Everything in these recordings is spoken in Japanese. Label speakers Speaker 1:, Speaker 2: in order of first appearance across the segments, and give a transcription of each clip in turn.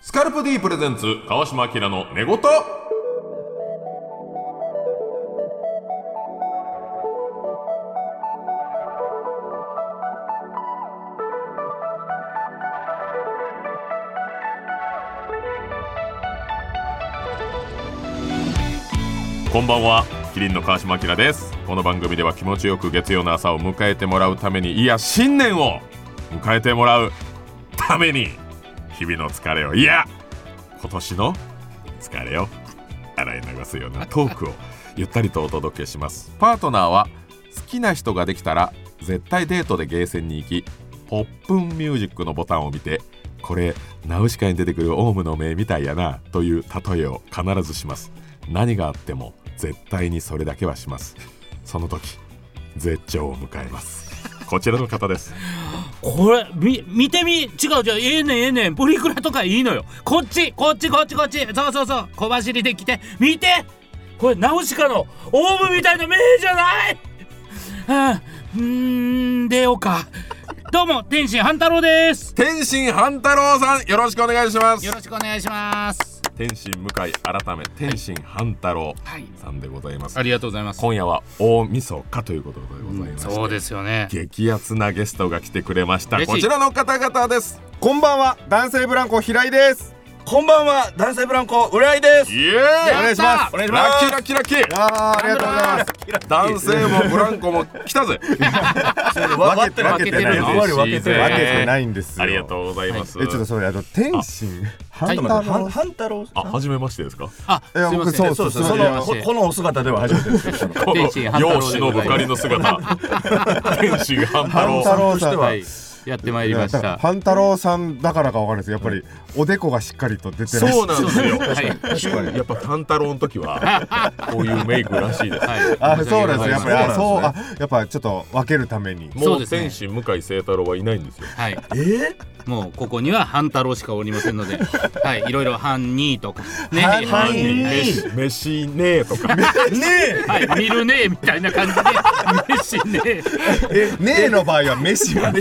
Speaker 1: スカルプ D プレゼンツ川島明の寝言こんばんはキリンの川島明ですこの番組では気持ちよく月曜の朝を迎えてもらうためにいや新年を迎えてもらうために日々の疲れをいや今年の疲れを洗い流すようなトークをゆったりとお届けしますパートナーは好きな人ができたら絶対デートでゲーセンに行きポップンミュージックのボタンを見てこれナウシカに出てくるオウムの目みたいやなという例えを必ずします何があっても絶対にそれだけはしますその時絶頂を迎えますこちらの方です
Speaker 2: これみ見てみ違う違うええねんええねんプリクラとかいいのよこっちこっちこっちこっちそうそうそう小走りで来て見てこれナウシカのオウムみたいな目じゃない あうーん出ようかどうも天心半太郎です
Speaker 1: 天心半太郎さんよろしくお願いします
Speaker 2: よろしくお願いします
Speaker 1: 天心向井改め天心半太郎
Speaker 2: はい
Speaker 1: さんでございます、
Speaker 2: ありがとうございます
Speaker 1: 今夜は大晦日ということでございまして、
Speaker 2: そうですよね
Speaker 1: 激アツなゲストが来てくれました
Speaker 2: 嬉し
Speaker 1: こ
Speaker 2: い
Speaker 1: ちらの方々です
Speaker 3: こんばんは、男性ブランコ平井です。
Speaker 4: こんばんは、男性ブランコ浦井です。
Speaker 1: イエーイ
Speaker 3: お願いします。
Speaker 2: お
Speaker 3: お願いし
Speaker 1: ラ
Speaker 3: ま
Speaker 1: ッキ
Speaker 3: す
Speaker 1: ー。ラッキーラッキー
Speaker 3: あーありがとうございます。
Speaker 1: 男性もブランコも来 たぜ嬉しいね
Speaker 2: 分けてるの
Speaker 3: 分けて分けて分けて分けてないんですよ。
Speaker 1: ありがとうございます、
Speaker 3: えちょっとそれあの天心ハンタ
Speaker 4: は
Speaker 3: ーの。
Speaker 4: 半太郎。
Speaker 1: あ、初めましてですか
Speaker 2: あすい
Speaker 3: いや
Speaker 2: ま
Speaker 3: 僕
Speaker 2: せ
Speaker 3: そ
Speaker 2: ん
Speaker 3: うそう
Speaker 4: そ
Speaker 3: そうそう
Speaker 2: はじめ
Speaker 4: の
Speaker 2: まして
Speaker 4: ここのお姿では初めてですけど。
Speaker 1: この
Speaker 2: 天心半太郎
Speaker 1: 容姿のぶかりの姿 天心半太
Speaker 3: ハン
Speaker 1: 郎
Speaker 3: タ
Speaker 1: さん
Speaker 3: ロウさん。
Speaker 2: はいやってまいりまし
Speaker 3: いや
Speaker 2: た
Speaker 3: ハンタロウさんだからかわかんないです。やっぱりおでこがしっかりと出てる。
Speaker 1: そうなんですよ
Speaker 2: はい
Speaker 1: やっぱ半太郎の時はこういうメイクらしいです
Speaker 2: はい
Speaker 3: あそうなんですよ。やっぱりあ
Speaker 4: そ
Speaker 3: そうう
Speaker 4: なん
Speaker 3: あやっぱちょっと分けるために。
Speaker 1: も
Speaker 2: そう
Speaker 1: う
Speaker 2: ですね
Speaker 1: 天心向井聖太郎はいないんですよ
Speaker 2: はい
Speaker 4: え
Speaker 2: もうここには半太郎しかおりませんので、はい、いろいろ半にとかね、
Speaker 3: 半に
Speaker 2: 半に
Speaker 1: 飯飯ねえとか
Speaker 4: ー、ね
Speaker 2: はい、見るねみたいな感じで、飯ね
Speaker 3: えねえの場合は飯はね。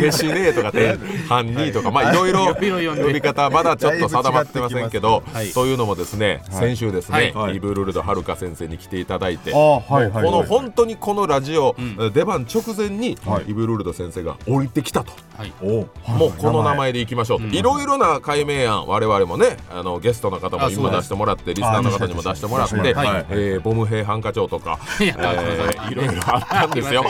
Speaker 1: 飯ねえとかって半にとかまあいろいろ
Speaker 2: 呼びろ呼んで
Speaker 1: 呼び方まだちょっと定まってませんけど
Speaker 2: はい
Speaker 1: そういうのもですね先週ですね
Speaker 2: は
Speaker 1: イブルルドはるか先生に来ていただいて
Speaker 3: あはいはい
Speaker 1: この
Speaker 3: はい。
Speaker 1: 本当にこのラジオ
Speaker 2: ん
Speaker 1: 出番直前に
Speaker 3: はい
Speaker 1: イブルルド先生が降りてきたと。
Speaker 2: はい、
Speaker 1: もうこの名前でいきましょうと、いろいろな解明案我々もねあのゲストの方も
Speaker 2: あそう
Speaker 1: 今
Speaker 2: です
Speaker 1: 出してもらってリスナーの方にも出してもらって、
Speaker 3: あ確
Speaker 2: かに
Speaker 1: はいえーボム兵ハンカチョウとか、
Speaker 2: い
Speaker 1: え
Speaker 2: や
Speaker 1: ーいろいろあったんですよ。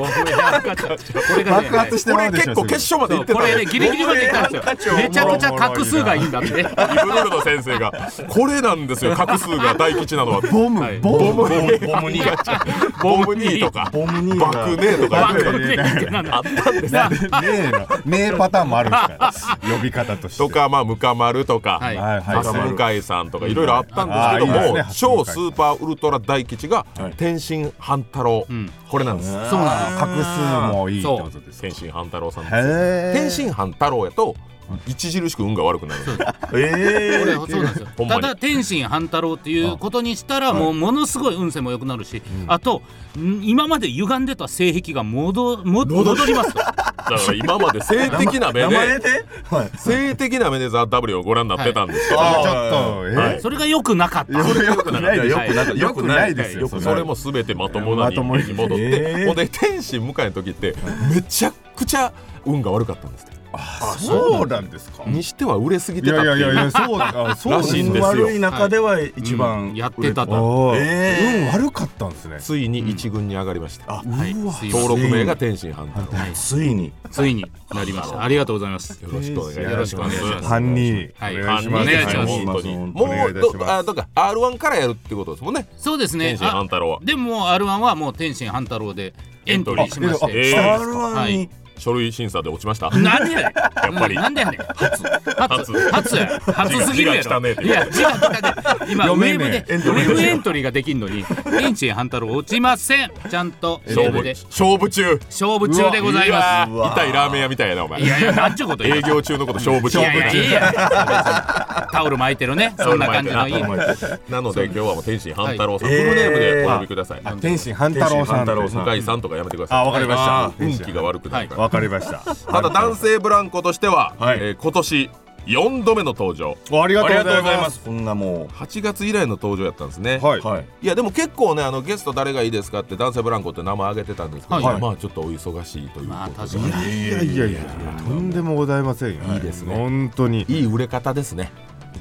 Speaker 2: これがね
Speaker 3: 爆発して
Speaker 1: こ
Speaker 3: ま
Speaker 1: れ
Speaker 3: うでし
Speaker 1: 結
Speaker 3: ょ。
Speaker 1: 構決
Speaker 3: す
Speaker 1: 勝まで行って
Speaker 2: こ
Speaker 1: た
Speaker 2: れ
Speaker 1: ん
Speaker 2: ね
Speaker 1: です
Speaker 2: ギリギリまでいったんですよ。めちゃくちゃ画数がいいんだって。
Speaker 1: イブルールの先生がこれなんですよ画数が大吉なのは
Speaker 3: ぐボム
Speaker 2: はい
Speaker 3: ボム
Speaker 1: ボム兵ハンカチョウボム2とか
Speaker 3: ボムに
Speaker 1: バクねとか
Speaker 2: バ
Speaker 1: いろいろ
Speaker 2: クねってなん
Speaker 1: あ
Speaker 2: だ。
Speaker 1: ったんですよ
Speaker 3: ねえのねえパターンもあるんですから呼び方として
Speaker 1: とかまあムカマルとか。
Speaker 2: はい
Speaker 3: はいはい
Speaker 1: 蓮向井さんとかいろいろあったんですけ
Speaker 3: あー
Speaker 1: ど
Speaker 3: いい
Speaker 1: も
Speaker 3: ですね
Speaker 1: 超スーパーウルトラ大吉が
Speaker 4: はい
Speaker 1: 天心半太郎
Speaker 2: ん
Speaker 1: これなんです
Speaker 2: そうな
Speaker 3: 画数もいいってことです
Speaker 1: 天心半太郎さんです
Speaker 3: へ
Speaker 1: 天心半太郎やと著しく運が悪くなる
Speaker 4: え
Speaker 2: の。これそうなんですよ。ただ天心半太郎っていうことにしたらもうものすごい運勢も良くなるし、あとん今まで歪んでた性癖が戻も戻りますと。
Speaker 1: だから今まで性的な目
Speaker 4: 名前
Speaker 1: で
Speaker 4: で？はい。
Speaker 1: 性的な目で「ザ・ w をご覧になってたんですけど
Speaker 3: ちょっ
Speaker 4: あ
Speaker 3: と
Speaker 1: は
Speaker 3: え
Speaker 2: それが良くなかった。
Speaker 3: よくない
Speaker 4: い
Speaker 3: で
Speaker 4: や
Speaker 3: すよ
Speaker 4: よくなか
Speaker 3: よくないです
Speaker 4: よ
Speaker 3: よ
Speaker 4: くない
Speaker 1: それも全てまともな人間に戻っ
Speaker 4: え
Speaker 1: て
Speaker 4: ー
Speaker 1: ほんで天心向井の時ってめちゃくちゃ運が悪かったんですって
Speaker 3: あそうなんですか
Speaker 1: にしては売れすぎ
Speaker 3: い
Speaker 1: てた
Speaker 3: や
Speaker 1: っ
Speaker 3: い
Speaker 1: て
Speaker 3: やい
Speaker 1: い
Speaker 3: や
Speaker 1: う
Speaker 3: いやそうだあそう
Speaker 1: らしいんですよ
Speaker 4: 悪い中では一
Speaker 2: う
Speaker 4: 番
Speaker 2: んやってたと。
Speaker 3: おー
Speaker 4: え
Speaker 3: 運悪かったんですね
Speaker 1: ついに一軍に上がりました、
Speaker 2: はい、すいません
Speaker 1: 登録名が天心半太郎、
Speaker 2: はい
Speaker 4: ついに。
Speaker 2: ついになりました。ありがとうございます。
Speaker 1: よろしくお願いい
Speaker 2: よ
Speaker 1: た
Speaker 2: ろ
Speaker 1: し
Speaker 2: しくお
Speaker 1: ま
Speaker 2: 願い
Speaker 1: す
Speaker 2: します
Speaker 3: 犯人
Speaker 2: はい
Speaker 3: お願いしま
Speaker 2: お
Speaker 3: す
Speaker 2: 願いします
Speaker 1: 本当にも
Speaker 3: お願
Speaker 1: う
Speaker 3: いいた
Speaker 1: ど
Speaker 3: し
Speaker 1: あ
Speaker 3: ます
Speaker 1: だから R1 からやるってことですもんね
Speaker 2: そうですね
Speaker 1: 天。心半
Speaker 2: あ、
Speaker 1: 太郎は
Speaker 2: でも R1 はもう天心半太郎でエントリーしまし
Speaker 3: あえ
Speaker 2: て。
Speaker 1: えー
Speaker 4: R1 に
Speaker 1: 書類審査で落ちました
Speaker 2: なんでやねん。や
Speaker 1: っぱり
Speaker 2: なんでやねん。初、初、初や。初すぎるや
Speaker 1: 字が汚
Speaker 2: ろ。
Speaker 1: ねえって
Speaker 2: いや、字が汚ねえ。今、ウ
Speaker 3: 読め
Speaker 2: ェブ
Speaker 3: ね
Speaker 2: で、
Speaker 3: え
Speaker 2: ウェブエントリーができんのに、天心半太郎落ちません。ちゃんと、ウ
Speaker 1: 勝
Speaker 2: ェ
Speaker 1: 負
Speaker 2: ブで
Speaker 1: 勝負中
Speaker 2: 勝負中でございま
Speaker 1: うわ痛いラーメン屋みたいやなお
Speaker 2: す。
Speaker 1: 前
Speaker 2: いやいや、なんちゅうこと言う
Speaker 1: 営業中のこと勝負
Speaker 2: い
Speaker 1: 中
Speaker 2: やいや、いいや。タオル巻いてるね。そんな感じのいい。
Speaker 1: なので今日はもう天心半太郎さん、
Speaker 4: はい
Speaker 1: フルネームでお呼びください、
Speaker 3: 天心半太郎さん
Speaker 4: 天心半太郎さ
Speaker 1: 向井さんとかやめてください
Speaker 3: あわかりました
Speaker 1: 運気が悪くなるから、
Speaker 3: わかりました
Speaker 1: ただ男性ブランコとしては、
Speaker 3: はい
Speaker 1: えー今年4度目の登場
Speaker 3: おありが
Speaker 4: あり
Speaker 3: とう
Speaker 4: がとうご
Speaker 3: ござい
Speaker 4: ざいま
Speaker 3: ます
Speaker 4: すこんなも
Speaker 1: 8月以来の登場やったんですね、
Speaker 3: は
Speaker 4: う
Speaker 3: い
Speaker 4: はい
Speaker 1: いやでも結構ねあのゲスト誰がいいですかって男性ブランコって名前挙げてたんですけど、
Speaker 3: はい
Speaker 1: まあちょっとお忙しいという
Speaker 2: まあ
Speaker 1: こと
Speaker 2: 確
Speaker 1: で、
Speaker 2: かに
Speaker 3: いやいやいやとんでもございませんよ
Speaker 1: いいですね
Speaker 3: 本当に
Speaker 1: いい売れ方ですね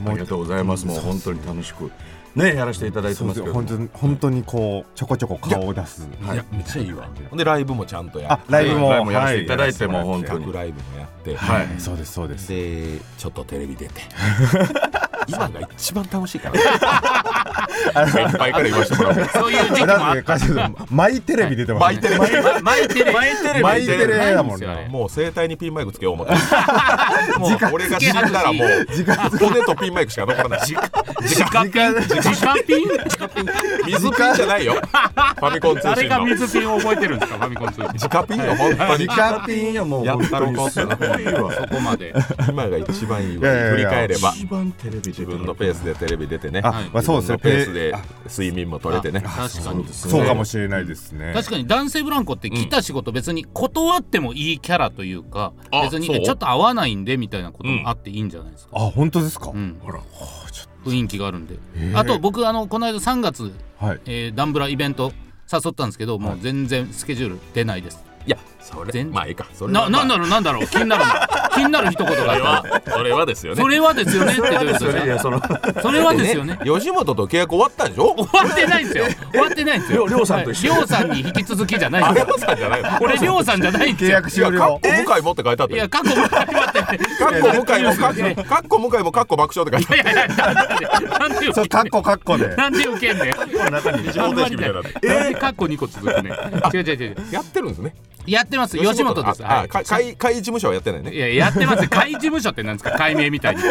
Speaker 4: ありがとうございますもう本当に楽しくねやらせていただいて
Speaker 3: そう
Speaker 4: ま
Speaker 3: です
Speaker 4: すけ
Speaker 3: よ
Speaker 4: ど
Speaker 3: 本当に本当にこうちょこちょこ顔を出す
Speaker 1: いやめっちゃいいわ
Speaker 3: 感じ
Speaker 1: ほんでライブもちゃんとやって
Speaker 3: あライブも
Speaker 4: ライブもやらせていただいて
Speaker 3: は
Speaker 4: も本当
Speaker 1: 企
Speaker 4: に
Speaker 1: 画ライブもやって、
Speaker 4: はい
Speaker 3: そうですそうです
Speaker 1: でちょっとテレビ出 て今が一番楽しいから ね先輩から言わせてもらおう
Speaker 2: そういう時期もあ
Speaker 3: な
Speaker 2: っ
Speaker 3: んでかしらマイテレビ出てます
Speaker 1: 巻い
Speaker 3: ね
Speaker 1: てる
Speaker 2: た巻いてる巻いて
Speaker 3: マイテレ
Speaker 2: ない
Speaker 3: やもん
Speaker 2: んですよあれ
Speaker 3: ね
Speaker 1: もう声帯にピンマイクつけよう思 ってもう俺が死んだらもう骨とピンマイクしか残らない
Speaker 2: 直ピン直ピン
Speaker 1: 水ピンじゃ ないよファミコン通
Speaker 5: 誰
Speaker 1: 信
Speaker 5: が
Speaker 1: の
Speaker 5: 水ピンを覚えてるんですかファミコン通信
Speaker 1: 直ピンよ本当に
Speaker 4: 直ピンやもう
Speaker 1: やっ
Speaker 4: 本
Speaker 1: た
Speaker 4: 当
Speaker 1: ろこ
Speaker 4: にす
Speaker 1: そ
Speaker 4: ごいわ
Speaker 5: そこまで
Speaker 1: 今が一番いい
Speaker 3: いやいや
Speaker 1: わ
Speaker 3: いや
Speaker 1: 振り返れば
Speaker 4: 一番テレビ
Speaker 1: 自
Speaker 4: 自
Speaker 1: 分のペースでテレビ出てね
Speaker 3: あまあそうです
Speaker 1: 自分のペー
Speaker 3: ね
Speaker 1: ス
Speaker 3: ペ
Speaker 1: で睡眠も取れてね
Speaker 2: 確か
Speaker 4: そう
Speaker 2: に
Speaker 4: ですね
Speaker 3: そうかもしれないですね
Speaker 2: 確かに男性ブランコって来た仕事別に断ってもいいキャラというか、
Speaker 1: あ
Speaker 2: 別に
Speaker 1: そう
Speaker 2: えちょっと合わないんでみたいなこともあっていいんじゃないですか、
Speaker 3: あ本当ですか
Speaker 2: うん
Speaker 3: ほら
Speaker 2: 雰囲気があるんで、あと僕あのこの間3月、
Speaker 3: はい
Speaker 2: えーダンブライベント誘ったんですけどもう全然スケジュール出ないです、
Speaker 1: いやそれ
Speaker 2: 全
Speaker 1: まあいいかそれ
Speaker 2: な
Speaker 1: はま
Speaker 2: な
Speaker 1: あ
Speaker 2: んだろうなんだろう気になるな気になる一言
Speaker 1: それ
Speaker 2: があっ
Speaker 1: はそれはですよ
Speaker 2: た
Speaker 1: ね
Speaker 2: それはですよねってどういうこと
Speaker 4: それい
Speaker 2: で
Speaker 4: や
Speaker 2: す
Speaker 4: その
Speaker 2: かそれはですよ ね
Speaker 1: 吉本と契約終わったんで しょ
Speaker 2: 終わってないんですよ終わってないんですよ
Speaker 4: りょうりょうさんと一緒
Speaker 2: はいりょうさんに引き続きじゃないん
Speaker 1: あ
Speaker 2: で
Speaker 1: れ
Speaker 2: すよ
Speaker 1: もさんじゃないの
Speaker 2: これりょうさんじゃないんで
Speaker 3: 契
Speaker 2: すよ
Speaker 3: 約
Speaker 1: いや
Speaker 3: 終
Speaker 1: カッコ
Speaker 3: 了
Speaker 1: 向井もって書いてあったよ
Speaker 2: いや過去も始まってない
Speaker 1: カッコ向井もカッコカッコ向井もカッコ爆笑って書いてあった
Speaker 2: いやいやなんで
Speaker 3: そうカッコカッコで
Speaker 2: なんで受けんねん
Speaker 1: 中に
Speaker 2: あんまり
Speaker 1: み
Speaker 2: ね
Speaker 1: たいな
Speaker 2: なんでカッコ2個続くね違う違う違う
Speaker 1: やってるんですね
Speaker 2: やってます吉本です
Speaker 1: あ
Speaker 2: は
Speaker 1: あ
Speaker 2: い
Speaker 1: か会会事務所はやってない
Speaker 2: い
Speaker 1: ね
Speaker 2: ややってます会事務所ってなんですか解明みたいに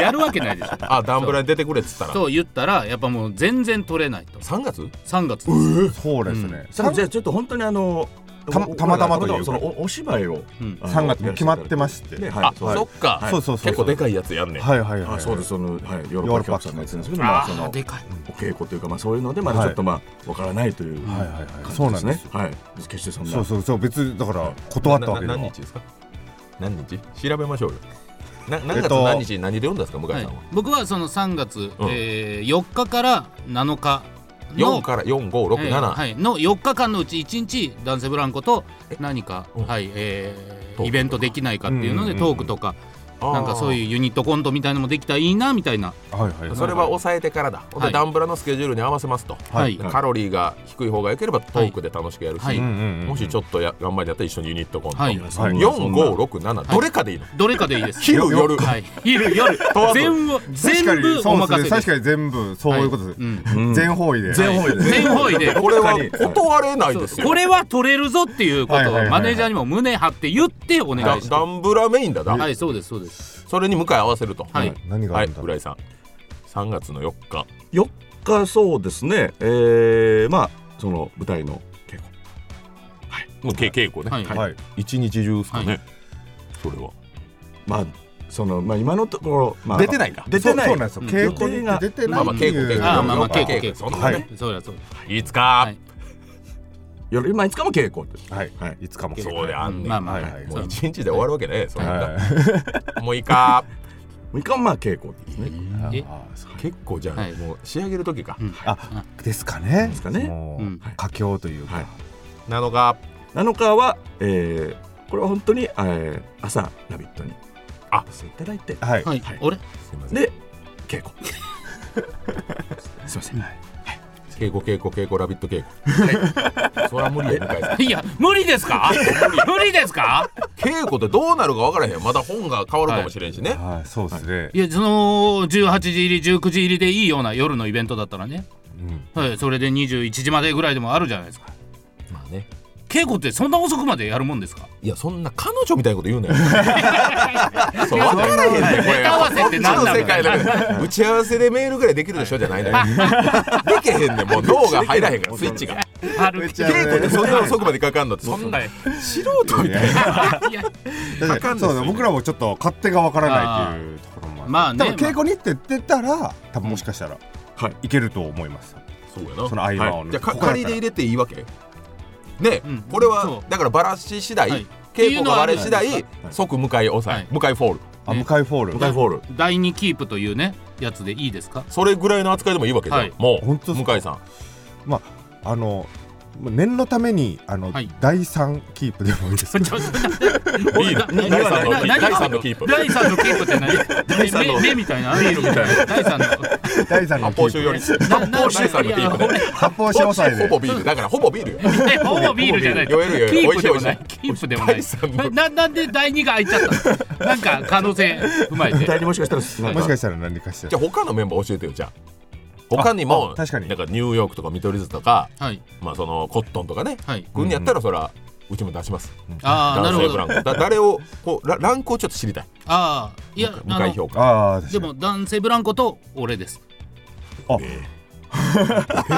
Speaker 2: やるわけないでしょ
Speaker 1: あダンブラに出てくれっつったら
Speaker 2: と言ったらやっぱもう全然取れないと
Speaker 1: 3月
Speaker 2: 3月です
Speaker 3: そうですね
Speaker 4: さあじゃあちょっと本当にあの
Speaker 3: たまたまたまというか
Speaker 4: そのおお芝居を
Speaker 2: うん
Speaker 4: あの
Speaker 3: 三月も決まってまして
Speaker 4: ねはい
Speaker 1: あ
Speaker 4: はい
Speaker 1: そっか
Speaker 4: はい
Speaker 3: そうそうそう
Speaker 1: 結構でかいやつやんねん
Speaker 3: はいはいは
Speaker 4: あ
Speaker 3: い
Speaker 4: そうですそのはいヨーロッパ客さんのやつなんですけどまあそ
Speaker 2: あ
Speaker 4: の
Speaker 2: ーでかい
Speaker 4: お稽古というかまあそういうのでまだちょっとまあわからないという
Speaker 3: はいはいはいそうなんです
Speaker 4: はい決してそんな
Speaker 3: そうそうそう別にだから断ったわけで
Speaker 1: な
Speaker 3: は
Speaker 1: 何日ですか何日調べましょうよな何
Speaker 3: えっ
Speaker 1: 月
Speaker 3: と
Speaker 1: 何日に何で読んだんですか向井
Speaker 2: は
Speaker 1: さ
Speaker 2: い
Speaker 1: んは
Speaker 2: 僕はその3月
Speaker 1: うん
Speaker 2: えー4日から7日の
Speaker 1: 4から
Speaker 2: えー
Speaker 1: 4567
Speaker 2: はい、の4日間のうち1日男性ブランコと何か、
Speaker 1: うん
Speaker 2: はいえ
Speaker 1: トークとか
Speaker 2: ーイベントできないかっていうので、
Speaker 3: うんうんうん
Speaker 2: トークとかなんかそういうユニットコントみたいのもできたらいいなみたいな、
Speaker 3: はいはいはい
Speaker 1: それは抑えてからだほん
Speaker 2: は
Speaker 1: で
Speaker 2: い
Speaker 1: ダンブラのスケジュールに合わせますと
Speaker 2: はい
Speaker 1: カロリーが低い方が良ければトークで楽しくやるし
Speaker 2: はい
Speaker 3: うんうんうん
Speaker 1: もしちょっとや頑張りだったら一緒にユニットコント
Speaker 2: はい
Speaker 4: そんなそんな
Speaker 1: 4567どれかでいいの
Speaker 2: どれかでいいです。
Speaker 1: 昼夜
Speaker 2: はい、昼夜
Speaker 1: 問わず
Speaker 2: 全部
Speaker 3: 確か
Speaker 2: 全部
Speaker 3: に
Speaker 2: お
Speaker 3: そう
Speaker 2: 任せで
Speaker 3: ですね確
Speaker 2: す。
Speaker 3: かに全部そういうことです
Speaker 2: うん
Speaker 4: うん
Speaker 3: 全方位で
Speaker 4: 全方位で
Speaker 2: 全方位で
Speaker 1: これは断れないですよ
Speaker 2: これは取れるぞっていうこ
Speaker 3: はい
Speaker 2: と
Speaker 3: はいはいは
Speaker 2: を
Speaker 3: い
Speaker 2: マネージャーにも胸張って言ってお願
Speaker 1: ダ
Speaker 2: いして。
Speaker 1: ダンブラメインだだ、
Speaker 2: はい、そうですそうです。
Speaker 1: それに向かい合わせるとは
Speaker 2: はい
Speaker 3: 何があ
Speaker 1: はい
Speaker 3: るんだろう
Speaker 1: 浦井さん3月の4日
Speaker 4: 4日そうですねえーまあその舞台の稽古
Speaker 1: の稽稽古ね、
Speaker 2: はい
Speaker 3: はい
Speaker 1: 一日中ですかね、
Speaker 2: は
Speaker 1: それは
Speaker 4: まあそのまあ今のところまあ
Speaker 1: 出てないんだ
Speaker 4: 出てない
Speaker 3: そうそうなんですよ
Speaker 2: うん
Speaker 3: 稽古
Speaker 4: 予定
Speaker 3: に
Speaker 4: が
Speaker 3: 出て
Speaker 1: ま
Speaker 3: な
Speaker 1: あまあ
Speaker 3: いって
Speaker 1: 稽
Speaker 3: い
Speaker 1: 古稽
Speaker 3: う
Speaker 1: 古
Speaker 2: あーまあまあ
Speaker 1: 四日
Speaker 2: 稽古稽古
Speaker 1: そんなもん
Speaker 2: は
Speaker 1: ね、
Speaker 2: い、そうだそうだ。
Speaker 1: い、つか、
Speaker 2: はい
Speaker 4: 夜今いつかも稽古です
Speaker 3: はい
Speaker 4: はい
Speaker 3: いつかも
Speaker 1: そうであんねん、
Speaker 2: まあまあ
Speaker 3: はいはい
Speaker 1: もう一日で終わるわけね、そんな
Speaker 3: は
Speaker 1: もういいか
Speaker 4: 6日もまあ稽古ですね
Speaker 3: い
Speaker 2: え
Speaker 3: あーそう
Speaker 1: 結構じゃあ、
Speaker 2: はい
Speaker 1: もう仕上げる時か、
Speaker 2: うん
Speaker 3: あですかね
Speaker 4: ですかね
Speaker 3: もう
Speaker 2: うん
Speaker 3: 佳境という
Speaker 4: は
Speaker 3: か
Speaker 4: い
Speaker 1: 7日
Speaker 4: 7日は、えー、これは本当に、えー、朝「ラビット!」に
Speaker 1: あ
Speaker 4: あせていただいて
Speaker 3: はい
Speaker 2: はい
Speaker 4: はい、
Speaker 2: あれ
Speaker 1: すいません
Speaker 4: で稽古すいません、はい、
Speaker 1: 稽古稽古稽古ラビット稽古、そりゃ無理や向井さん
Speaker 2: いや無理ですか 無理ですか
Speaker 1: 稽古ってどうなるか分からへんまだ本が変わるかもしれんしね、
Speaker 3: はいそうですね
Speaker 2: いやその18時入り19時入りでいいような夜のイベントだったらね、
Speaker 3: うん
Speaker 2: はい、それで21時までぐらいでもあるじゃないですか
Speaker 1: まあね
Speaker 2: 稽古ってそんな遅くまでやるもんですか
Speaker 1: いやそんな彼女みたいなこと言う なよ。そう分からへんねこれ。
Speaker 2: ネタ合わせって何な
Speaker 1: こっ
Speaker 2: の
Speaker 1: ちの世界だから打ち合わせでメールぐらいできるでしょじゃないのよ。できへんね んもう脳が入らへんからスイッチが。
Speaker 2: ある
Speaker 3: めっち
Speaker 1: 稽
Speaker 3: ゃ
Speaker 1: 古でそんな遅くまでかかんのってそんな素人みたいな。
Speaker 2: いや
Speaker 1: あかんです
Speaker 3: そ
Speaker 1: よ
Speaker 3: うだ僕らもちょっと勝手がわからないっていうところもある
Speaker 2: まあね
Speaker 3: 多分稽古にって出たら多分もしかしたら
Speaker 4: はい、
Speaker 3: いけると思います
Speaker 1: そうや
Speaker 3: その合間を
Speaker 1: じゃあ
Speaker 3: ね
Speaker 1: か
Speaker 3: ここだったら
Speaker 1: 仮で入れていいわけね
Speaker 2: うん
Speaker 1: これ
Speaker 2: そ
Speaker 1: は
Speaker 2: う
Speaker 1: だからバラし次第
Speaker 2: はい
Speaker 1: 稽古が割れ次
Speaker 2: ってい
Speaker 1: 第
Speaker 2: うのはあるんです
Speaker 4: かはい
Speaker 1: 即向かい抑
Speaker 2: は
Speaker 1: え
Speaker 2: い
Speaker 1: 向かいフォール
Speaker 3: あ向かいフォール
Speaker 4: 向かいフォール
Speaker 2: 第二キープというねやつでいいですか
Speaker 1: それぐらいの扱いでもいいわけじゃん、
Speaker 2: はい
Speaker 1: もう
Speaker 3: 本当ですか
Speaker 1: 向井さん
Speaker 3: あの念のためにあの、
Speaker 2: はい
Speaker 3: 第三キープでもいいですか
Speaker 2: ちょっと待
Speaker 1: いい
Speaker 2: っ
Speaker 1: 第
Speaker 2: て
Speaker 1: 三の
Speaker 2: なな
Speaker 1: 第三のキープ
Speaker 2: 第三のキープって何
Speaker 1: 第三の
Speaker 2: 目目目みたいなビールみたいな第三の
Speaker 3: 第三の
Speaker 1: 発
Speaker 3: キ
Speaker 1: 泡酒
Speaker 3: ー
Speaker 1: より発泡酒さんのキープね
Speaker 3: プ発泡酒抑え
Speaker 1: ほ
Speaker 3: で
Speaker 1: ぼビールだからほぼビールよ
Speaker 2: えほぼビールじゃない
Speaker 1: 酔える酔える
Speaker 2: キープでもない
Speaker 1: 美
Speaker 2: キ
Speaker 1: 味し
Speaker 2: ー
Speaker 1: い美
Speaker 2: プでもない
Speaker 1: 味しい第三の
Speaker 2: ななんで第二が開いちゃったのなんか可能性踏まえ
Speaker 4: 舞台
Speaker 2: て
Speaker 4: にもしかしたら
Speaker 3: もしか
Speaker 4: し
Speaker 3: したら何かしら
Speaker 1: じゃあ他のメンバー教えてよじゃあ他にも
Speaker 3: あ確かに
Speaker 1: なんかニューヨークとか見取り図とか、
Speaker 2: はい
Speaker 1: まあ、そのコットンとかね
Speaker 2: はい
Speaker 1: 軍やったらそら、うちも出します
Speaker 2: ああな
Speaker 1: 男性
Speaker 2: るほ
Speaker 1: ブラ
Speaker 2: ど
Speaker 1: ンコだ誰をこうラランクをちょっと知りたい
Speaker 2: ああいや
Speaker 1: 向
Speaker 2: あ
Speaker 1: かい
Speaker 2: の
Speaker 1: 評価
Speaker 3: ああ
Speaker 2: でも男性ブランコと俺です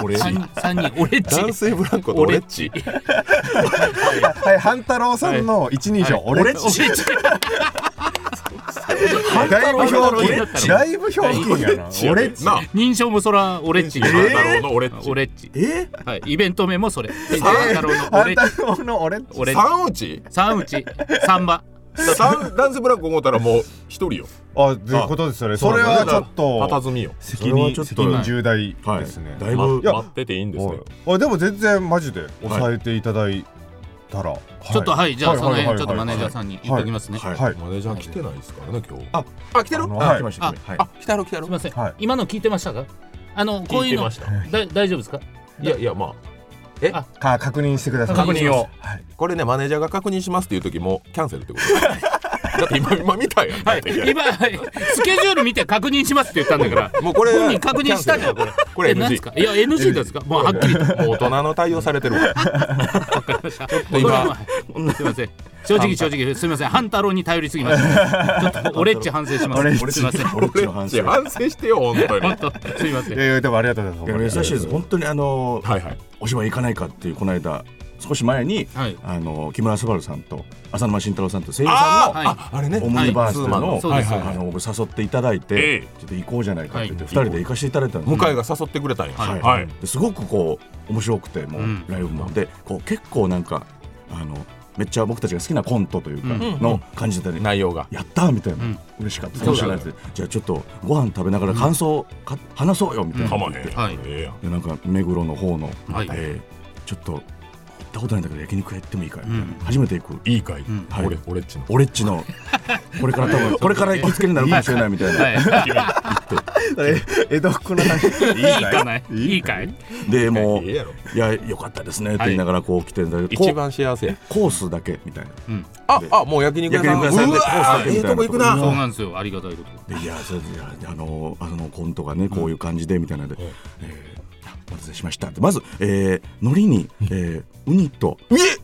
Speaker 1: 俺
Speaker 2: 三三人俺っち
Speaker 1: 男性ブランコと俺っち
Speaker 3: はい半太郎さんの一人称、俺っち だいぶ表
Speaker 2: 俺っ
Speaker 3: 記
Speaker 2: ち
Speaker 3: だいぶ表記や な俺っち
Speaker 1: なあ
Speaker 2: 認証もそら俺っち
Speaker 1: 三太郎の俺っち
Speaker 2: 俺っち
Speaker 4: え
Speaker 2: はいイベント名もそれ三太郎の俺
Speaker 3: 半
Speaker 2: っち
Speaker 3: 太郎の俺っち
Speaker 2: 俺っち
Speaker 1: 三うち
Speaker 2: 三内三馬
Speaker 1: 三男性ブランコ思ったらもう一人よ
Speaker 3: あということですよねそれはちょっ
Speaker 1: 佇
Speaker 3: と
Speaker 1: みよ
Speaker 3: 責
Speaker 4: それは
Speaker 3: 任
Speaker 4: ちょっと
Speaker 3: 責任重大
Speaker 4: はい
Speaker 3: ですね、
Speaker 4: だい
Speaker 1: ま
Speaker 4: ぶ
Speaker 1: 待
Speaker 3: いや
Speaker 1: ってていいんです
Speaker 3: おい
Speaker 1: よ
Speaker 3: あでも全然マジで抑えていただいたら、はい
Speaker 2: ちょっとはいじゃあその
Speaker 3: は
Speaker 2: 辺
Speaker 3: い
Speaker 2: ちょっとマネージャーさんに言っておきますね
Speaker 4: はい
Speaker 3: はい
Speaker 1: マネージャー来てないですからね今日
Speaker 3: あ
Speaker 1: あ来て
Speaker 3: あ
Speaker 1: る
Speaker 3: の
Speaker 4: あ
Speaker 3: はい
Speaker 4: 来ましたはい
Speaker 1: あ来たろ来た
Speaker 2: す
Speaker 1: ろ
Speaker 2: みません
Speaker 3: はい
Speaker 2: 今の聞いてましたかあのこう
Speaker 1: 聞い
Speaker 2: いう
Speaker 1: て
Speaker 2: の
Speaker 1: ました
Speaker 2: だ大丈夫ですか
Speaker 1: いやいやまあ
Speaker 3: か確認してください
Speaker 2: 確認を
Speaker 3: はい
Speaker 1: これねマネージャーが確認しますっていう時もキャンセルってことだって今今見たやんだって
Speaker 2: 今はいスケジュール見て確認しますって言ったんだから
Speaker 1: もうこれ
Speaker 2: 本人確認したじゃんこれ
Speaker 1: これ
Speaker 2: え何です
Speaker 1: NG
Speaker 2: かいや NG ですかもうはっきりと
Speaker 1: もう大人の対応されてる わちょっと
Speaker 2: 今
Speaker 1: 今
Speaker 2: すいません正直正直すいません半太郎に頼りすぎましたちょっと俺っち反省します
Speaker 3: 俺っち
Speaker 2: すいません
Speaker 4: 俺っちの
Speaker 1: 反
Speaker 4: 反
Speaker 1: 省
Speaker 4: 省
Speaker 1: してよ本当に
Speaker 2: 本当すいませ
Speaker 3: い
Speaker 2: ん
Speaker 3: やいやでもありがとうございます
Speaker 4: いや優しいです本当にあの
Speaker 1: はいはい
Speaker 4: お芝居行かないかっていうこの間少し前に
Speaker 2: はい
Speaker 4: あの木村昴さんと浅沼慎太郎さんと声優
Speaker 1: あ
Speaker 4: さ
Speaker 1: ー
Speaker 2: はい
Speaker 1: ああれね
Speaker 4: んのオムニバース
Speaker 1: ツーマン
Speaker 4: の
Speaker 1: の
Speaker 2: そうです
Speaker 4: あの僕誘っていただい
Speaker 1: ええ
Speaker 4: てちょっと行こうじゃないかって言って
Speaker 2: は
Speaker 4: 二
Speaker 2: い
Speaker 4: 人で行かせていただいたんです
Speaker 1: 向井が誘ってくれたんや
Speaker 2: はい
Speaker 1: はい
Speaker 4: ですごくこう面白くてもう
Speaker 2: うん
Speaker 4: ライブもでこう結構なんかあのめっちゃ僕たちが好きなコントというか
Speaker 2: うん
Speaker 4: の感じだったり
Speaker 1: 内容が
Speaker 4: やったーみたいな、
Speaker 2: うん
Speaker 4: 嬉しかった
Speaker 2: そうだ
Speaker 4: 面白いってじゃあちょっとご飯食べながら感想をか、話そうよみたいな
Speaker 1: かま
Speaker 4: 言
Speaker 1: へ
Speaker 4: っ
Speaker 1: ん
Speaker 4: て
Speaker 1: やん
Speaker 2: はい
Speaker 1: ええやん
Speaker 4: でなんか目黒の方の、
Speaker 2: はい
Speaker 4: えーちょっと行ったことないんだけど焼肉屋行ってもいいかいみたいな、
Speaker 2: うん
Speaker 4: 初めて行く
Speaker 1: いいかい
Speaker 2: ん
Speaker 4: はい
Speaker 1: 俺俺っちの
Speaker 4: 俺っちのこれから多分これから行きつけになるかもしれないみたいな、
Speaker 2: はい
Speaker 3: え江戸っ子の話い
Speaker 2: い
Speaker 3: い
Speaker 2: いかないいいかい
Speaker 4: でもう
Speaker 1: ええやろ
Speaker 4: いやよかったですねって言いながらこう来てんだけど、
Speaker 1: 一番幸せや
Speaker 4: コースだけみたいな
Speaker 1: ああもう焼肉屋さん
Speaker 4: 焼肉屋さんで
Speaker 1: うわー
Speaker 4: コースだけ
Speaker 1: ええ
Speaker 4: みたいな
Speaker 1: とこ行く
Speaker 4: と
Speaker 1: な
Speaker 4: こ
Speaker 2: そうなんですよありがたいこと
Speaker 4: でいやそういやあのあのコントがねこういう感じでみたいなので、えーあお待たせしましたってまず、えー、海苔に、えー、ウニと、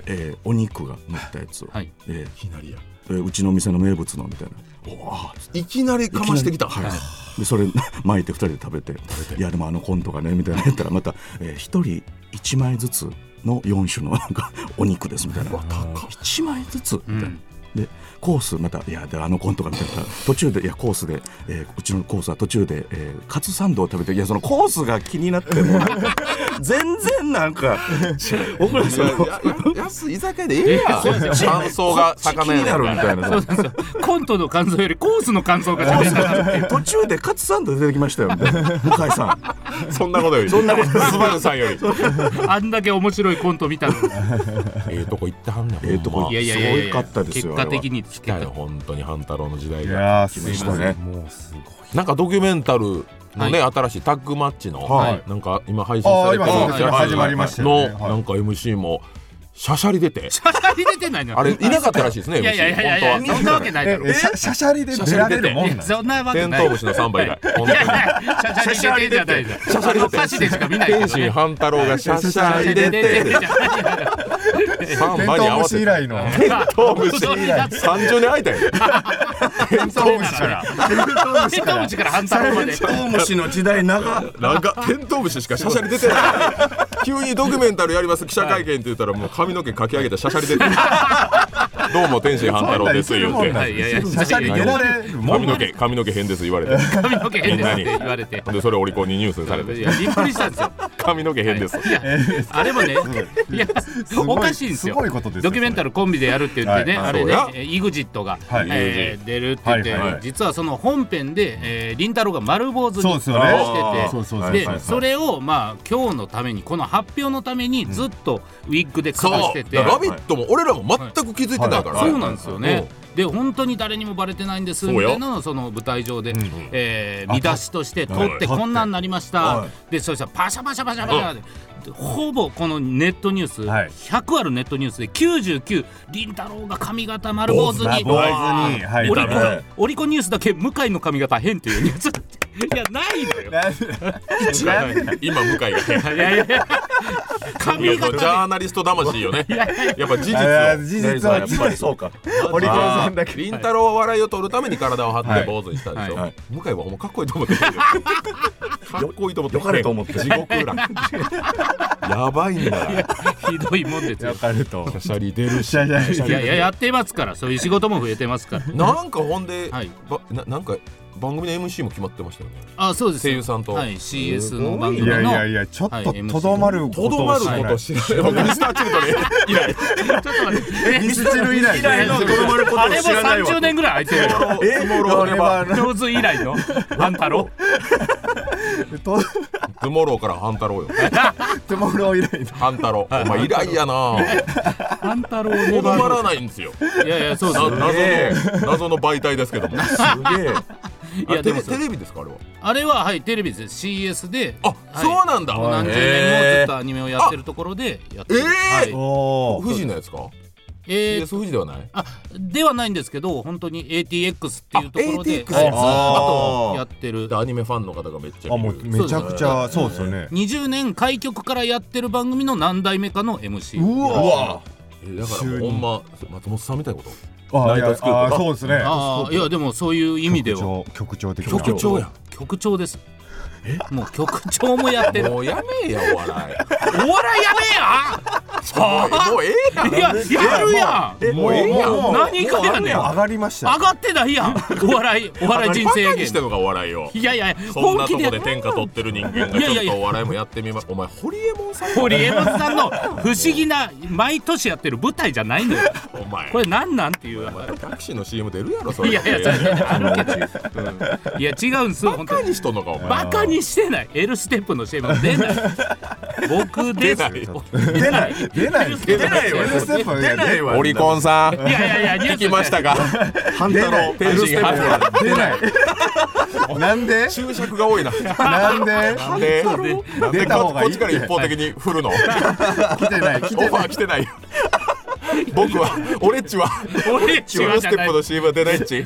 Speaker 4: えー、お肉が乗ったやつを、
Speaker 2: はい
Speaker 4: え
Speaker 1: いきなりや
Speaker 4: ーえーうちの店の名物のみたいなおーあ
Speaker 1: いきなりかましてきた
Speaker 4: はいでそれ 巻いて二人で食べていやでもあのコントがねみたいなのやったらまたえー一、人一枚ずつの四種のなんかお肉ですみたいな一枚ずつみたいな。
Speaker 2: うん
Speaker 4: でコースまたいやであのコントがみたいな途中でいやコースで、えーうちのコースは途中で、えーカツサンドを食べていやそのコースが気になっても 全然なんか僕ら
Speaker 1: い
Speaker 4: そ
Speaker 1: や
Speaker 4: の
Speaker 1: いやいや安い居酒屋でええやん
Speaker 2: えそうですよ
Speaker 1: 感想が
Speaker 4: 気
Speaker 1: 魚
Speaker 4: にな
Speaker 1: や
Speaker 4: る
Speaker 1: ね
Speaker 4: み
Speaker 1: ん
Speaker 2: そ
Speaker 4: たい
Speaker 2: う
Speaker 4: な
Speaker 2: なんですよコントの感想よりコースの感想が喋ったな
Speaker 4: 途中でカツサンド出てきましたよみたいな向井さ ん
Speaker 1: そんなことよりそんなことスバルさんより
Speaker 2: あんだけ面白いコント見たのに
Speaker 1: ええとこ行ってはんねん
Speaker 4: ええと
Speaker 1: ほ
Speaker 4: こ
Speaker 1: んま
Speaker 2: いやいやいやい
Speaker 4: す
Speaker 2: や
Speaker 4: ごかったですよ
Speaker 2: 結果的に結
Speaker 1: 来たよ
Speaker 2: 果
Speaker 1: 本当に半太郎の時代が
Speaker 3: やーす
Speaker 4: 来ましたね
Speaker 3: もうすごい
Speaker 1: なんかドキュメンタルのね新しいタッグマッチの
Speaker 3: はい
Speaker 1: なんか今配信
Speaker 3: あ
Speaker 1: さ
Speaker 3: あ
Speaker 1: れて
Speaker 3: 今
Speaker 1: る
Speaker 3: そう
Speaker 2: あ
Speaker 3: ですよ
Speaker 2: はい
Speaker 3: 始まりましたよ
Speaker 1: の
Speaker 3: ね
Speaker 1: な
Speaker 3: は
Speaker 1: ん
Speaker 3: い
Speaker 1: か MC もシャシャリ出て
Speaker 2: シャシャリ出てないのよ
Speaker 1: あれいなかったらしいですね
Speaker 2: いやいやいやい
Speaker 1: MC
Speaker 2: や
Speaker 1: 本当は
Speaker 2: そんなわけないだ
Speaker 3: え
Speaker 2: ろ
Speaker 3: えシャシャシャリで出られるもん
Speaker 2: い
Speaker 3: なん
Speaker 2: やそんなわけ
Speaker 1: テン
Speaker 2: ない
Speaker 1: トウムシのサンバ以来本
Speaker 2: いや
Speaker 1: 当に
Speaker 2: いやシャシャリ出てんじゃないじゃんシャシャリ歌詞でしか見ないから
Speaker 1: 天心半太郎がシャシャリ出
Speaker 2: 出てん
Speaker 1: て
Speaker 2: じゃないよ
Speaker 1: サンバに合わせてトウム
Speaker 2: テン
Speaker 3: テントウムシ以来の
Speaker 1: シ三重に会いたい
Speaker 2: テントウムシからテントウムシから反対まで
Speaker 4: トウムシの時代長
Speaker 1: なんかテントウムシしかシャシャリ出てない急にドキュメンタルやります記者会見って言ったらもう髪の毛かき上げたシャシャリ出てるどうも天心半太郎です
Speaker 3: そん
Speaker 1: 言
Speaker 3: な
Speaker 1: うて
Speaker 3: ん言ってるもんな
Speaker 2: はいいやいや
Speaker 3: シャシャリ出られるも
Speaker 1: 髪
Speaker 3: ん
Speaker 1: の毛髪の毛変です言われて
Speaker 2: 髪の毛変ですって言われて
Speaker 1: でそれオリコンにニュースにされ
Speaker 2: い
Speaker 1: て
Speaker 2: やびっくりしたんですよ
Speaker 1: 髪の毛変です
Speaker 2: いやあれもね、いや
Speaker 3: ごい
Speaker 2: おかしいんですよ
Speaker 3: すごいことですよ
Speaker 2: ドキュメンタルコンビでやるって言ってね、
Speaker 3: はい
Speaker 2: あれね
Speaker 1: そうや
Speaker 2: えー EXIT が、
Speaker 3: はい
Speaker 2: えー出るって言って、
Speaker 3: はいはい
Speaker 2: 実はその本編で、えー、凛太郎が丸坊主に
Speaker 3: そう
Speaker 2: し
Speaker 3: です
Speaker 2: て
Speaker 3: よね
Speaker 2: て
Speaker 3: そうそうそう
Speaker 2: で
Speaker 3: はいはい
Speaker 2: それをまあ今日のためにこの発表のためにずっとウィッグでか
Speaker 6: そう
Speaker 2: ぶし
Speaker 6: 「
Speaker 2: てて。
Speaker 6: ラビット!」も俺らも全く気づいてないから、
Speaker 2: そうなんですよね。で本当に誰にもバレてないんですみ
Speaker 1: そうよ
Speaker 2: たいなのをその舞台上で、えー見出しとして撮って
Speaker 3: はい
Speaker 2: こんなんなりました、
Speaker 6: は
Speaker 2: でそしたらパシャパシャパシャパシャで、ほぼこのネットニュース、
Speaker 3: はい
Speaker 2: 100あるネットニュースで99凛太郎が髪型丸坊主に
Speaker 3: 坊主にはい
Speaker 2: オリコン
Speaker 3: はい
Speaker 2: オリコンニュースだけ向井の髪型変って いうニュースいやないのよ。
Speaker 1: 今向井が変
Speaker 2: いやいやいや
Speaker 1: いや
Speaker 2: 髪
Speaker 1: ジャ
Speaker 2: 型
Speaker 1: ーナリスト魂よねやっぱ事実を
Speaker 3: あー事実は
Speaker 4: やっぱりそうか
Speaker 3: オリコンさんだけ
Speaker 1: りんたろうは笑いを取るために体を張っ
Speaker 3: は
Speaker 1: て
Speaker 3: い
Speaker 1: 坊主にしたんでしょ、
Speaker 4: はいはい
Speaker 1: 向井はほんまかっこいいと思ってる かっこいいと思って
Speaker 4: よかれと思って
Speaker 1: 地獄裏 やばいんだよ
Speaker 2: ひどいもんですよ
Speaker 3: わ。かると
Speaker 1: シャシャリ出るし
Speaker 3: シャシャリ
Speaker 2: いやいややってますからそういう仕事も増えてますから。
Speaker 1: なんかほんで、
Speaker 2: はい
Speaker 1: ばななんか番組の MC も決まってましたよね
Speaker 2: あそうですよ
Speaker 1: 声優さんと
Speaker 2: はい CS の番
Speaker 3: い
Speaker 2: 組
Speaker 3: やい
Speaker 2: の
Speaker 3: やいやちょっととどまること
Speaker 1: とどま
Speaker 3: を
Speaker 1: る
Speaker 3: し
Speaker 1: こ
Speaker 3: ない
Speaker 1: と知らない僕ミスターチルドレ ン以来
Speaker 2: ちょっと待ってえ
Speaker 3: ミスチル以来
Speaker 2: あれ
Speaker 3: ね
Speaker 2: も30年ぐらい空いてるよ
Speaker 3: えモローは
Speaker 2: 上手以来のあんたろ
Speaker 3: と
Speaker 1: トゥモローから半太郎よ
Speaker 3: トゥモロー以来の
Speaker 1: 半太郎 お前以来やな
Speaker 2: あんたろ
Speaker 1: と
Speaker 2: ね
Speaker 1: どまらないんですよ
Speaker 2: いやいやそう
Speaker 1: な
Speaker 2: そ
Speaker 1: 謎
Speaker 2: う
Speaker 1: の謎の媒体ですけども
Speaker 4: すげえ
Speaker 2: いや
Speaker 1: あテレ
Speaker 2: でも
Speaker 1: テレビですかあれは
Speaker 2: あれははいテレビですよ CS で
Speaker 1: あ、
Speaker 2: はい
Speaker 1: そうなんだ
Speaker 2: もう何十年もずっとアニメをやってるところでやってる
Speaker 1: あ
Speaker 2: はい
Speaker 3: おー
Speaker 1: 富士のやつか
Speaker 2: えー
Speaker 1: CS 富士ではない
Speaker 2: あではないんですけど本当に ATX っていうところで
Speaker 1: あ
Speaker 2: はいずっ
Speaker 1: ATX
Speaker 2: とやってる
Speaker 1: アニメファンの方がめっちゃ
Speaker 3: あもうめちゃくちゃそうですよね
Speaker 2: 20年開局からやってる番組の何代目かの MC
Speaker 3: うわ
Speaker 1: えーだからもうほんま松本さんみたいなこ
Speaker 3: あい
Speaker 1: ナイト
Speaker 3: や
Speaker 1: スクープ
Speaker 3: あーそうですね
Speaker 2: ああいやでもそういう意味で
Speaker 3: 局
Speaker 2: は
Speaker 3: 長局長的
Speaker 1: と
Speaker 3: な
Speaker 1: 局長や
Speaker 2: 局長ですもう局長もやってるお
Speaker 1: もうやめえやお笑 い
Speaker 2: 笑いや
Speaker 1: もうええ やん
Speaker 2: めえやいややるやん
Speaker 3: えもう
Speaker 1: ええやん
Speaker 3: もう
Speaker 2: 何かやねん
Speaker 3: もう上
Speaker 2: 上
Speaker 3: がりました
Speaker 2: がってないやんお笑いお笑い人
Speaker 1: バカ
Speaker 2: 生
Speaker 1: にしてんのかお笑いを
Speaker 2: いやいや
Speaker 1: そんなと
Speaker 2: 本気
Speaker 1: こ
Speaker 2: で
Speaker 1: で天下取ってる人間が
Speaker 2: い
Speaker 1: ち
Speaker 2: やい
Speaker 1: ょ
Speaker 2: や
Speaker 1: っ
Speaker 2: いや
Speaker 1: とお笑いもやってみますお前ホリエモンさんや
Speaker 2: ホリエモンさんの不思議な毎年やってる舞台じゃないのよ
Speaker 1: お前
Speaker 2: これなんなんっていう
Speaker 1: お前タクシーの CM 出るやろそれ
Speaker 2: いやいやそれあるけどうんいや違うんですよ
Speaker 1: バ
Speaker 2: 本当
Speaker 1: カ
Speaker 2: に
Speaker 1: にしとんのかお前
Speaker 2: バカにしてない L ステップの CM 出ない僕です
Speaker 1: 出な
Speaker 3: 出ない出ない
Speaker 1: 出ないよ
Speaker 3: エルステップは出ない
Speaker 1: オリコンさん
Speaker 2: いやいやいやニュース
Speaker 1: 聞きましたか
Speaker 4: 半太郎
Speaker 1: 天心半太郎
Speaker 3: 出ないなんで
Speaker 1: 注釈が多いな
Speaker 3: なんで
Speaker 1: なんでなんで
Speaker 3: 出た
Speaker 1: こ
Speaker 3: 方
Speaker 1: こ
Speaker 3: がいい
Speaker 1: っちから一方的に振るの
Speaker 3: 来てない来
Speaker 1: オ
Speaker 3: て
Speaker 1: ファ
Speaker 3: な
Speaker 1: ー
Speaker 3: い
Speaker 1: 来てないよ僕は俺っちは
Speaker 2: 俺
Speaker 1: チュ
Speaker 2: 違
Speaker 1: ー
Speaker 2: う
Speaker 1: ス
Speaker 2: じゃ
Speaker 1: テ
Speaker 2: な
Speaker 1: ッ
Speaker 2: い
Speaker 1: プの CM は出ないっち
Speaker 2: い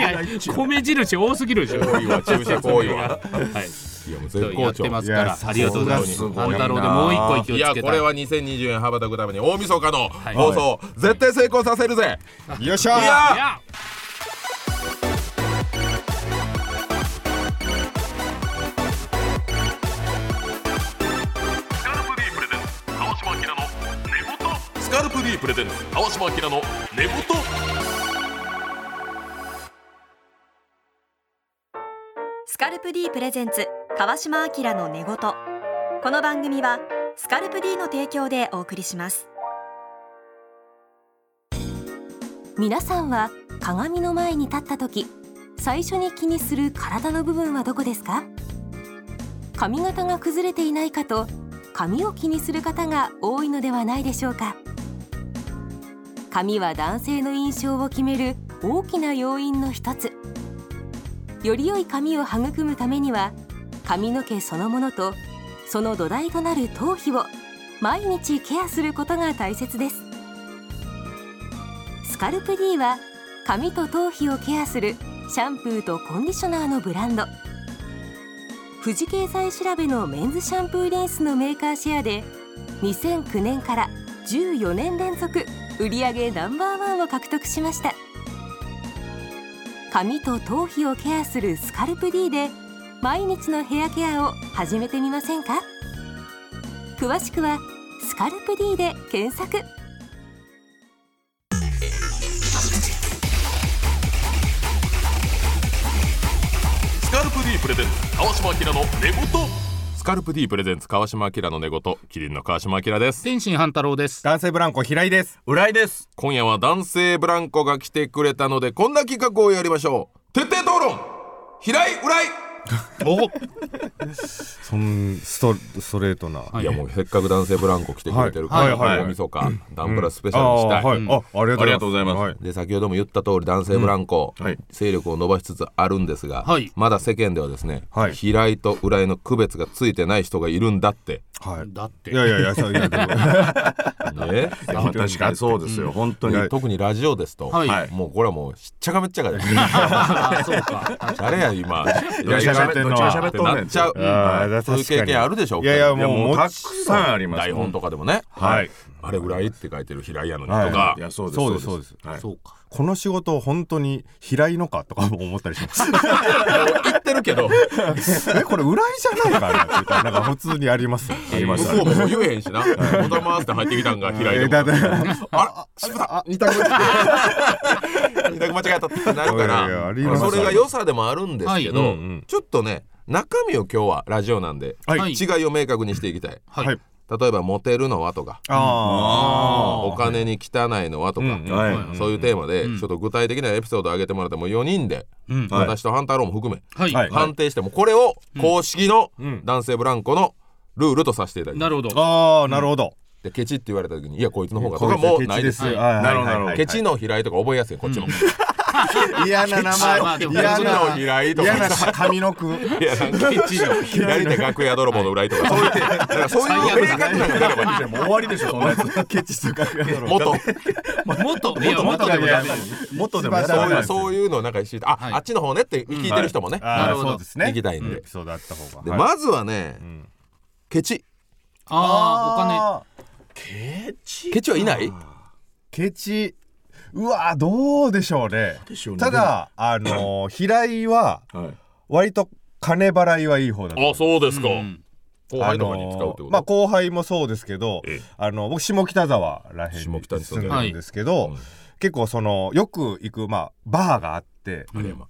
Speaker 2: や 米印多すぎるでしょ
Speaker 1: 多 いわ注射多いわ
Speaker 2: はい
Speaker 1: いやもう
Speaker 2: と
Speaker 1: 絶
Speaker 2: や
Speaker 1: 好
Speaker 2: って
Speaker 1: 調
Speaker 2: ますから
Speaker 3: いや
Speaker 2: ありがとうございます
Speaker 1: さす
Speaker 2: 半
Speaker 1: がに
Speaker 2: 太郎でもう一個勢
Speaker 1: い
Speaker 2: い
Speaker 1: や
Speaker 2: つけ
Speaker 1: こ
Speaker 2: た
Speaker 1: れ
Speaker 2: い
Speaker 1: は2020円羽ばたくために大晦日の
Speaker 2: い
Speaker 1: 放送絶対成功させるぜ
Speaker 3: よっし
Speaker 1: い
Speaker 3: ゃ
Speaker 2: い
Speaker 1: や
Speaker 2: や
Speaker 1: スカルプ D プレゼンツ川島明の寝言スカルプ D プレゼンツ川島明の寝言
Speaker 7: スカルプ D プレゼンツ川島明の寝言この番組はスカルプ D の提供でお送りします皆さんは鏡の前に立った時最初に気にする体の部分はどこですか髪型が崩れていないかと髪を気にする方が多いのではないでしょうか髪は男性の印象を決める大きな要因の一つより良い髪を育むためには髪の毛そのものとその土台となる頭皮を毎日ケアすることが大切ですスカルプ D は髪と頭皮をケアするシャンプーとコンディショナーのブランド富士経済調べのメンズシャンプーリンスのメーカーシェアで2009年から14年連続売上ナンバーワンを獲得しました髪と頭皮をケアするスカルプ D で毎日のヘアケアを始めてみませんか詳しくは「スカルプ D」で検索
Speaker 1: スカルプ D プレゼンツ川島明の寝言スカルプ D プレゼンツ川島明の寝言キリンの川島明です
Speaker 2: 天心半太郎です
Speaker 3: 男性ブランコ平井です
Speaker 4: 浦井です
Speaker 1: 今夜は男性ブランコが来てくれたのでこんな企画をやりましょう徹底討論平井浦井
Speaker 2: お
Speaker 3: そんストストレートな、
Speaker 2: はい
Speaker 1: いやもうせっかく男性ブランコ来てくれてるか
Speaker 3: はい
Speaker 1: ら、
Speaker 3: はいはい
Speaker 1: 大晦日、ダンプラスペシ
Speaker 3: あ
Speaker 1: ャルに
Speaker 3: あ
Speaker 1: したい、
Speaker 3: はい、
Speaker 1: うん
Speaker 3: ああり
Speaker 1: ありが
Speaker 3: が
Speaker 1: と
Speaker 3: と
Speaker 1: う
Speaker 3: う
Speaker 1: ござ
Speaker 3: ござ
Speaker 1: います、
Speaker 3: います、
Speaker 1: で先ほども言った通り男性ブランコ、
Speaker 3: はい
Speaker 1: 勢力を伸ばしつつあるんですが、
Speaker 2: はい
Speaker 1: まだ世間ではですね、
Speaker 3: はい
Speaker 1: 平井と浦井の区別がついてない人がいるんだって、
Speaker 3: はい、はい
Speaker 2: だって
Speaker 3: いやいやいや、そういやでも
Speaker 1: ね、
Speaker 3: 本当に
Speaker 4: 確かにそうですよ、本当に、
Speaker 1: で特にラジオですと、
Speaker 2: はい
Speaker 1: もうこれはもうしっちゃかめっちゃかで
Speaker 2: あそうか
Speaker 1: 誰や今
Speaker 3: どっちが喋ってんの
Speaker 1: どっちが喋ってんのってなっちゃう、
Speaker 3: あ
Speaker 1: う
Speaker 3: ー
Speaker 1: んそういう経験あるでしょ
Speaker 3: いやいや、
Speaker 1: お二人
Speaker 3: もう、もうたくさんあります。
Speaker 1: 台本とかでもね、
Speaker 3: はい。
Speaker 1: あれぐらいって書いてる平井やのにと
Speaker 3: はい
Speaker 1: か、
Speaker 4: いやそうです
Speaker 3: そうです、そうです。はい
Speaker 2: そうか
Speaker 3: この仕事、本当に平井のかとか思ったりします。
Speaker 1: 言ってるけど
Speaker 3: え、これ、裏井じゃないかなって言ったら、なんか普通にあります。ありま
Speaker 1: 向
Speaker 3: した
Speaker 1: こ。うも言えへんしな「おだま」って入ってきたんが平井
Speaker 3: え
Speaker 1: で
Speaker 3: だって
Speaker 1: もあ
Speaker 3: あ、似たこと。
Speaker 1: ら二択間違えたってなるか
Speaker 3: いやいやあ
Speaker 1: ら
Speaker 3: りま
Speaker 1: そ
Speaker 3: す
Speaker 1: れが良さでもあるんですけ
Speaker 2: は
Speaker 1: ど、
Speaker 2: い
Speaker 3: うんうん
Speaker 1: ちょっとね中身を今日はラジオなんで、
Speaker 2: は
Speaker 3: はいい。
Speaker 1: 違いを明確にしていきたい
Speaker 2: はい、
Speaker 3: はい
Speaker 1: 例えば「モテるのは?」とか「
Speaker 3: あ
Speaker 1: お金に汚いのは?」とか、
Speaker 3: うん
Speaker 4: はい
Speaker 1: そういうテーマで、ちょっと具体的なエピソードを上げてもらっても4人で、
Speaker 2: うん
Speaker 4: はい
Speaker 1: 私とハンターローも含め、
Speaker 2: はい、
Speaker 3: はい
Speaker 1: 判定してもこれを公式の
Speaker 3: ん
Speaker 1: 男性ブランコのルールとさせていただきます
Speaker 2: なるほど
Speaker 3: あ。ああ、なるほど。
Speaker 1: でケチって言われた時にいやこいつの方がと
Speaker 3: こ
Speaker 1: か
Speaker 3: れ
Speaker 1: もう
Speaker 3: ケ
Speaker 1: な
Speaker 3: チ
Speaker 1: いで
Speaker 3: ですす。
Speaker 1: よ
Speaker 3: はい
Speaker 4: なるほどなるほど
Speaker 1: ケチの平井とか覚えやすいこっちの、
Speaker 3: 嫌な名
Speaker 2: まあ
Speaker 3: 前
Speaker 2: でも
Speaker 3: 嫌
Speaker 1: ケチの平井
Speaker 3: な
Speaker 1: とか
Speaker 3: 嫌な髪の句
Speaker 1: いやなんかケチの左手楽屋泥棒の裏井とかそういうなんかそういう明確なのがあればいいじゃん
Speaker 4: もう終わりでしょそんなやつ
Speaker 3: ケチとか
Speaker 1: 元
Speaker 2: もっと、いや、もっと
Speaker 3: 元
Speaker 2: でもダメ。
Speaker 3: 元で
Speaker 4: も
Speaker 1: そ
Speaker 4: ダメ
Speaker 1: ういうそういうのをなんか知ってあ、
Speaker 2: はい
Speaker 1: あっちの方ねって聞いてる人もね、
Speaker 3: あ
Speaker 2: な
Speaker 3: あ
Speaker 2: るほど
Speaker 3: そうですね
Speaker 1: 行きたいんで
Speaker 3: エピソードあった方
Speaker 1: で
Speaker 3: が
Speaker 1: まずはね、ケチ
Speaker 2: ああ、
Speaker 3: お
Speaker 1: ケチはいない
Speaker 3: 金ケチうわーどうでしょうね
Speaker 4: でしょうね
Speaker 3: ただあのー平井は割と金払いはいい方だと思う
Speaker 1: そうですか、
Speaker 2: お金。うん
Speaker 1: 後輩とかに使うってこと、
Speaker 3: あのーまあ後輩もそうですけどあの僕下北沢らへん
Speaker 1: 下
Speaker 3: に
Speaker 1: 北に住ん
Speaker 3: 住ん
Speaker 1: で
Speaker 3: で
Speaker 1: る
Speaker 3: るんですけ
Speaker 1: は
Speaker 3: ど、
Speaker 1: い
Speaker 3: 結構そのよく行くまあバーがあって
Speaker 1: あれまあ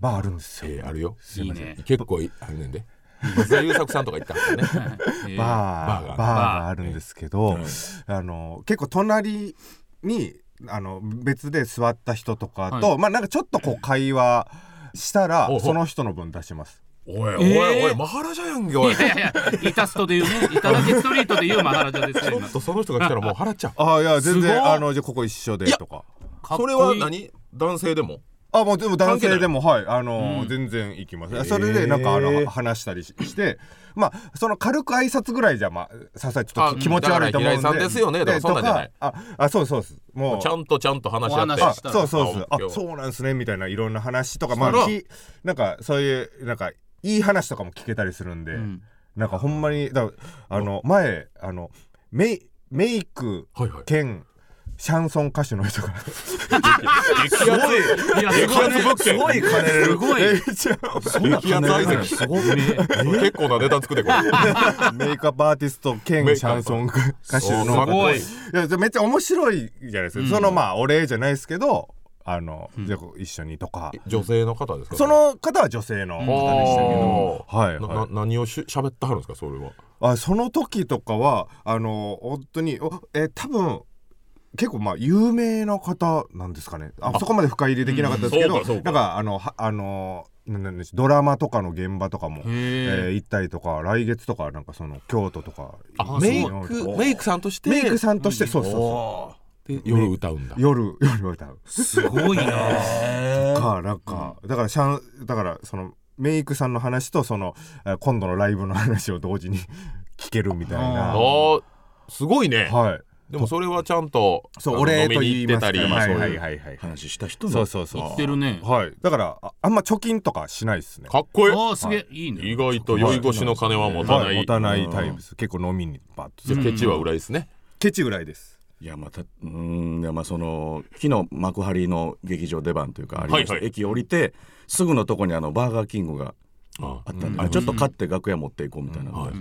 Speaker 3: バーあるんですよ、
Speaker 1: えーあるよ
Speaker 2: いいね。
Speaker 1: 結構いあるねんで松田優作さんとか行ったんですよねバー
Speaker 3: バ
Speaker 1: が
Speaker 3: ーバーがあるんですけど、あの結構隣にあの別で座った人とかと、まあなんかちょっとこう会話したら
Speaker 1: おう
Speaker 3: その人の分出します。。
Speaker 1: おいおい
Speaker 2: えー
Speaker 1: おい、マハラジャやんけおい
Speaker 2: いやいや、イタストで言うね。イタだけストリートで言うマハラジャです
Speaker 1: ち
Speaker 2: よ
Speaker 1: ょっ。とその人が来たらもう払っちゃう
Speaker 3: ああいや
Speaker 2: す
Speaker 3: 全
Speaker 2: ごい
Speaker 3: 然あのじゃあここ一緒でとか。
Speaker 2: 今
Speaker 1: それは何男性でも
Speaker 3: あもうでも男性でもはいあの、
Speaker 2: うん
Speaker 3: 全然行きます。それでなんかあ
Speaker 1: へえ
Speaker 3: の話したりしして、まあその軽く挨拶ぐらいじゃまあさすがにちょっ
Speaker 1: あ
Speaker 3: と気持ち悪いと思う
Speaker 1: だから平
Speaker 3: んで。
Speaker 1: 井さんですよねだからそんなんじゃない
Speaker 3: でとかああそうですそうです。もう
Speaker 1: ちゃんとちゃんと話し合っ
Speaker 2: お
Speaker 1: て。
Speaker 2: 話
Speaker 3: あ
Speaker 2: ししたら
Speaker 3: そうそうそう
Speaker 1: あ
Speaker 3: あ
Speaker 1: OK
Speaker 3: そうなんすねみたいないろんな話とか
Speaker 1: そした
Speaker 3: ま
Speaker 1: ら
Speaker 3: あきなんかそういうなんかいい話とかも聞けたりするんで、
Speaker 2: ん
Speaker 3: なんかほんまにだあの前あのメイメイク
Speaker 1: はいはい。
Speaker 3: 兼シャンソン歌手の人が
Speaker 1: 激アツ
Speaker 2: いや、すごいね。
Speaker 4: すごい金
Speaker 2: すごい。
Speaker 3: めっちゃ
Speaker 1: 激アツ相席。
Speaker 4: すごい
Speaker 1: 結構なネタ作ってこれ。
Speaker 3: メイクアップアーティスト兼
Speaker 1: メイ
Speaker 3: シ
Speaker 1: クアッ
Speaker 3: ャ
Speaker 1: プ
Speaker 3: ンソン歌手の
Speaker 1: すごい
Speaker 3: いやめっちゃ面白いじゃないですか、そのまあお礼じゃないですけどあの、じゃあ一緒にとか
Speaker 1: 女性の方ですか。
Speaker 3: その方は女性の
Speaker 1: あ
Speaker 3: 方でしたけど、
Speaker 1: ー
Speaker 3: はい、
Speaker 1: な
Speaker 3: はい
Speaker 1: な何をし喋ってはるんですかそれは。
Speaker 3: あその時とかはあの本当におえー多分結構まあ有名な方なんですかねあそこまで深入りできなかったですけ
Speaker 1: うんそ
Speaker 3: ど、
Speaker 1: うかそうか
Speaker 3: なんかあのはあのななんでしょうドラマとかの現場とかも、えー行ったりとか来月とかなんかその京都とか
Speaker 1: あメイ
Speaker 3: そう
Speaker 1: クメイクさんとして。
Speaker 3: メイクさんとして、そうそうそ
Speaker 1: で夜歌うんだ
Speaker 3: う。夜夜歌う
Speaker 2: すごいな。
Speaker 3: かなんか、だからシャンだからそのメイクさんの話とそのえー今度のライブの話を同時に 聞けるみたい
Speaker 1: あ
Speaker 3: な
Speaker 1: ーすごいね。
Speaker 3: はい
Speaker 1: でもそれはちゃんと
Speaker 3: そ
Speaker 1: あ
Speaker 3: う
Speaker 1: の
Speaker 3: お礼
Speaker 1: 飲み
Speaker 3: と
Speaker 1: に
Speaker 3: 言
Speaker 1: 行
Speaker 3: い
Speaker 1: って
Speaker 3: ま
Speaker 1: た
Speaker 3: す
Speaker 1: り
Speaker 3: ね。はい
Speaker 1: そう
Speaker 3: はいいうはいはい
Speaker 4: 話した人
Speaker 3: そ
Speaker 4: の
Speaker 3: うそうそう
Speaker 2: 言ってるね。
Speaker 3: はいだからああんま貯金とかしないですね
Speaker 1: かっこい
Speaker 2: ああ、すげえ。いい
Speaker 1: い。意
Speaker 2: ね。
Speaker 1: 外と酔い越しの金は持たな
Speaker 3: はい
Speaker 1: い。
Speaker 3: 持たないタイプです結構飲みにバッとす
Speaker 1: じゃ
Speaker 3: る
Speaker 1: あケチは裏ですね。
Speaker 3: ケチぐらいです
Speaker 4: いやまたうーんいやまあその昨日幕張の劇場出番というかありました、
Speaker 1: はいはい
Speaker 4: 駅降りてすぐのとこにあのバーガーキングが
Speaker 1: あ
Speaker 4: あったんで、あちょっと買って楽屋持っていこうみたいなので、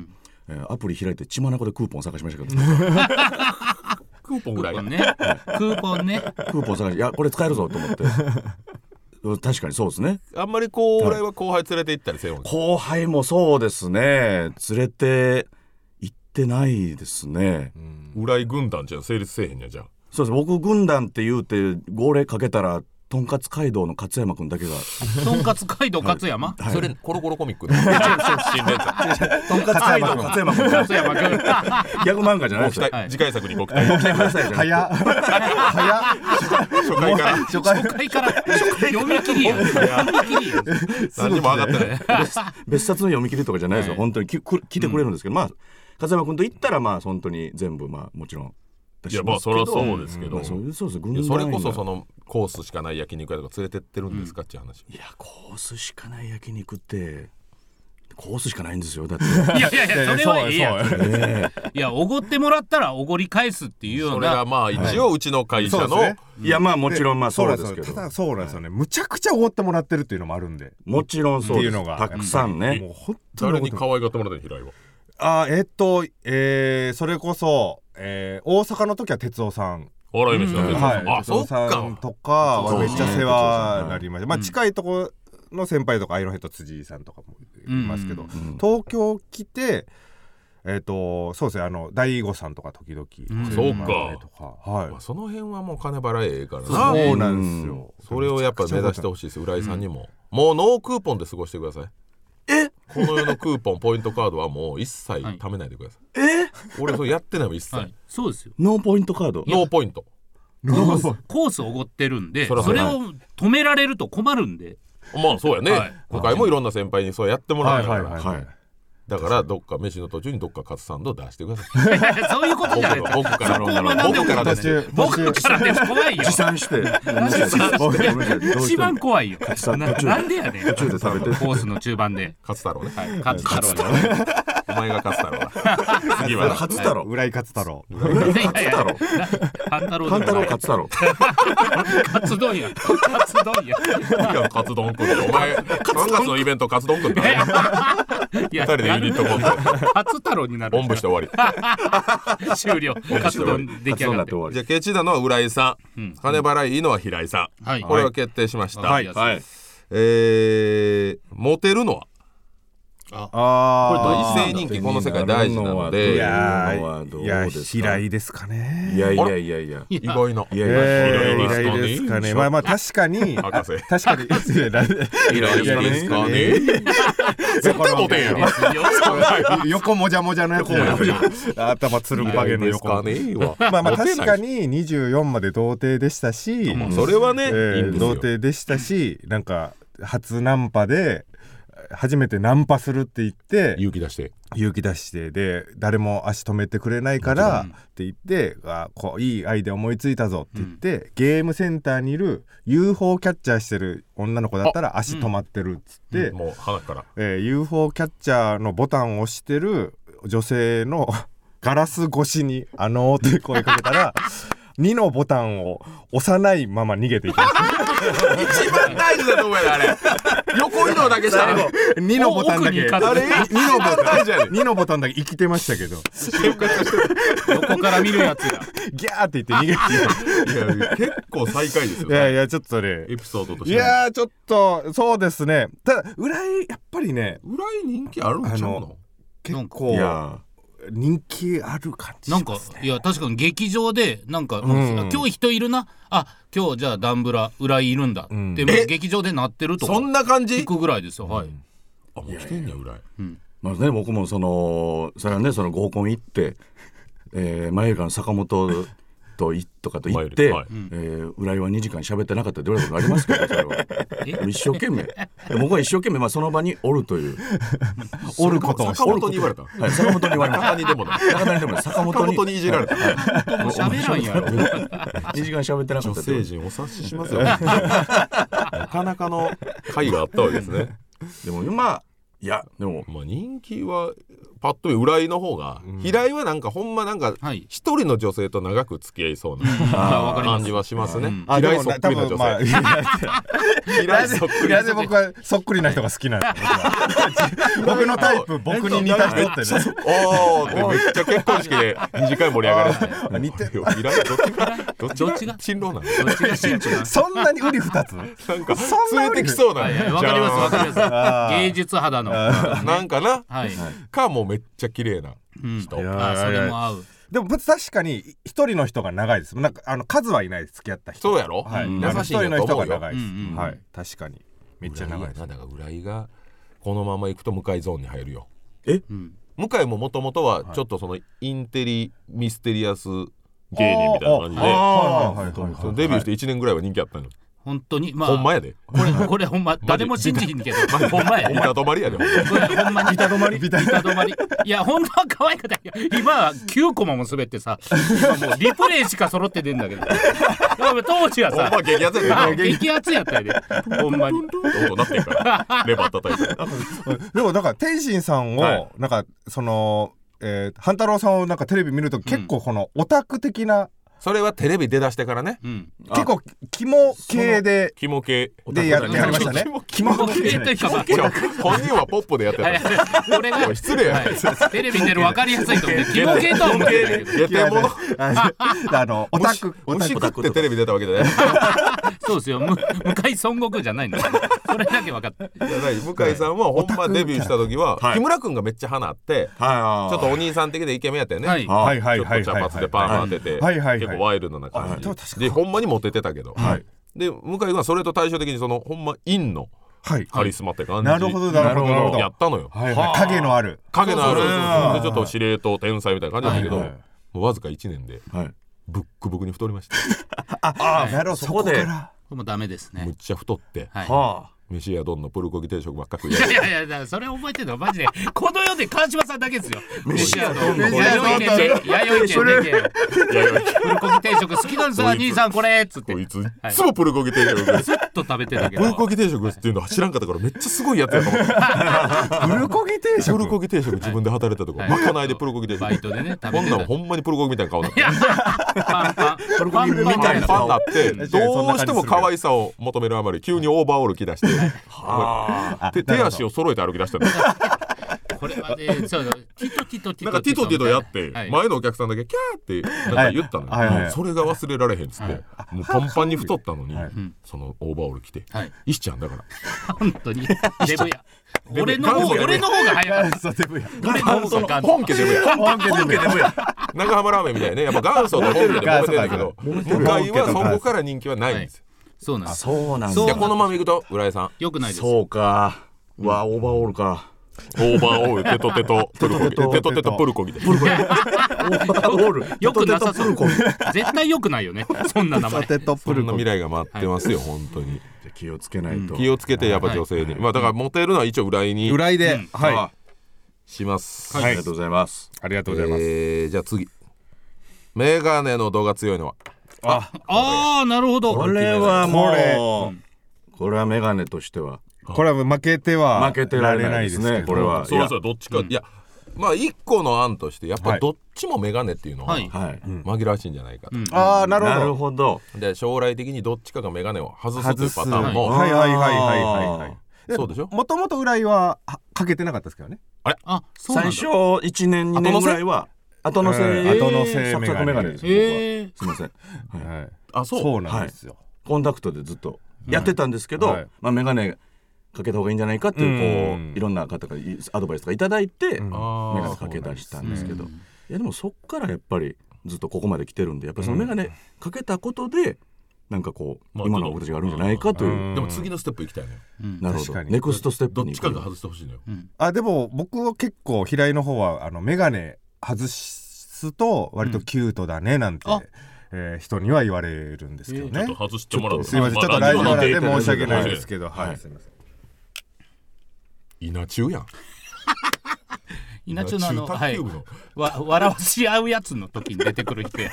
Speaker 4: えーアプリ開いて血眼でクーポン探しましたけど
Speaker 1: クーポンぐ
Speaker 2: ク
Speaker 1: ら
Speaker 2: ー
Speaker 1: い
Speaker 2: ポンねクーポンね
Speaker 4: クーポン探していやこれ使えるぞと思ってうん確かにそうですね
Speaker 1: あんまりこう俺は後輩連れて行ったりせんわけ
Speaker 4: 後輩もそうですね連れて行ってないですね、
Speaker 1: 浦井軍団じゃ成立せえへんやじゃん
Speaker 4: そうです僕軍団って言うて号令かけたらとんかつ街道の勝山君だけが
Speaker 2: とんかつ街道勝山
Speaker 4: はい
Speaker 6: それコロコロコミックの 新連載
Speaker 4: とんかつ街道の勝山君
Speaker 2: 勝山君
Speaker 4: ギャグ漫画じゃない
Speaker 1: ご
Speaker 4: です
Speaker 1: 期
Speaker 4: よ
Speaker 1: 待次回作にご期待初
Speaker 4: ご期待くださいじゃなくて
Speaker 3: 早っ早っ
Speaker 1: 回から
Speaker 3: 初回
Speaker 2: 初回から読み切りや読み切りや
Speaker 1: 何にも上がってない
Speaker 4: 別冊の読み切りとかじゃないですよ、
Speaker 2: はい
Speaker 4: 本当にきく聞いてくれるんですけど、まあ風間君と言ったらまあ本当に全部まあもちろん出
Speaker 1: い
Speaker 4: し
Speaker 1: やま
Speaker 4: ま
Speaker 1: あ
Speaker 4: すけ
Speaker 1: そ
Speaker 4: ど
Speaker 1: りゃそうですけど
Speaker 4: まあそういうそうです軍
Speaker 1: い
Speaker 4: 団
Speaker 1: やそれこそ
Speaker 4: 員が
Speaker 1: そのコースしかない焼肉屋とか連れてってるんですかっていう話
Speaker 4: いやコースしかない焼肉ってコースしかないんですよだって
Speaker 2: いやいやいやそれはいいやん
Speaker 4: え
Speaker 2: い
Speaker 4: え
Speaker 2: やおごってもらったらおごり返すっていうよ
Speaker 1: そうれ
Speaker 2: な
Speaker 1: がまあ一応うちの会社
Speaker 3: そうです
Speaker 1: の
Speaker 3: ね
Speaker 4: いやまあもちろんまあ
Speaker 3: そ
Speaker 4: そう
Speaker 3: な
Speaker 4: うんで
Speaker 3: です
Speaker 4: す
Speaker 3: よ
Speaker 4: けど
Speaker 3: ただそうなんですよねむちゃくちゃおごってもらってるっていうのもあるんで
Speaker 4: もちろんそう
Speaker 3: って
Speaker 4: で
Speaker 3: いう
Speaker 4: す
Speaker 3: のが
Speaker 4: たくさんね
Speaker 3: もう本当
Speaker 1: 誰
Speaker 3: に
Speaker 1: に可愛がってもらったの平井は
Speaker 3: あーえっとえーそれこそえー大阪の時は哲夫さん
Speaker 1: あらゆみさん
Speaker 2: うん
Speaker 1: 哲夫さん
Speaker 3: はい
Speaker 1: あ
Speaker 3: 哲
Speaker 1: そ
Speaker 3: 夫
Speaker 1: っ
Speaker 3: さん
Speaker 1: か
Speaker 3: とか
Speaker 4: そ
Speaker 3: は
Speaker 4: う
Speaker 3: め
Speaker 4: で
Speaker 3: っ
Speaker 4: すね
Speaker 3: ちゃ世話になりましたまあ近いところの先輩とかアイロンヘッド辻井さんとかもいますけど
Speaker 2: うん
Speaker 4: うん
Speaker 3: 東京来てえっとそうですねあの大悟さんとか時々
Speaker 2: ん
Speaker 3: 連れてもらったりとかはい
Speaker 1: まあその辺はもう金払ええから
Speaker 3: そ
Speaker 1: な
Speaker 2: ね
Speaker 3: うなんですよ
Speaker 1: それをやっぱ目指してほしいです浦井さんにも、もうノークーポンで過ごしてください
Speaker 4: え
Speaker 1: この世のクーポンポイントカードはもう一切貯めないでください、
Speaker 4: え
Speaker 1: 俺それやってないもん一切、
Speaker 2: はいそうですよ
Speaker 4: ノーポイントカード
Speaker 1: ノーポイント
Speaker 3: ノーボ
Speaker 2: コースおごってるんで
Speaker 1: そら
Speaker 2: それ
Speaker 1: そうだ
Speaker 2: を止められると困るんで
Speaker 1: まあそうやね、
Speaker 2: はい
Speaker 1: 今回もいろんな先輩にそうやってもら
Speaker 3: は
Speaker 1: う
Speaker 3: い
Speaker 1: から、
Speaker 3: はいはいはい
Speaker 1: だからどっか飯の途中にどっかカツサンドを出してください
Speaker 2: そういうことじゃないです
Speaker 1: 僕か
Speaker 2: そ
Speaker 1: ら
Speaker 2: こを学ん
Speaker 1: 僕
Speaker 2: でも
Speaker 1: かららで
Speaker 2: った
Speaker 3: 途
Speaker 1: す
Speaker 3: 中
Speaker 2: 僕
Speaker 3: 途中
Speaker 2: からです怖いよ
Speaker 4: 持参してごめんな さいごめんなさいどうし
Speaker 2: 一
Speaker 4: て
Speaker 2: 番
Speaker 4: も
Speaker 2: 怖いよ
Speaker 4: さん
Speaker 2: な
Speaker 4: 途中
Speaker 2: なんでやねん
Speaker 4: 途中で食べて
Speaker 2: コースの中盤 で
Speaker 1: カツ太郎ね、
Speaker 2: はい勝つ太郎
Speaker 1: お前がカツ太郎だ次は
Speaker 4: 勝つだろ
Speaker 3: 浦井勝太郎
Speaker 2: いやいやいや
Speaker 4: 勝
Speaker 2: 勘太郎
Speaker 4: 勘
Speaker 2: じゃ
Speaker 4: 太
Speaker 2: ない
Speaker 4: 郎勝つだろ
Speaker 2: カツ丼や。カツ丼や。
Speaker 1: 次はカツ丼くんお前3月のイベントカツ丼くんだね
Speaker 2: い
Speaker 1: 二
Speaker 2: や
Speaker 1: 人でユニットコント
Speaker 2: カツ太郎になる
Speaker 1: お。んぶして終わり
Speaker 2: 終了。カツ丼出来
Speaker 4: 勝つ
Speaker 2: 上
Speaker 4: んだ
Speaker 2: が
Speaker 4: っ
Speaker 2: ってて。
Speaker 4: 終わり
Speaker 1: じゃあケチだのは浦井さん、
Speaker 2: うん
Speaker 1: 金払いいいのは平井さん、
Speaker 2: はい
Speaker 1: これは決定しました、
Speaker 2: はいはい
Speaker 1: えー、モテるのは
Speaker 3: あ
Speaker 1: これ一斉人気この世界大事なの
Speaker 4: ー
Speaker 3: い
Speaker 1: で
Speaker 3: や
Speaker 4: どうはど
Speaker 3: ー
Speaker 4: う
Speaker 3: いや
Speaker 4: ですか
Speaker 3: 平井ですかね
Speaker 4: いやいやいやいや
Speaker 2: いや
Speaker 1: 意外ない
Speaker 4: やいや
Speaker 3: え
Speaker 1: い
Speaker 3: ー
Speaker 1: ろいろですかね
Speaker 3: 平井ですかねまあまあ確かに確
Speaker 1: 博士
Speaker 3: かにいやなんで
Speaker 1: 平井
Speaker 3: いやいや
Speaker 1: ですかね絶対モテんやろ
Speaker 3: 横もじゃもじゃのやつ 頭つるんぱげの
Speaker 1: です
Speaker 3: 横
Speaker 1: かねは
Speaker 3: まあまあ
Speaker 1: モテ
Speaker 3: 確
Speaker 1: ない
Speaker 3: かに24まで童貞でしたし、
Speaker 1: うんそれはね、
Speaker 3: え
Speaker 1: いいん
Speaker 3: ー
Speaker 1: です
Speaker 3: 童
Speaker 1: よ
Speaker 3: 貞でしたしなんか初ナンパで初めてナンパするって言って
Speaker 1: 勇気出して
Speaker 3: 勇気出してで誰も足止めてくれないから
Speaker 2: もちろん
Speaker 3: って言ってあこういいアイデア思いついたぞって言って、ゲームセンターにいる UFO キャッチャーしてる女の子だったら足止まってるっつって、
Speaker 1: もう鼻から
Speaker 3: えー UFO キャッチャーのボタンを押してる女性の ガラス越しに「あのー」って声かけ たら2のボタンを押さないまま逃げていきま した
Speaker 1: 一番大事だと思うやであれ横移動だけしたら
Speaker 3: 2のボタンだ
Speaker 2: 奥に
Speaker 3: け
Speaker 2: 行かず
Speaker 3: あれ2のボタン
Speaker 1: 大事やで
Speaker 3: 2のボタンだけ生きてましたけど
Speaker 2: 横から見るやつや。
Speaker 3: ギャーって言って逃げて
Speaker 1: いや結構最下位ですよ
Speaker 3: いやいやちょっとね
Speaker 1: エピソードとし
Speaker 3: い
Speaker 1: て
Speaker 3: やーちょっとそうですねただ裏井やっぱりね
Speaker 1: 裏に人気あるんちゃう
Speaker 3: あ
Speaker 1: の
Speaker 3: 結
Speaker 4: い
Speaker 3: 構
Speaker 4: や
Speaker 3: 人気ある感じ
Speaker 2: なん
Speaker 3: し
Speaker 2: か
Speaker 3: ますね
Speaker 2: いや確かに劇場でなんか、
Speaker 3: ん
Speaker 2: あ今日人いるなあ今日じゃあダンブラ裏いるんだって、も
Speaker 3: ん
Speaker 2: う劇場でなってると
Speaker 1: そんな感じ
Speaker 2: 聞くぐらいですよ、はい
Speaker 1: あもう来てんねや裏
Speaker 4: まあね、僕もそのそれはねその合コン行って、えー、マユリカの坂本といとかと行って、
Speaker 1: マユリ
Speaker 4: えー浦井は2時間喋ってなかったって言われたことありますけどそれはもう一生懸命僕は一生懸命、まあ、その場におるという、
Speaker 3: おることを
Speaker 1: 坂本に言われた
Speaker 4: はい、坂本に言われました
Speaker 1: 何でもない
Speaker 4: 中谷でもない坂
Speaker 1: 坂
Speaker 4: 本に
Speaker 1: 本にいじられた
Speaker 2: もう喋らん やろ
Speaker 4: 2時間喋ってなかった
Speaker 1: 女
Speaker 4: って言
Speaker 1: 性
Speaker 4: われ
Speaker 1: 陣お察ししますよなかなかの会があったわけですね
Speaker 4: たでもまあいやでも
Speaker 1: まあ人気はパッと見浦井の方が、
Speaker 3: うん
Speaker 1: 平井はなんかほんまなんか
Speaker 2: はい
Speaker 1: 一人の女性と長く付き合いそうな
Speaker 4: あー
Speaker 2: わかりま
Speaker 1: 感
Speaker 2: す
Speaker 1: じはしますね、
Speaker 2: うん
Speaker 3: あで
Speaker 1: 平井
Speaker 3: も
Speaker 1: そ
Speaker 3: な
Speaker 1: っく
Speaker 3: 多
Speaker 1: りの
Speaker 3: 分ま
Speaker 1: 女
Speaker 3: あ
Speaker 1: 性、平井そっくり
Speaker 3: なぜ僕はそっくりな人が好きなんです僕は僕のタイプ僕に似た人ってね
Speaker 1: おおめっちゃ結婚式で二次会盛り上がるんですね
Speaker 3: あ似て
Speaker 1: いや平井どっちがどっち
Speaker 2: どっ
Speaker 1: が
Speaker 2: ちが
Speaker 1: 新郎なの
Speaker 2: どっちが真珠な
Speaker 3: そんなに売り二つ
Speaker 1: なんか
Speaker 3: そんな
Speaker 1: 連れてきそうな
Speaker 2: はいはいわかりますわかりま
Speaker 3: あ
Speaker 2: す
Speaker 3: ー
Speaker 2: 芸術肌の
Speaker 1: じゃあなんかな
Speaker 2: はい
Speaker 1: かもうめっちゃ綺麗な
Speaker 2: うん
Speaker 1: 人、
Speaker 3: いや
Speaker 2: あーそれも合う
Speaker 3: でも確かに一人の人が長いですなんかあの数はいないです付き合った人
Speaker 1: そうやろ、
Speaker 3: はい、
Speaker 1: うん
Speaker 3: あの
Speaker 1: 優
Speaker 3: 一
Speaker 1: しいん
Speaker 3: 人
Speaker 1: や
Speaker 3: の
Speaker 1: と
Speaker 3: 人
Speaker 1: 思
Speaker 3: が
Speaker 1: うよ
Speaker 3: 長いです、
Speaker 2: うんうんうん
Speaker 3: はい確かにめっちゃ長いです
Speaker 1: 浦井やなだから浦井がこのまま行くと向井ゾーンに入るよ
Speaker 2: うん
Speaker 1: 向井ももともとはちょっとそのインテリミステリアス芸人みたいな感じで、
Speaker 3: はいはいはいはい
Speaker 1: そのデビューして1年ぐらいは人気あったの、
Speaker 2: 本当にまあ
Speaker 1: ほんまやで
Speaker 2: これこれほんま誰も信じひんけどまあほんまやね
Speaker 1: 板止まりやでほんま
Speaker 2: これほんまに
Speaker 3: 板止まりみたい
Speaker 2: 板
Speaker 3: な
Speaker 2: 止まりいやほんまは可愛かった今は9コマも滑ってさ今もうリプレイしか揃って出んだけどだから当時は
Speaker 1: ほんま
Speaker 2: さ
Speaker 1: 激アツやで
Speaker 2: 激アツやったよねほんまに
Speaker 1: 音鳴ってんからレバー叩いて
Speaker 3: でもだから天心さんを、
Speaker 1: はい
Speaker 3: なんかそのえー、半太郎さんをなんかテレビ見ると結構このオタク的な、
Speaker 1: それはテレビ出だしてからね
Speaker 2: うん
Speaker 4: あ
Speaker 3: 結構肝系で
Speaker 1: キモ系
Speaker 3: でやってはりましたね肝
Speaker 2: オケというかまあ
Speaker 1: いや本人はポップでやって た
Speaker 2: これが
Speaker 1: 失礼や
Speaker 2: はいテレビに出る分かりやすいと思ってキモ系とは思ってないけ
Speaker 1: 下
Speaker 2: ど
Speaker 1: 手者
Speaker 3: あのオタクオタ
Speaker 1: 虫
Speaker 3: ク
Speaker 1: 食ってテレビ出たわけじゃ ない
Speaker 2: そうですよむ向井孫悟空じゃないんだそれだけ分かった
Speaker 1: じゃない向井さんはほんまデビューした時は、
Speaker 4: はい
Speaker 1: 木村君がめっちゃ花あって、
Speaker 4: は
Speaker 1: ちょっとお兄さん的でイケメンやったよね、
Speaker 2: はい
Speaker 4: あ
Speaker 3: はいは
Speaker 1: ち
Speaker 3: い
Speaker 1: ょっ
Speaker 3: はい
Speaker 1: と茶
Speaker 3: はい
Speaker 1: 髪でパーマ当てて、
Speaker 3: はいはいはい
Speaker 1: 結構ワイルドな感
Speaker 3: あ
Speaker 1: じ、
Speaker 3: でも確か
Speaker 1: でほんまにモテてたけど、
Speaker 3: はい
Speaker 1: で向井君はそれと対照的にそのほんま陰の
Speaker 3: はい
Speaker 1: カリスマって感じ、
Speaker 3: なるほどなるほどなるほど
Speaker 1: やったのよ、
Speaker 3: はいはい影のある
Speaker 1: 影のある
Speaker 3: そうそうそう
Speaker 1: でちょっと司令塔天才みたいな感じだったけど、
Speaker 3: はいはい
Speaker 1: もうわずか1年で
Speaker 4: はい
Speaker 1: ブックブクに太りました
Speaker 3: あなるほどそこで
Speaker 2: これもダメです
Speaker 1: む
Speaker 2: ね
Speaker 1: っちゃ太って
Speaker 2: はい
Speaker 4: は
Speaker 1: 飯や丼のプルコギ定食ばっか食い
Speaker 2: い
Speaker 1: や
Speaker 2: やいやいや、だからそれ覚えてるのはマジで、この世で川島さんだけですよ。
Speaker 4: 飯屋どん
Speaker 2: 弥
Speaker 4: の
Speaker 2: 生県で、弥生県で、プルコギ定食好きなんですよ、
Speaker 1: こいつ
Speaker 2: 兄さんこれっつって。
Speaker 1: こいつい
Speaker 2: はい
Speaker 1: つもプルコギ定食食う
Speaker 2: ずっと食べてたけ
Speaker 1: ブルコ
Speaker 2: ど。
Speaker 1: ギ定食っていうのは知らんかったからめっちゃすごいやつやと思って
Speaker 3: ブルコギ定食
Speaker 1: プルコギ定食自分で働いたとこ
Speaker 2: はい
Speaker 1: まかないでプルコギ定
Speaker 2: バイ
Speaker 1: 食
Speaker 2: トでね、
Speaker 1: こ
Speaker 2: 食べ
Speaker 1: ん
Speaker 2: て
Speaker 1: な
Speaker 2: た。
Speaker 1: んほんまにプルコギみたいな顔になっ
Speaker 2: い
Speaker 1: て
Speaker 2: やパンパン。プルコギみ
Speaker 1: パンパンなって
Speaker 3: 確かにそん
Speaker 1: ど
Speaker 3: な
Speaker 1: う
Speaker 3: 感じ
Speaker 1: しても可愛さを求めるあまり急にオーバーオール着出 して手手足を揃えて歩き出したんだよ
Speaker 2: これはね、そう、ティトティトティト。
Speaker 1: なんかティトティトやって
Speaker 2: はい
Speaker 1: 前のお客さんだけキャーってなんか言った
Speaker 3: はいはい
Speaker 1: の
Speaker 3: は
Speaker 1: よ
Speaker 3: い
Speaker 1: それが忘れられへんっつってもうパンパンに太ったのに
Speaker 3: はい
Speaker 1: そのオーバーオール着て
Speaker 2: はい
Speaker 1: 石ちゃんだから
Speaker 2: 本当に。デブや。
Speaker 1: ブ
Speaker 2: 俺の方、
Speaker 1: 元祖
Speaker 2: 俺の方が早かっ
Speaker 3: そうデブや
Speaker 2: た。俺の方が
Speaker 1: 本家でもや
Speaker 3: 本家デブや
Speaker 1: 長浜ラーメンみたいなねやっぱ元祖と本家で揉めてんだけど
Speaker 3: 元祖
Speaker 1: 向
Speaker 3: か
Speaker 1: 井はそこから人気はないんですよ
Speaker 2: そうなん
Speaker 4: あ
Speaker 2: です。
Speaker 4: そうなんだ
Speaker 2: そう
Speaker 1: いやこのままいくと浦井さん
Speaker 2: よくないです。
Speaker 4: そうかうわオーバーオールか
Speaker 1: オーバーオールテトテトプルコギテトテトプルコギで
Speaker 4: オーバーオール
Speaker 2: よくな
Speaker 4: ポ
Speaker 2: さ
Speaker 4: テ
Speaker 2: そ
Speaker 4: トプル
Speaker 2: う
Speaker 4: コギ。
Speaker 2: 絶対よくないよね。そんな名
Speaker 3: ポ
Speaker 2: 前。
Speaker 3: テト
Speaker 1: そ
Speaker 3: プル
Speaker 1: んな
Speaker 3: コギ
Speaker 1: 未来が待ってますよ本当に
Speaker 4: じゃあ気をつけないと
Speaker 1: 気をつけてやっぱ女性にまあだからモテるのは一応浦井に
Speaker 3: 裏井で、はい、
Speaker 4: あ
Speaker 1: します
Speaker 4: ありがとうございます
Speaker 3: ありがとうございます、
Speaker 1: えーじゃあ次メガネの度が強いのは
Speaker 2: ああ、なるほど。
Speaker 4: これはも
Speaker 3: これ
Speaker 4: うこれはメガネとしては
Speaker 3: これは負けては
Speaker 4: 負けてられないです
Speaker 3: け
Speaker 4: ね
Speaker 3: ど
Speaker 4: これは
Speaker 1: それぞれどっちかいやまあ一個の案としてやっぱ
Speaker 3: はい
Speaker 1: どっちもメガネっていうのは
Speaker 2: はい
Speaker 4: はい
Speaker 1: 紛らわしいんじゃないかと
Speaker 2: うん
Speaker 3: ああなるほど
Speaker 4: なるほど
Speaker 1: で将来的にどっちかがメガネを外すというパターン
Speaker 3: は
Speaker 1: も
Speaker 3: いはいはいはいはいはい
Speaker 1: そうでしょ
Speaker 3: もともと浦井ははかけてなかったですけどね
Speaker 2: あ、そうなん
Speaker 4: 最
Speaker 2: だ。
Speaker 4: 初1年2年ぐらいは後乗せ
Speaker 3: うん後乗せ
Speaker 4: サクサクメガネです僕は
Speaker 2: ええ
Speaker 4: すいません
Speaker 3: はい
Speaker 1: あそう
Speaker 3: そうなんですよ、
Speaker 4: コンタクトでずっとやってたんですけど、
Speaker 3: はい
Speaker 4: まあ、眼鏡かけた方がいいんじゃないかってい
Speaker 3: う
Speaker 4: うこ
Speaker 3: ん
Speaker 4: ういろんな方からいアドバイスとかいただいて眼
Speaker 3: ん
Speaker 4: 鏡かけ出したんですけどいやでもそっからやっぱりずっとここまで来てるんでやっぱりその眼鏡かけたことでなんかこう
Speaker 1: まあ
Speaker 4: 今の僕たちがあるんじゃないかといううん
Speaker 1: でも次のステップ行きたいのよ
Speaker 4: なるほ
Speaker 3: 確か
Speaker 4: ど
Speaker 3: に
Speaker 4: ネクストステッ
Speaker 1: ど
Speaker 4: プ
Speaker 1: っ
Speaker 4: に
Speaker 1: ちかが外してほしいのよ
Speaker 3: あでも僕は結構平井の方はあの眼鏡外すと割とキュートだねなんて、
Speaker 2: うんあ
Speaker 3: えー人には言われるんですけどね、
Speaker 1: 外してもらう
Speaker 3: すいませんちょっとラジオなんで申し訳ないですけどはい、
Speaker 4: はい
Speaker 3: すいません
Speaker 1: 稲中やん
Speaker 2: 稲中のあの、
Speaker 1: 卓
Speaker 2: はい
Speaker 1: 球。部の
Speaker 2: わ、笑わし合うやつの時に出てくる人 や。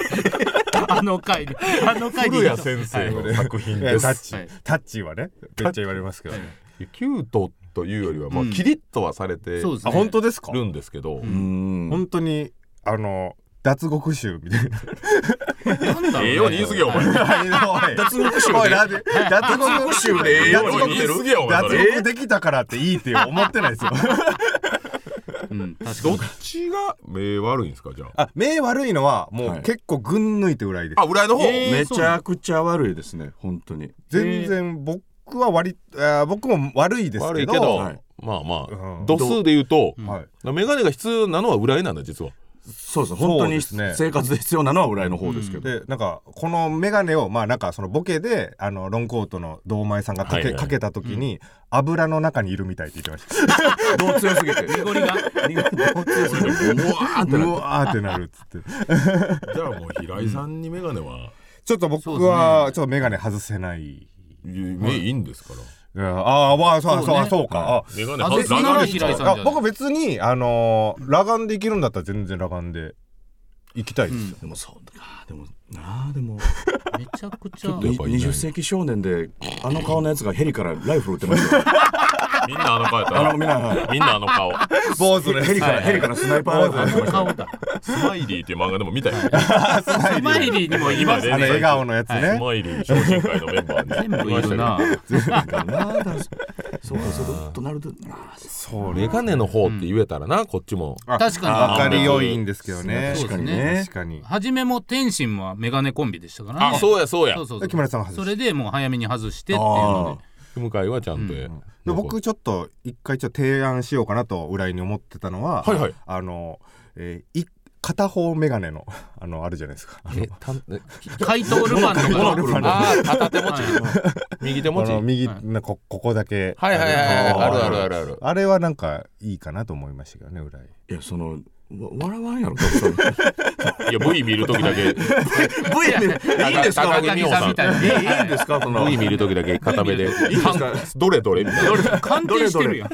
Speaker 2: あの回に、あの回に。
Speaker 1: 古谷先生の作品
Speaker 3: え
Speaker 1: で
Speaker 3: ータ
Speaker 1: す
Speaker 3: ッチ、タッチはねめっちゃ言われますけど、ね、
Speaker 1: キュートというよりは、まあ、
Speaker 2: うん
Speaker 1: キリッとはされて
Speaker 2: そうです
Speaker 3: あ
Speaker 2: ね
Speaker 3: 本当ですか
Speaker 1: るんですけど、
Speaker 2: ん
Speaker 4: ん
Speaker 3: 本当にあの脱獄集みたいな
Speaker 2: なんだろうね
Speaker 1: ええように言い過ぎよお前
Speaker 3: 脱獄集で脱獄集
Speaker 1: でええように言い過ぎよお前
Speaker 3: 脱
Speaker 1: それ
Speaker 3: 獄できたからっていいって思ってないですよ
Speaker 2: うん確か
Speaker 1: どっ
Speaker 2: に
Speaker 1: ちが目悪いんですかじゃあ
Speaker 3: あ 目悪いのはも
Speaker 4: は
Speaker 3: う
Speaker 4: い
Speaker 3: 結構群抜いてぐらいです
Speaker 1: あ裏の方、
Speaker 2: えー
Speaker 4: めちゃくちゃ悪いですね本当に
Speaker 3: 全然僕は割りあー僕も悪いです
Speaker 1: 悪
Speaker 3: け
Speaker 1: い
Speaker 3: ど
Speaker 1: けど、
Speaker 4: はい
Speaker 1: まあまあ、
Speaker 3: うん
Speaker 1: 度数で言うと、
Speaker 2: うん
Speaker 3: はい
Speaker 1: メガネが必要なのは裏絵なんだ実は
Speaker 4: そうです本当
Speaker 3: そうで
Speaker 4: に
Speaker 3: すね
Speaker 4: 生活で必要なのは裏の方ですけど、
Speaker 3: でなんかこの眼鏡をまあなんかそのボケであのロンコートの堂前さんがかけ,、
Speaker 1: はいはい
Speaker 3: かけた時に、油の中にいるみたいって言ってました
Speaker 4: どう強すぎ て
Speaker 2: 濁りが
Speaker 4: どう強すぎてうわーってなって
Speaker 3: うわーってなるっつって
Speaker 1: じゃあもう平井さんにメガネは、
Speaker 3: ちょっと僕はちょっと眼鏡外せない。
Speaker 1: 目いいんですから
Speaker 3: うんああ、まあ、そ
Speaker 2: そう
Speaker 3: う、そう、
Speaker 2: ね
Speaker 3: そうか。
Speaker 1: メガネ
Speaker 2: あ
Speaker 1: は
Speaker 2: 別に
Speaker 1: 裸眼で
Speaker 2: 平井さんじゃ
Speaker 3: あ
Speaker 2: ない
Speaker 3: 僕別に、あのー、裸眼でいけるんだったら全然裸眼で行きたいです。
Speaker 4: でもそうかでもなあでも
Speaker 2: めちゃくちゃ
Speaker 1: ょっとやっぱいない
Speaker 4: 20世紀少年であの顔のやつがヘリからライフル撃ってま したよ
Speaker 1: みんなあの顔やった
Speaker 4: あの
Speaker 1: ら
Speaker 4: みんなはい
Speaker 1: みんなあの顔
Speaker 3: 坊主
Speaker 4: ヘリから、
Speaker 2: はい
Speaker 4: ヘリからスナイパーライフル撃ってましたよ
Speaker 2: 顔だ
Speaker 1: スマイリーっていう漫画でも見たよ
Speaker 2: スマイリーにもいま
Speaker 1: あ
Speaker 2: す
Speaker 3: あの、
Speaker 1: ね
Speaker 3: 笑顔のやつ
Speaker 1: ス
Speaker 3: ね。
Speaker 1: マイリー商品会のメンバー
Speaker 2: 全
Speaker 1: に
Speaker 2: 部いるな
Speaker 4: なんかなあだからそうかそうかとなるとなあ
Speaker 3: そう
Speaker 1: メ
Speaker 3: ね。
Speaker 1: ガネの方って言えたらな、こっちも
Speaker 3: あ
Speaker 2: 確かに
Speaker 3: わかり良いんですけどね。
Speaker 2: そうですね
Speaker 3: 確かに。
Speaker 2: 初めも天心はメガネコンビでしたからね
Speaker 1: あそうやそうや
Speaker 2: そうそう
Speaker 3: で木村さんは外して
Speaker 2: それでもう早めに外してっていう
Speaker 4: あ
Speaker 2: の
Speaker 1: 向井はちゃんと、
Speaker 2: う
Speaker 3: で僕ちょっと一回ちょっと提案しようかなと裏に思ってたのは、
Speaker 1: はいはい
Speaker 3: あの、えーい片方眼鏡のあのあるじゃないですか。
Speaker 1: えたんえ
Speaker 2: で怪盗ルパンとか
Speaker 3: モノルパン
Speaker 1: あー片手持ち
Speaker 2: は
Speaker 1: 右手持
Speaker 3: こ
Speaker 1: ち
Speaker 3: の右
Speaker 2: はい
Speaker 3: のこここだけ。
Speaker 1: はいはいはいはいあるあるあ
Speaker 3: る。
Speaker 1: るある
Speaker 3: あれはなんかいいかなと思いましたけどね裏へ。
Speaker 4: いやそのわ笑わんやろ多分
Speaker 1: いや V 見る時だけ
Speaker 4: V で いいんですか
Speaker 1: 高
Speaker 2: 高
Speaker 1: 木
Speaker 2: 木
Speaker 1: 美
Speaker 2: 美
Speaker 1: 帆
Speaker 2: 帆
Speaker 1: さ
Speaker 2: さ
Speaker 1: ん
Speaker 2: んみたいなね
Speaker 4: いいんですかそ の
Speaker 1: V 見る時だけ固めで
Speaker 4: ですか
Speaker 1: どれどれみたいな
Speaker 2: 鑑定してるやん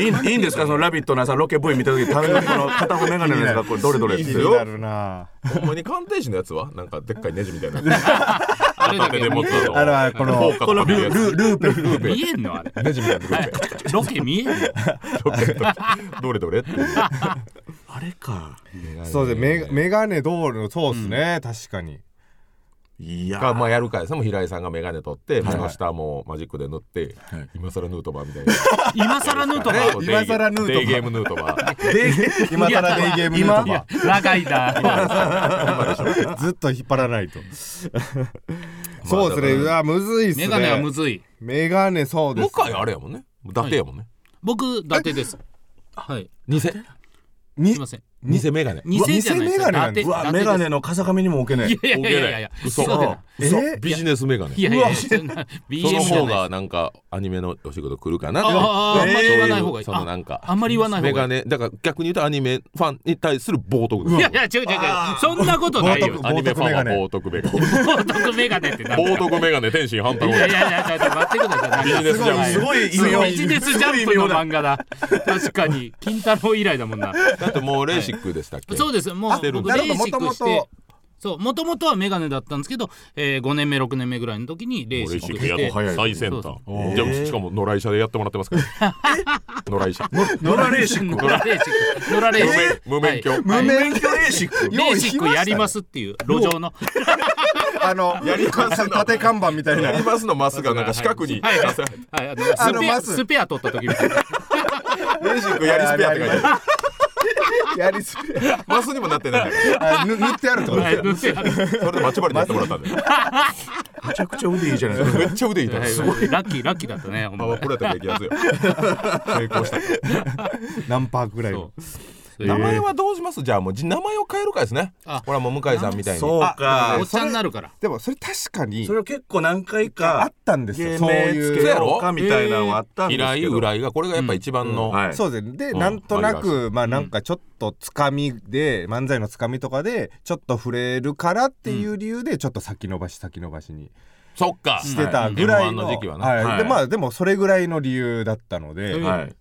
Speaker 4: いいいいんですかその「ラビット!」のさロケ V 見た時ためのこの片方眼鏡のやつがこれどれどれっ
Speaker 3: 気
Speaker 4: て
Speaker 3: に
Speaker 1: よ
Speaker 3: なるな。
Speaker 1: ほんまに鑑定士のやつはなんかでっかいネジみたいな
Speaker 2: あれだ
Speaker 1: 片手
Speaker 2: け
Speaker 1: で持ったの
Speaker 3: あれはこの
Speaker 1: このルーペルーペ
Speaker 2: 見えんのあれ
Speaker 1: ネジみたいなルーペ
Speaker 2: ロケ見えんの
Speaker 1: ロケの時どれどれっていう
Speaker 4: あれか
Speaker 3: そうですね。メメガネどうのそうですね、確かに。
Speaker 4: いや
Speaker 1: がまあやるかやさもう平井さんが眼鏡取って目の下もマジックで塗って、
Speaker 4: はい
Speaker 1: 今更ヌートバーみたいな
Speaker 2: 今更ヌートバー
Speaker 3: 今更ヌートバー
Speaker 1: デイゲームヌートバ ー
Speaker 3: で 今更デイゲームヌートバ
Speaker 2: 長いな
Speaker 3: ーずっと引っ張ら ないと。そうですね。うわむずいっすね。
Speaker 2: メガネはむずい
Speaker 3: メガネそうです、
Speaker 1: 向井あれやもんね伊達やもんね、
Speaker 2: 僕伊達ですはい
Speaker 1: 偽
Speaker 3: に
Speaker 2: すいません
Speaker 1: 偽眼鏡
Speaker 2: 偽じゃないです
Speaker 3: 偽メガネなんだ
Speaker 2: 伊達
Speaker 4: うわ
Speaker 2: 伊達
Speaker 4: 眼
Speaker 2: です
Speaker 4: 鏡の風上にも置けねえ
Speaker 2: いやいやいやいやいや
Speaker 1: 嘘
Speaker 2: そうだよ
Speaker 3: えー
Speaker 1: ビジネス眼鏡
Speaker 2: いやいやいやそんな BM
Speaker 1: そ
Speaker 2: じ
Speaker 1: の
Speaker 2: ゃ
Speaker 1: 方
Speaker 2: ない
Speaker 1: がなんかアニメのお仕事来るかなって
Speaker 2: あああんまり言わない方がいい
Speaker 1: そのなんか
Speaker 2: ああんまり言わない
Speaker 1: メ
Speaker 2: 方がい
Speaker 1: ガ
Speaker 2: い
Speaker 1: ネだから逆に言うとアニメファンに対する冒涜
Speaker 2: い
Speaker 1: で
Speaker 2: や
Speaker 1: す
Speaker 2: いや違う違う違うそんなことないよ
Speaker 3: 冒涜
Speaker 1: アニメファンは冒涜眼鏡
Speaker 2: 冒涜メガネってなんだ
Speaker 1: 冒
Speaker 2: よ
Speaker 1: 涜眼鏡天心反対
Speaker 2: いやいやいやちょっと待ってください
Speaker 1: ビジネスジャンプ
Speaker 4: すごい
Speaker 2: すごいビ
Speaker 4: す
Speaker 2: ジ
Speaker 4: ごい
Speaker 2: ネスジャンプの漫画だ確かに金太郎以来だもんな
Speaker 1: だってもうレーシックでしたっけ、
Speaker 2: そうですも
Speaker 1: して
Speaker 2: う
Speaker 1: るん
Speaker 2: 僕
Speaker 1: だ
Speaker 2: レーシックし
Speaker 3: なる
Speaker 2: てそうもともとはメガネだったんですけど、えー、5年目6年目ぐらいの時にレーシックし
Speaker 1: や
Speaker 2: て
Speaker 4: 早い
Speaker 1: 最先
Speaker 2: そう
Speaker 1: 端
Speaker 2: そ
Speaker 1: じゃあしかも野良医者でやってもらってますから 野良医者
Speaker 4: 野良レーシック
Speaker 2: ノラレーシックノラレーシック
Speaker 1: 無免無免許
Speaker 2: はいはい
Speaker 4: 免許レーシ ック
Speaker 2: レーシックやりますっていう路上の
Speaker 3: あの縦看板みたい
Speaker 1: や
Speaker 3: な
Speaker 1: りますのマスがなんか四角に
Speaker 2: はいは
Speaker 1: 刺
Speaker 2: い
Speaker 1: されて
Speaker 2: はい、あのス
Speaker 3: あの
Speaker 2: ペア
Speaker 3: マス
Speaker 2: スペア取った時みたいな
Speaker 1: レーシックやりスペアって書いてある
Speaker 3: やりすぎ
Speaker 1: マスにもなってない
Speaker 3: あぬ塗ってあるってこと
Speaker 2: は
Speaker 3: です
Speaker 2: い
Speaker 3: よ
Speaker 2: 塗ってある
Speaker 1: それで待ち針でやってもらったん で
Speaker 4: めちゃくちゃ腕いいじゃないですか
Speaker 1: めっちゃ腕痛
Speaker 2: はい い
Speaker 1: すごい
Speaker 2: ラッキーラッキーだったねほん
Speaker 1: パ
Speaker 2: ま
Speaker 1: ワープロやったら激アツ よ成功した
Speaker 3: 何パーぐらいの
Speaker 2: そう
Speaker 1: 名前はどうしますじゃあもうじ名前を変えるかですね
Speaker 2: あ
Speaker 1: ほらもう向井さんみたいに
Speaker 4: そうか
Speaker 2: おっちゃんになるから
Speaker 3: でもそれ確かに
Speaker 4: それを結構何回
Speaker 3: あ
Speaker 4: か
Speaker 3: ったんですよ
Speaker 4: 芸
Speaker 3: そう
Speaker 4: 名つ
Speaker 3: い
Speaker 4: け
Speaker 3: う
Speaker 4: ようかみたいなのはあったんですけど
Speaker 1: 平井浦井がこれがやっぱ一番の、
Speaker 4: はい
Speaker 3: そうですねで、
Speaker 1: うん
Speaker 3: なんとな
Speaker 1: ありま
Speaker 3: くまあなんかちょっとつかみで漫才のつかみとかでちょっと触れるからっていう理由でちょっと先延ばし先延ばしに
Speaker 1: そっか
Speaker 3: してたぐらいの,、
Speaker 1: はい M1 の時期はな
Speaker 4: はい
Speaker 3: でまあでもそれぐらいの理由だったので、
Speaker 4: はい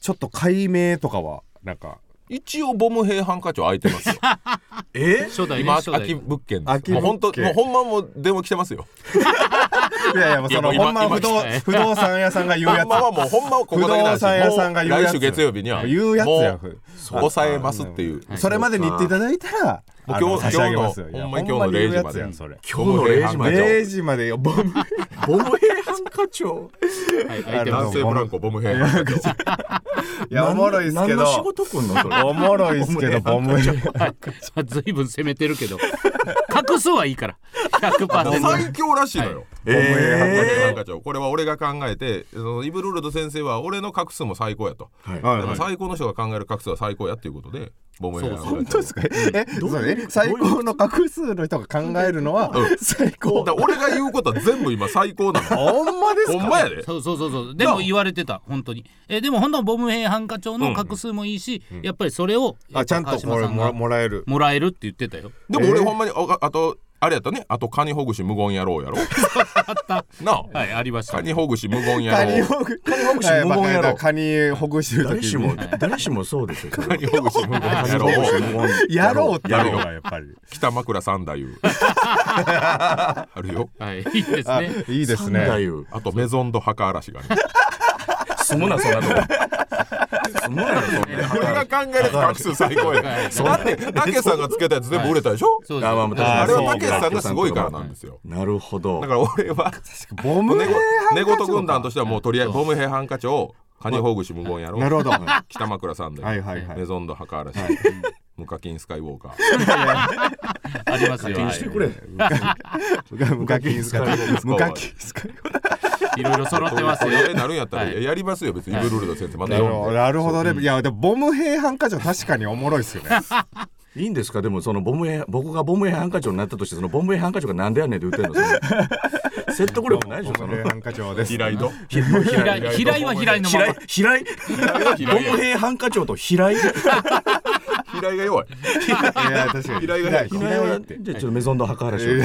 Speaker 3: ちょっと解明とかはなんか
Speaker 1: 一応ボム兵ハンカチは空いてますよ
Speaker 4: え
Speaker 2: 初代ね
Speaker 1: 今
Speaker 2: 初
Speaker 1: 空き
Speaker 2: 代
Speaker 1: 物件です
Speaker 3: 空き物件
Speaker 1: もう本当もうほんまもう電話来てますよ
Speaker 3: いやいやもうその
Speaker 1: いやもう
Speaker 3: ほ
Speaker 1: ん今
Speaker 3: ま不動
Speaker 1: 今来たね
Speaker 3: 不動産屋さんが言う
Speaker 1: ほ
Speaker 3: や
Speaker 1: んまは
Speaker 3: つ
Speaker 1: もうほんまはここだけなんですよ
Speaker 3: 不動産屋さんが言うやつ
Speaker 1: も来週月曜日には
Speaker 3: 言うやつや
Speaker 1: もう
Speaker 3: ふ
Speaker 1: 抑えますっていう
Speaker 3: それまでに言っていただいたら
Speaker 1: もう
Speaker 3: あの
Speaker 1: 今日
Speaker 3: 差し上げますよ
Speaker 1: 今日の
Speaker 3: いや
Speaker 1: ほんまに
Speaker 3: ほん
Speaker 1: 今
Speaker 3: ま
Speaker 1: 日の
Speaker 3: に言うや
Speaker 1: 0時
Speaker 3: つ
Speaker 1: まで
Speaker 3: やんそれ
Speaker 4: 今日の0時まで
Speaker 3: 0時までよボン
Speaker 4: ボム兵ハンカチョ
Speaker 8: はい、相手
Speaker 3: あ
Speaker 8: は
Speaker 3: の
Speaker 1: 男性ブランコボム兵
Speaker 3: いやおもろいっすけ
Speaker 4: 何の仕
Speaker 3: ど
Speaker 4: 事くんのそれ
Speaker 3: おもろいっすけどボム
Speaker 2: まあ随分攻めてるけど画数はいいから100%
Speaker 1: 最強らしいのよ
Speaker 4: え
Speaker 1: なんかちょこれは俺が考えてそのイブルールド先生は俺の画数も最高やと、
Speaker 4: ー
Speaker 3: は
Speaker 1: だ
Speaker 3: い
Speaker 1: から
Speaker 3: はい
Speaker 1: 最高の人が考える画数は最高やっていうことでボム兵ハンカチョ
Speaker 3: 本当ですかえそうね最高の画数の人が考えるのは
Speaker 1: うん
Speaker 3: 最高
Speaker 1: だから俺が言うことは全部今最高なの
Speaker 3: ほんまです
Speaker 1: ほ
Speaker 3: か
Speaker 1: んまやで
Speaker 2: そうそうそうそうでも言われてた本当にえでも本当ボム兵ハンカチョウの画数もいいし、やっぱりそれを
Speaker 3: あちゃんとこ
Speaker 2: 川島
Speaker 3: れ
Speaker 2: さんが
Speaker 3: ももらえる
Speaker 2: もらえるって言ってたよ
Speaker 1: でも俺ほんまにああとあれやったねあとカニほぐし無言野郎やろ
Speaker 2: あった
Speaker 1: なあ
Speaker 2: はいありました
Speaker 1: カニほぐし無言野
Speaker 3: カニ
Speaker 1: 郎
Speaker 3: ほぐカニ
Speaker 4: ほぐし無言やろ
Speaker 3: カニほぐしてる
Speaker 4: 誰し
Speaker 3: 時
Speaker 4: も
Speaker 3: に
Speaker 4: 誰しもそうですよそれ
Speaker 1: カ
Speaker 4: は
Speaker 1: ニほぐし無言野郎
Speaker 3: やろうって
Speaker 1: や
Speaker 3: や
Speaker 1: ろ
Speaker 3: ろ
Speaker 1: う
Speaker 3: うがやっぱり
Speaker 1: 北枕三 太夫あるよ
Speaker 2: はいいいです
Speaker 3: あ
Speaker 2: ね
Speaker 3: いいですね
Speaker 4: 三太
Speaker 1: あとメゾンド墓嵐がね
Speaker 4: 夫住むなそんなとこ住むなよそんな
Speaker 1: 俺が考える画数最高やだって武さんがつけたやつ全部売れたでしょ、
Speaker 2: そう
Speaker 4: あまあ
Speaker 2: で
Speaker 4: ま
Speaker 3: あ
Speaker 4: あ
Speaker 1: あれは
Speaker 3: そう
Speaker 1: 武さんがすごいからなんですよ
Speaker 4: なるほど
Speaker 1: だから俺は
Speaker 3: ボム
Speaker 1: 猫猫と軍団と
Speaker 3: し
Speaker 1: してはもうとりあえずボム兵ハンカチをカニほぐし無言野郎
Speaker 3: なるほどは
Speaker 1: 北枕三太夫、
Speaker 3: いはいはい
Speaker 1: メゾンド墓嵐、ムカキンスカイウォーカー
Speaker 2: すありますよ、はい、
Speaker 4: れ
Speaker 3: 無課金使って無課金使って
Speaker 2: いろいろ揃ってま すよ
Speaker 1: これなるんやったら、
Speaker 2: はい
Speaker 1: いややりますよ別にイブルールド先生また
Speaker 3: なる
Speaker 1: 読ん
Speaker 3: ほど
Speaker 1: で、
Speaker 3: なるほどねいやでもボム兵犯科長確かにおもろいですよね
Speaker 4: いいんですかでもそのボムへ僕がボムへハンカチョウになったとしてそのボムへハンカチョウがなんでやねんって言ってんのその説得力ないでしょそ
Speaker 3: ボ
Speaker 4: の
Speaker 3: ム兵犯科長です
Speaker 1: 依頼 と
Speaker 2: 平井平井は平井のま
Speaker 4: 平
Speaker 2: ま
Speaker 4: 井平井
Speaker 1: 平井
Speaker 4: ボム兵ハンカチョウと平井
Speaker 1: 平井が弱い
Speaker 3: いや確かに
Speaker 1: 依頼がね
Speaker 3: 依
Speaker 4: 平井
Speaker 3: 頼
Speaker 4: は
Speaker 3: は
Speaker 4: じゃあちょっとメゾンド墓原しよう
Speaker 1: メ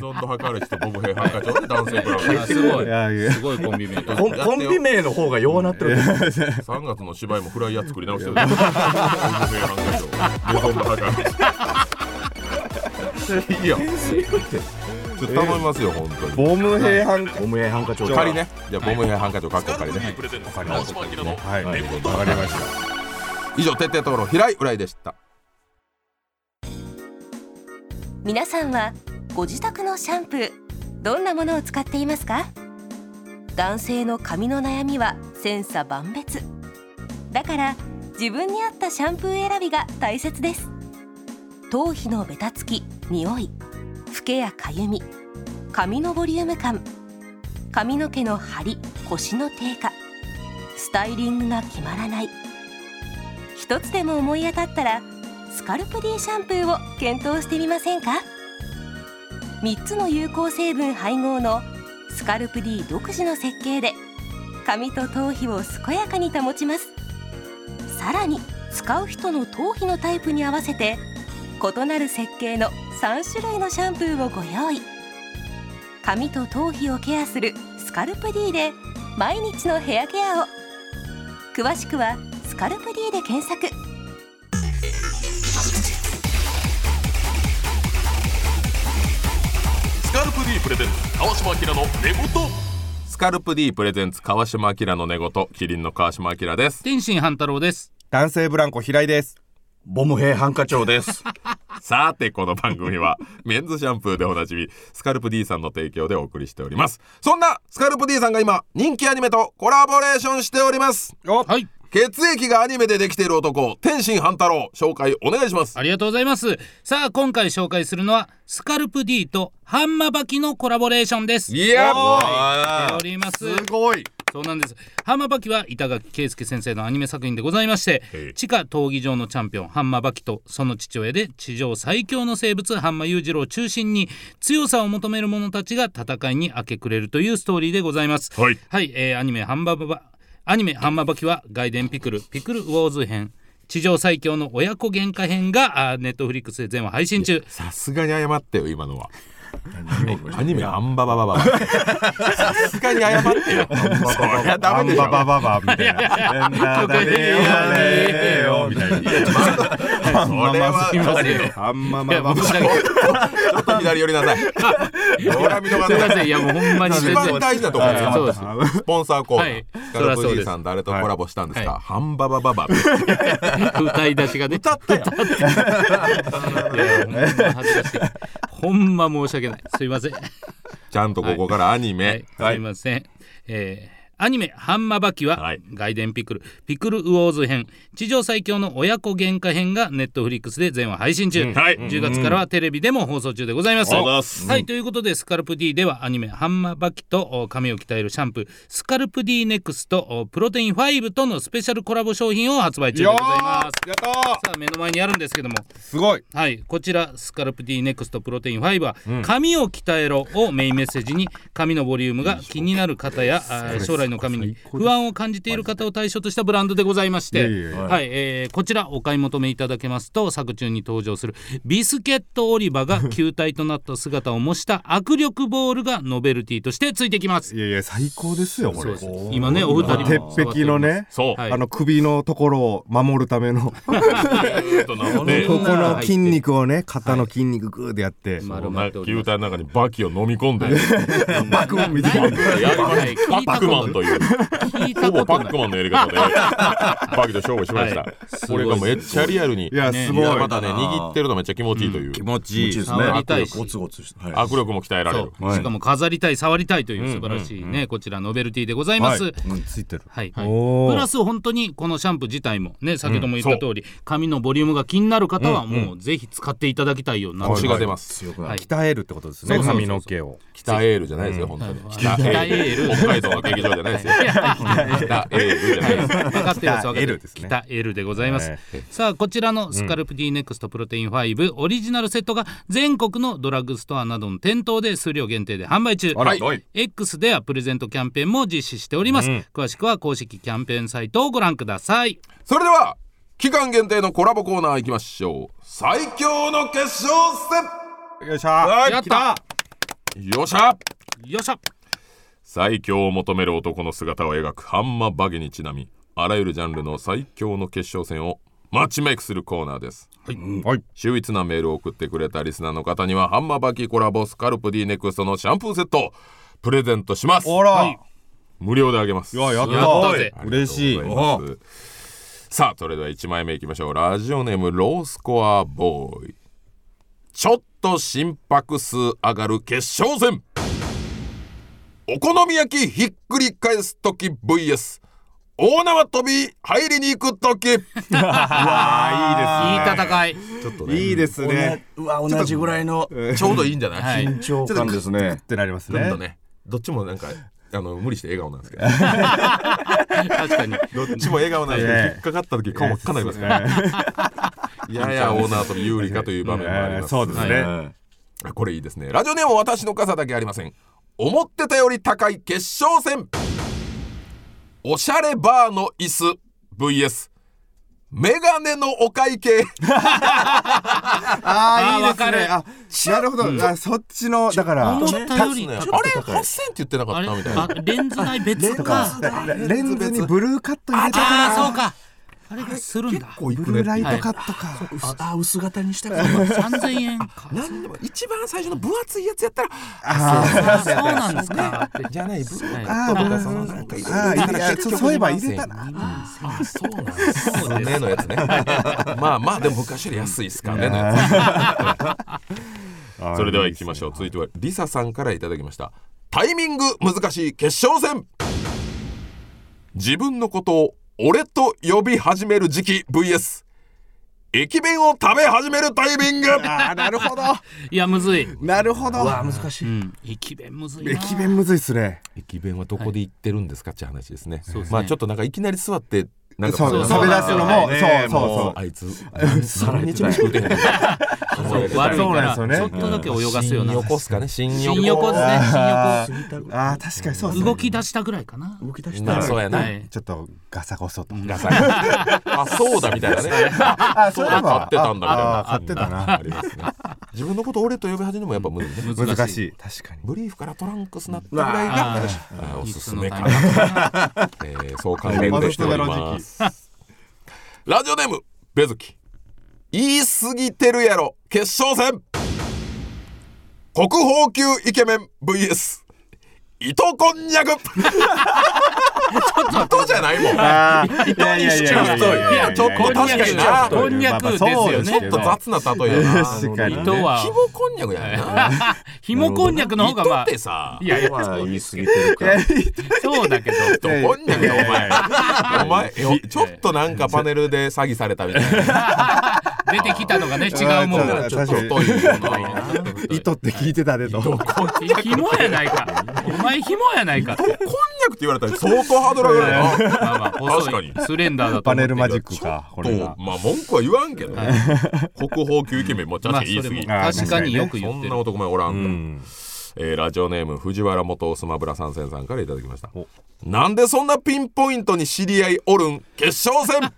Speaker 1: ゾンド墓嵐とボム兵ハンカチで男性ブランコ
Speaker 2: あすごい
Speaker 3: いやいや
Speaker 2: すごいコンビ名
Speaker 4: コンコンビ名の方が弱なってる
Speaker 1: 3月の芝居もフライヤー作り直してるボム兵ハンカチメゾンド墓嵐いい よちょっと頼みますよ本当に
Speaker 3: ボム兵犯科
Speaker 4: ボムへハンカチョウが
Speaker 1: 仮ねじゃあボム兵ハンカチをかっこ仮ね
Speaker 3: はいわかりました
Speaker 1: 以上徹底討論平井浦井でした
Speaker 7: 皆さんはご自宅のシャンプーどんなものを使っていますか男性の髪の悩みは千差万別だから自分に合ったシャンプー選びが大切です頭皮のベタつき匂いフケやかゆみ髪のボリューム感髪の毛の張り腰の低下スタイリングが決まらない一つでも思い当たったらスカルプ D シャンプーを検討してみませんか3つの有効成分配合のスカルプ D 独自の設計で髪と頭皮を健やかに保ちますさらに使う人の頭皮のタイプに合わせて異なる設計の3種類のシャンプーをご用意髪と頭皮をケアするスカルプ D で毎日のヘアケアを詳しくは「スカルプ D」で検索
Speaker 1: スカルプ D プレゼンツ川島明の寝言スカルプ D プレゼンツ川島明の寝言キリンの川島明です
Speaker 2: 天心半太郎です
Speaker 3: 男性ブランコ平井です
Speaker 4: ボム兵ハンカチョウです
Speaker 1: さてこの番組はメンズシャンプーでおなじみスカルプ D さんの提供でお送りしておりますそんなスカルプ D さんが今人気アニメとコラボレーションしております
Speaker 3: お
Speaker 2: はい
Speaker 1: 血液がアニメでできている男天心半太郎紹介お願いします
Speaker 2: ありがとうございます。さあ、今回紹介するのは、スカルプ D とハンマバキのコラボレーションです。
Speaker 1: いや
Speaker 2: しております。
Speaker 3: すごい
Speaker 2: そうなんです。ハンマバキは板垣圭介先生のアニメ作品でございまして
Speaker 1: へい、
Speaker 2: 地下闘技場のチャンピオン、ハンマバキとその父親で地上最強の生物、ハンマ裕次郎を中心に、強さを求める者たちが戦いに明け暮れるというストーリーでございます。
Speaker 1: はい
Speaker 2: えーアニメハンマババ、アニメハンマバキは外伝ピクル、ピクルウォーズ編。地上最強の親子喧嘩編がネットフリックスで全話配信中
Speaker 1: さすがに謝ってよ今のはアニメアンバババババさすがに謝ってよそりゃダメでしょ
Speaker 3: ババババみたいな。なんだねよみたいな。
Speaker 1: それは
Speaker 2: すいません
Speaker 3: あんま
Speaker 2: い
Speaker 3: ま
Speaker 2: や
Speaker 3: ば
Speaker 2: 僕
Speaker 3: ば
Speaker 2: だけ
Speaker 1: ちょっと左寄りなさいほら見逃
Speaker 2: すい
Speaker 1: せ
Speaker 2: ま
Speaker 1: な
Speaker 2: せ
Speaker 1: い
Speaker 2: んいやもうほんまに
Speaker 1: 一
Speaker 2: 全
Speaker 1: 番
Speaker 2: 然
Speaker 1: 大事なところ
Speaker 2: そうです
Speaker 1: スポンサーコーナー、
Speaker 2: はい
Speaker 1: スカルプ D さん誰とコラボしたんですか、
Speaker 2: はい
Speaker 1: ハンババババ
Speaker 2: 歌い出しがね歌ったよ いやいやほんま恥ずかしいほんま申し訳ないすいません
Speaker 1: ちゃんとここからアニメ、
Speaker 2: はい、すいません、えーアニメ「ハンマバキ」は、
Speaker 1: はい
Speaker 2: 外伝ピクルピクルウォーズ編地上最強の親子喧嘩編がネットフリックスで全話配信中、
Speaker 1: はい
Speaker 2: 10月からはテレビでも放送中でございます、
Speaker 1: ありがとうございます
Speaker 2: はいということでスカルプ D ではアニメ「ハンマバキ」とお髪を鍛えるシャンプースカルプ D ネクストおプロテイン5とのスペシャルコラボ商品を発売中でございます
Speaker 3: やった
Speaker 2: さあ目の前にあるんですけども
Speaker 3: すごい
Speaker 2: はい、こちらスカルプ D ネクストプロテイン5は、髪を鍛えろをメインメッセージに髪のボリュームが気になる方やあー将来の髪に不安を感じている方を対象としたブランドでございまして、
Speaker 3: いえいえいえ
Speaker 2: はいえーこちらお買い求めいただけますと作中に登場するビスケットオリバ が球体となった姿を模した握力ボールがノベルティとしてついてきます
Speaker 3: い。やいや最高ですよこれ。
Speaker 2: 今ねお二人
Speaker 3: 鉄
Speaker 2: も
Speaker 3: 壁のね。
Speaker 1: そう、
Speaker 2: はい
Speaker 3: あの首のところを守るためのこ
Speaker 1: えっとなんかね
Speaker 3: この筋肉をね肩の筋肉グーでやって
Speaker 2: 丸ま
Speaker 1: な
Speaker 2: ってお
Speaker 1: 球
Speaker 2: ります
Speaker 1: 体の中にバキを飲み込んで、
Speaker 3: バクン みたいな
Speaker 1: やりま
Speaker 2: はい聞い
Speaker 1: したパッ
Speaker 2: ことない
Speaker 1: クマンという
Speaker 2: 聞い
Speaker 1: ほ
Speaker 2: た
Speaker 1: ぼ
Speaker 2: こと
Speaker 1: パ
Speaker 2: な
Speaker 1: ッ
Speaker 2: い
Speaker 1: クマンのやり方でバキと勝負しました、
Speaker 2: はいす
Speaker 1: こ
Speaker 2: ごい
Speaker 1: れがめっちゃリアルに
Speaker 3: いや
Speaker 2: ね
Speaker 3: す
Speaker 1: い
Speaker 3: ごい
Speaker 1: やまたね握ってるとめっちゃ気持ちいいという、
Speaker 4: 気持ちいいですね。
Speaker 2: 触りたいし
Speaker 4: ゴツゴツして。はい
Speaker 1: 握力も鍛えられる
Speaker 2: そうしかも飾りたい触りたいという素晴らしいね、こちらノベルティでございます。はい
Speaker 3: うんついてる。おー
Speaker 2: プラス本当にこのシャンプー自体もね先ほども言った通り、髪のボリュームが気になる方はもうぜひ使っていただきたいようになってま
Speaker 1: 腰
Speaker 2: す
Speaker 1: が出ます
Speaker 4: 強くな
Speaker 2: は
Speaker 4: る
Speaker 2: い
Speaker 3: 鍛えるってことですね
Speaker 2: そうそうそうそう
Speaker 3: 髪の毛を。
Speaker 1: 北エールじゃないですよ、本当に北
Speaker 2: 北エ
Speaker 1: エー
Speaker 2: ール
Speaker 1: ル 北海道は劇場じゃない ですよ
Speaker 2: いや
Speaker 1: 北エールじゃないです
Speaker 2: 分かってるやつ分かって
Speaker 3: 北 L
Speaker 2: る
Speaker 3: ですね
Speaker 2: 北 L でございます、
Speaker 3: え
Speaker 2: さあこちらのスカルプ D ネクストプロテイン5オリジナルセットが全国のドラッグストアなどの店頭で数量限定で販売中
Speaker 1: あら
Speaker 2: はい
Speaker 1: はい
Speaker 2: X ではプレゼントキャンペーンも実施しております、詳しくは公式キャンペーンサイトをご覧ください
Speaker 1: それでは期間限定のコラボコーナー行きましょう最強の決勝
Speaker 3: よいしょー。
Speaker 2: やっ
Speaker 1: 戦
Speaker 2: た
Speaker 1: よっしゃ
Speaker 2: よっしゃ
Speaker 1: 最強を求める男の姿を描くハンマーバゲにちなみあらゆるジャンルの最強の決勝戦をマッチメイクするコーナーです
Speaker 3: はい。
Speaker 1: 秀逸なメールを送ってくれたリスナーの方にはハンマーバキコラボスカルプ D ネクストのシャンプーセットをプレゼントします
Speaker 3: ほら。
Speaker 1: 無料であげます
Speaker 3: いややっ
Speaker 2: やった
Speaker 3: た
Speaker 2: ぜ
Speaker 3: 嬉しい。
Speaker 1: ありがとうございますさあそれでは1枚目いきましょうラジオネームロースコアボーイちょっと心拍数上がる決勝戦お好み焼きひっくり返す時 VS 大縄跳び入りに行く時
Speaker 2: いい
Speaker 3: あ
Speaker 2: 戦い
Speaker 3: いいですね。いいですね。
Speaker 4: おなうわ同じぐらいの
Speaker 1: ちょうどいいんじゃない、
Speaker 2: はい
Speaker 4: 緊張感ですね
Speaker 3: っ。てなります
Speaker 1: なん
Speaker 3: ね
Speaker 1: だ。ねどっちもなんかあの無理して笑顔なんですけど
Speaker 2: 確かに
Speaker 1: どっちも笑顔なんですけど引っかかった時顔真っ赤になりますからい やや大縄跳び有利かという場面もあります
Speaker 3: そうです
Speaker 2: は
Speaker 3: ね。
Speaker 4: はい
Speaker 1: これいいですねラジオネームは私の傘だけありません思ってたより高い決勝戦おしゃれバーの椅子 VS メガネのお会計
Speaker 3: あ
Speaker 2: あーわかる
Speaker 3: あ、なるほど。あ、そっちのだから
Speaker 2: 思ったより
Speaker 1: あれ
Speaker 2: ちょっ
Speaker 1: 8000って言ってなか
Speaker 2: あ
Speaker 1: っ
Speaker 2: れ
Speaker 1: たみたいな
Speaker 2: あレンズ代別か
Speaker 3: レンズにブルーカット入れた
Speaker 2: ああ
Speaker 3: か
Speaker 2: そうかあれがするんだ
Speaker 1: こう行
Speaker 3: ら。
Speaker 1: く
Speaker 3: ブルーライ
Speaker 1: ね
Speaker 3: トカットか。
Speaker 4: あ薄型にしたから。
Speaker 2: 3000円か
Speaker 1: 何でも一番最初の分厚いやつやったら
Speaker 2: あそうなんですか
Speaker 1: じゃない分厚い
Speaker 2: はい
Speaker 3: ああ、ブル
Speaker 1: その
Speaker 3: ー。
Speaker 1: なんかいろいろ
Speaker 3: あーいやそうそういえば入れたな。
Speaker 1: あそうなんですねのやつね まあまあでも昔より安いですからねのやつ それでは行きましょう。続いてはリサさんからいただきました。タイミング難しい決勝戦。自分のことを俺と呼び始める時期 VS 駅弁を食べ始めるタイミング。
Speaker 3: ああ、なるほど。
Speaker 2: いやむずい
Speaker 3: なるほど。
Speaker 4: 難し
Speaker 2: う
Speaker 4: い。
Speaker 2: ん駅弁むずいな
Speaker 3: 駅弁むずいっすね。
Speaker 1: 駅弁はどこで行ってるんですかって話ですね。
Speaker 2: ですね
Speaker 1: まあちょっとなんかいきなり座ってなんか
Speaker 3: そう、
Speaker 2: そ
Speaker 3: 食
Speaker 2: う
Speaker 3: べ出すのも、そうそうそう。
Speaker 1: あいつ三日も食うてへんの。
Speaker 2: 悪いから
Speaker 3: そうなんですよね
Speaker 2: ちょっとだけ泳がすよう
Speaker 1: 新
Speaker 2: な
Speaker 1: 横っすかね。新横。
Speaker 2: 新横ですね
Speaker 3: あ
Speaker 2: 新
Speaker 3: ーあー、確かにそうです
Speaker 2: 横
Speaker 3: ね。
Speaker 2: 動き出したぐらいかな
Speaker 4: 動き出し
Speaker 1: ま
Speaker 4: た
Speaker 1: あ
Speaker 4: ら
Speaker 1: そうやな。
Speaker 2: はい
Speaker 3: ちょっとガサゴソと。
Speaker 1: ガサガ サあ、そうだみたいなね。
Speaker 3: あ、そういえ
Speaker 1: 買
Speaker 3: ば
Speaker 1: ってたんだみたいな
Speaker 3: あー買ってたな。
Speaker 1: ありますね。自分のこと俺と呼び始めもやっぱ難しい、ね、
Speaker 3: 難しい確かに
Speaker 1: ブリーフからトランクスなったぐらいが、
Speaker 2: あ
Speaker 1: あーおすすめか
Speaker 9: い
Speaker 1: な
Speaker 9: つのタイミングかな
Speaker 1: えー、そう考えてしております。ラジオネーム、ベズキ。言い過ぎてるやろ、決勝戦。国宝級イケメン VS。糸こんにゃく。糸じゃないもん。
Speaker 3: あーいやいやいやい
Speaker 1: いやいやちょっと確かにな
Speaker 2: こんにゃくですよね
Speaker 1: ちょっと雑な例えやな。
Speaker 3: 確かにね
Speaker 2: 糸は
Speaker 1: ひもこんにゃくやな。
Speaker 2: ひもこんにゃくの方がま
Speaker 1: 糸っ
Speaker 2: あ
Speaker 1: てさ、
Speaker 9: いやいや、
Speaker 4: まあ言い過ぎてるか
Speaker 2: そうだけ ど
Speaker 1: 糸こんにゃくだお前。お前、ちょっとなんかパネルで詐欺されたみたいな。
Speaker 2: 出てきたのがね違うもん
Speaker 3: あ
Speaker 2: が
Speaker 3: ー
Speaker 1: ちょっと太いもの
Speaker 3: 糸って聞いてたでと
Speaker 2: ひもやないかお前ひもやないか
Speaker 1: こんにゃくって言われたら相当ハードル上がるよな。
Speaker 2: まあまあ細い
Speaker 1: 確か
Speaker 2: スレンダーだと
Speaker 3: パ
Speaker 2: 思っ
Speaker 3: ネ
Speaker 2: て
Speaker 3: ル
Speaker 2: る
Speaker 3: マジックかこれが
Speaker 1: とまあ文句は言わんけどね。国宝級イケメンもちゃ
Speaker 2: ま
Speaker 1: ん
Speaker 2: あ
Speaker 1: と言い過
Speaker 2: それも
Speaker 1: ぎ。
Speaker 2: 確かによく
Speaker 1: そ
Speaker 2: 言っ
Speaker 1: ん
Speaker 2: て
Speaker 1: な
Speaker 2: る
Speaker 1: 男前おら
Speaker 3: うん
Speaker 1: と。
Speaker 3: ん
Speaker 1: えーラジオネーム藤原元スマブラ参戦さんからいただきました。なんでそんなピンポイントに知り合いおるん決勝戦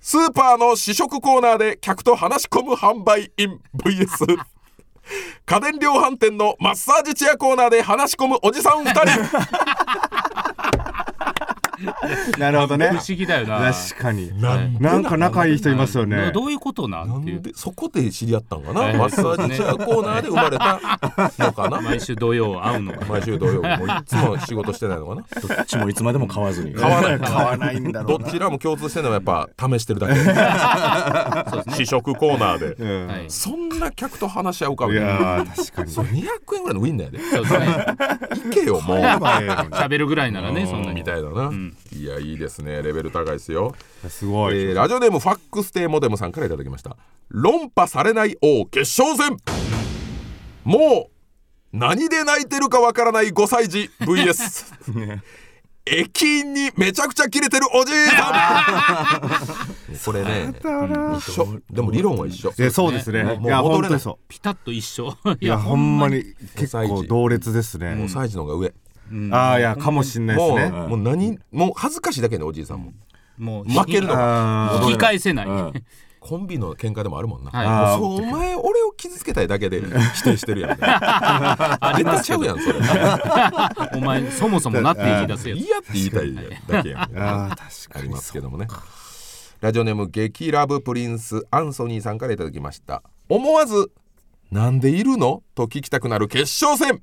Speaker 1: スーパーの試食コーナーで客と話し込む販売員 VS 家電量販店のマッサージチェアコーナーで話し込むおじさん2人
Speaker 3: なるほどね
Speaker 2: 不思議だよな
Speaker 3: 確かに
Speaker 1: なん
Speaker 3: なんか仲いい人いますよね
Speaker 2: どういうことなんてい
Speaker 1: なん
Speaker 2: う
Speaker 1: でそこで知り合ったんかな、
Speaker 2: ええ
Speaker 1: マッサージチェアコーナーで生まれたのかな
Speaker 2: 毎週土曜会うのか
Speaker 1: 毎週土曜日もういつも仕事してないのかな
Speaker 4: どっちもいつまでも買わずに
Speaker 1: 買わない
Speaker 3: 買わないんだろ
Speaker 1: ど
Speaker 3: うな
Speaker 1: ちらも共通してるのはやっぱ試してる だけ
Speaker 2: そうですね
Speaker 1: 試食コーナーで
Speaker 3: うん
Speaker 2: はい
Speaker 1: そんな客と話し合うか
Speaker 3: い
Speaker 1: みたいな
Speaker 3: やー確かに
Speaker 1: それ200円ぐらいのウィンナーやで
Speaker 2: そうですね
Speaker 1: 行けよもう
Speaker 3: まあええのに
Speaker 2: 喋るぐらいならねそんなに
Speaker 1: みたいだな、
Speaker 2: ん
Speaker 1: いやいいですねレベル高いですよ、
Speaker 3: すご
Speaker 1: えー
Speaker 3: い
Speaker 1: ラジオネームファックステイモデムさんからいただきました論破されない王決勝戦もう何で泣いてるかわからない5歳児 VS 駅員にめちゃくちゃキレてるおじいさんこれね一緒でも理論は一緒
Speaker 3: えそうですね
Speaker 1: もう
Speaker 3: いや
Speaker 1: 戻
Speaker 3: 本
Speaker 1: れ
Speaker 3: 当
Speaker 1: ない
Speaker 3: にそ
Speaker 2: ピタッと一緒
Speaker 3: ういやほんまに結
Speaker 1: 細工
Speaker 3: 構同列です
Speaker 1: 5
Speaker 3: ね
Speaker 1: 歳児の方が上
Speaker 3: ああいやかもしんないです
Speaker 1: もう,、
Speaker 3: ね
Speaker 1: もう何もう恥ずかしいだけねおじいさんも
Speaker 2: もう
Speaker 1: 負けるのが
Speaker 3: あ
Speaker 2: 引き返せない、
Speaker 4: うん
Speaker 1: コンビの喧嘩でもあるもんな、
Speaker 2: はい
Speaker 3: あー
Speaker 1: そうお前俺を傷つけたいだけで否定してるやん 絶対ちゃうやんそれ
Speaker 2: お前そもそもなって言い出せよ
Speaker 1: 嫌って言いたいだけやん
Speaker 3: ー あー確
Speaker 1: あ
Speaker 3: か
Speaker 1: り
Speaker 3: に
Speaker 1: ますけどもねラジオネーム激ラブプリンスアンソニーさんからいただきました思わず「なんでいるの?」と聞きたくなる決勝戦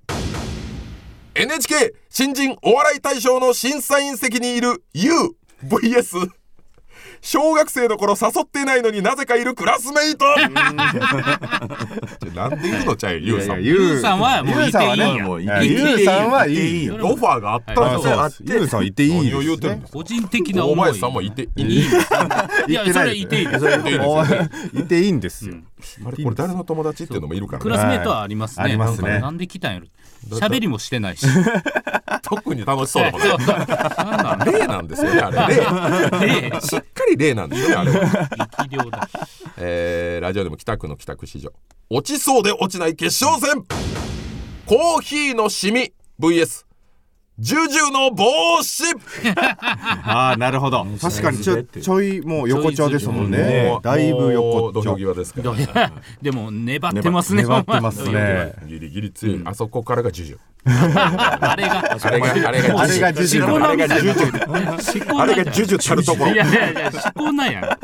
Speaker 1: NHK 新人お笑い大賞の審査員席にいる YouVS 小学生の頃誘ってないのになぜかいるクラスメ イトちょなんでいるのちゃうよ You さん
Speaker 3: いやいや
Speaker 2: ゆうさんはもういていいんや
Speaker 3: ゆうさんはね
Speaker 4: もういい
Speaker 3: いやゆうさんはいいよ
Speaker 1: オファーがあったら
Speaker 3: あそう
Speaker 1: さ
Speaker 3: ですゆうさんいていい
Speaker 1: 何を
Speaker 3: で
Speaker 1: 言う
Speaker 3: す
Speaker 1: てるん
Speaker 3: ね
Speaker 1: ですか
Speaker 2: 個人的な思い
Speaker 1: お前さんもいていい
Speaker 2: いいいやそれはいていい
Speaker 3: ですおいていいんですよ
Speaker 1: あれこれ誰の友達っていうのもいるから
Speaker 2: ク
Speaker 1: ね
Speaker 2: ラスメートはありますね,、
Speaker 3: はいありますね
Speaker 2: なんかなんで来たんやろ喋りもしてないし
Speaker 1: 特に 楽しそうだもんね
Speaker 2: そうなんなん
Speaker 1: 例なんですよねあれ例
Speaker 2: で
Speaker 1: しっかり例なんですよねあれは、
Speaker 2: 力量だ
Speaker 1: えー、ラジオでも北区の帰宅市場落ちそうで落ちない決勝戦コーヒーのシミ VS ジュジュの帽子
Speaker 3: ああなるほど確かにちょちょいもう横丁ですもんね
Speaker 1: もう
Speaker 3: だいぶ横
Speaker 1: もう土
Speaker 3: 丁
Speaker 1: 俵際ですから
Speaker 2: でも粘ってますね
Speaker 3: 粘ってます
Speaker 2: お前
Speaker 3: ね
Speaker 1: ギリギリ強い、あそこからがジュジュ
Speaker 2: あれが
Speaker 1: あれがあれが
Speaker 3: あれがジュジュ
Speaker 1: あれがジュジュ
Speaker 2: 思考
Speaker 1: あれ
Speaker 2: なん
Speaker 1: がジュジュたるところ
Speaker 2: いやいやいや思考なんや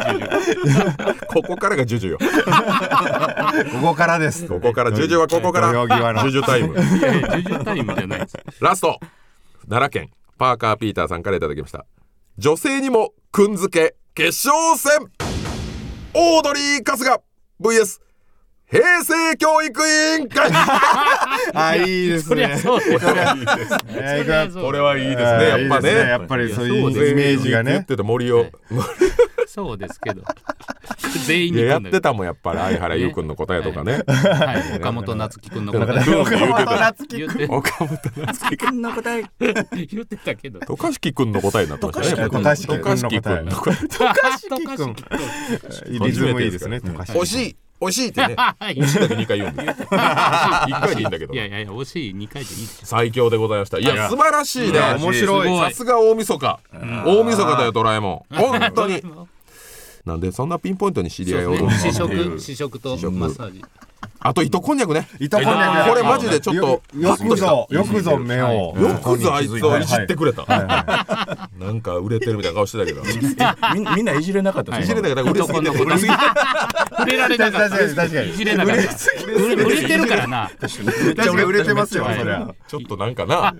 Speaker 1: ここからがジュジュよ
Speaker 3: ここからです
Speaker 1: ここからジュジュはここから
Speaker 3: 土
Speaker 1: ジ
Speaker 3: 俵際
Speaker 1: ュジュタイ
Speaker 3: の
Speaker 1: ム
Speaker 2: いやいやジュジュタイムじゃないです
Speaker 1: ラスト奈良県パーカーピーターさんからいただきました女性にもくんづけ決勝戦オードリー春日 VS 平成教育委員会
Speaker 3: あいいです
Speaker 2: そりゃ
Speaker 3: ね
Speaker 2: そうです
Speaker 3: え
Speaker 2: そりゃ
Speaker 3: ー
Speaker 2: そう
Speaker 1: れはいいですね
Speaker 3: い
Speaker 1: やっ
Speaker 3: い
Speaker 1: ぱ
Speaker 3: です
Speaker 1: ね
Speaker 3: やっぱりそういうイメージが
Speaker 1: 全員言っ
Speaker 3: ね
Speaker 1: てた森を
Speaker 2: そうですけど全
Speaker 1: い
Speaker 2: 員に
Speaker 1: やや
Speaker 2: 組
Speaker 1: っ
Speaker 2: んだ
Speaker 1: てたもんやっぱり相原優くんの答えとかね
Speaker 2: はい、岡本夏樹くんのこと
Speaker 1: ブーンって言うてた
Speaker 2: 言って
Speaker 1: 岡本夏樹くんの答え
Speaker 2: 言ってたけど。
Speaker 1: 渡嘉敷くんの答えになってましたね
Speaker 3: 渡嘉敷
Speaker 1: 渡嘉
Speaker 3: 君
Speaker 1: 敷
Speaker 3: の
Speaker 1: くんの
Speaker 3: 答
Speaker 1: 答え
Speaker 3: えリズムいいですねとか
Speaker 1: 惜しい惜しいってね
Speaker 2: はい。
Speaker 1: 惜しいだけ2回言うんだよ1 回でいいんだけど
Speaker 2: いやいやいや、惜しい、二回でいいでしょ。
Speaker 1: 最強でございましたい
Speaker 2: い
Speaker 1: や
Speaker 2: や
Speaker 1: 素晴らしいね
Speaker 3: 面白い
Speaker 2: すご
Speaker 1: さすが大晦日大晦日だよドラえもん本当になんでそんなピンポイントに知り合いをおる
Speaker 2: そ
Speaker 1: の
Speaker 2: う
Speaker 1: か
Speaker 2: で
Speaker 1: な
Speaker 2: す
Speaker 1: っていう
Speaker 2: ね試食試食と
Speaker 1: 試食
Speaker 2: マッサージ
Speaker 1: あと糸こんにゃくね
Speaker 3: 糸こんにゃく
Speaker 1: これマジでちょっと
Speaker 3: よよく ぞよくぞ目を
Speaker 1: よくぞあいつをいじってくれた、
Speaker 3: はいは
Speaker 1: なんか売れてるみたいな顔してたけどい
Speaker 4: みんみんないじれなかった
Speaker 1: じれた
Speaker 4: か
Speaker 1: から売れすぎて売れすぎて
Speaker 2: 触れられ
Speaker 3: い
Speaker 2: なか
Speaker 3: 確
Speaker 2: った
Speaker 3: かに確かに
Speaker 2: いじれなかった売れ売れてるからな
Speaker 3: めっちゃ売れてますよ
Speaker 2: はい
Speaker 3: そりゃ
Speaker 1: ちょっとなんかな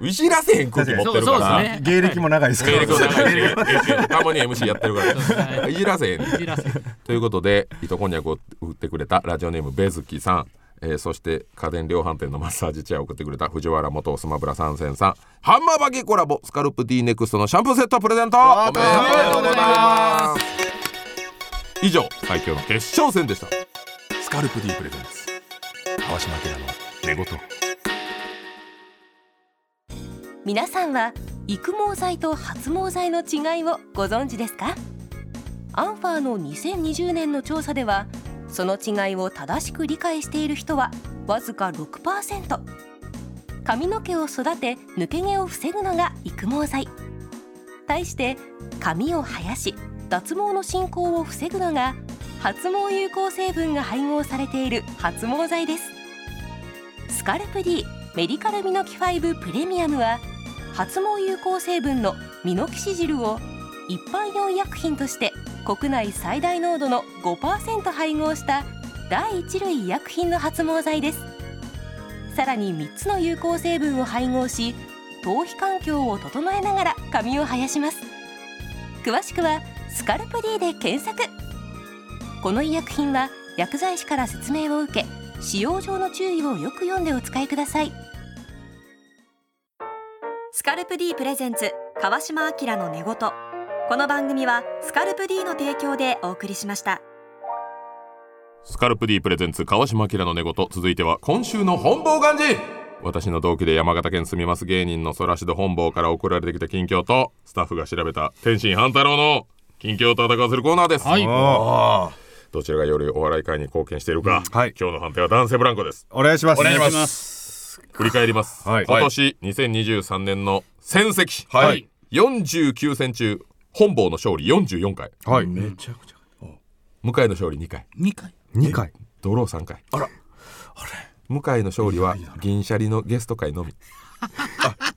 Speaker 1: いじらせへん空気持ってる
Speaker 2: そ
Speaker 1: か
Speaker 2: うそうです
Speaker 1: ら
Speaker 2: ね
Speaker 3: 芸歴も長いですか
Speaker 1: 芸
Speaker 3: ら
Speaker 1: 歴を長いしたまに MC やってるから
Speaker 2: はい
Speaker 1: いじらせへん
Speaker 2: いじらせ
Speaker 1: ということで糸こんにゃくを売ってくれたラジオネームベズキさん、えーそして家電量販店のマッサージチェアを送ってくれた藤原元スマブラ参戦さんハンマーバギコラボスカルプ D ネクストのシャンプーセットプレゼントおめでとうございます以上最強の決勝戦でしたスカルプ D プレゼンツ川島明の寝言
Speaker 7: 皆さんは育毛剤と発毛剤の違いをご存知ですかアンファーの2020年の調査ではその違いを正しく理解している人はわずか6%髪の毛を育て抜け毛を防ぐのが育毛剤対して髪を生やし脱毛の進行を防ぐのが発毛有効成分が配合されている発毛剤ですスカルプ D メディカルミノキ5プレミアムは発毛有効成分のミノキシジルを一般用医薬品として国内最大濃度の5%配合した第一類医薬品の発毛剤ですさらに3つの有効成分を配合し頭皮環境を整えながら髪を生やします詳しくは「スカルプ D」で検索この医薬品は薬剤師から説明を受け使用上の注意をよく読んでお使いください
Speaker 10: スカルプ D プレゼンツ川島明の寝言この番組はスカルプ D の提供でお送りしました
Speaker 1: スカルプ D プレゼンツ川島明の寝言続いては今週の本望願寺私の同期で山形県住みます芸人の空しど本坊から送られてきた近況とスタッフが調べた天心半太郎の近況を戦わせるコーナーです、
Speaker 2: はい
Speaker 3: あ
Speaker 1: どちらがよりお笑い界に貢献しているか、
Speaker 3: はい
Speaker 1: 今日の判定は男性ブランコです
Speaker 3: ーお願いします
Speaker 2: お願いします
Speaker 1: 振り返ります、
Speaker 3: はい
Speaker 1: 今年2023年の戦績、
Speaker 2: はい
Speaker 1: 49戦中本坊の勝利44回
Speaker 3: はい
Speaker 4: めちゃくちゃ
Speaker 1: 向井の勝利2回
Speaker 2: 2回
Speaker 3: 二回
Speaker 1: ドロー3回あら向井の勝利は銀シャリのゲスト会のみ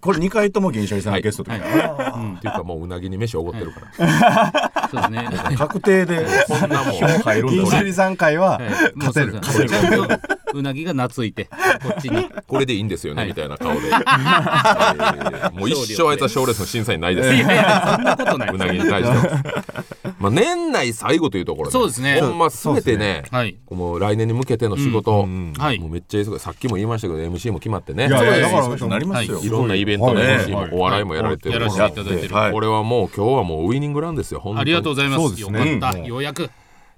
Speaker 4: これ二回とも銀シャリさん
Speaker 1: は
Speaker 4: の
Speaker 1: い
Speaker 4: ゲストとか、
Speaker 1: っていう かもううなぎに飯おごってるから、
Speaker 2: そうですね
Speaker 4: 確定で
Speaker 1: こんなもん入るん
Speaker 3: 銀
Speaker 1: だ
Speaker 3: シャ
Speaker 1: 俺
Speaker 3: リ三回は勝てる
Speaker 2: 勝てるうなぎが 懐いてこっちに
Speaker 1: これでいいんですよね、
Speaker 2: はい
Speaker 1: みたいな顔 で、えーもう一生あいつは賞レースの審査員ないです
Speaker 2: いやいやそんなことないう
Speaker 1: なぎに対しては まあ年内最後というところで
Speaker 2: そうですね
Speaker 1: ほんま全てね
Speaker 2: はい
Speaker 1: もう来年に向けての仕事、
Speaker 2: はい
Speaker 1: もうめっちゃ忙しいさっきも言いましたけど MC も決まってね
Speaker 3: いやいや
Speaker 1: い
Speaker 3: だから
Speaker 4: なりますよ、
Speaker 1: ろんなイベントの
Speaker 3: はい
Speaker 1: MC もお笑いもやられて
Speaker 2: や
Speaker 1: る
Speaker 2: らせていただいてる
Speaker 4: はい
Speaker 1: これはもう今日はもうウイニングランですよ本当に
Speaker 2: ありがとうございま
Speaker 3: そう
Speaker 2: す
Speaker 3: で
Speaker 2: よ
Speaker 3: す
Speaker 2: か
Speaker 3: ね
Speaker 2: った
Speaker 3: うん
Speaker 2: ようやく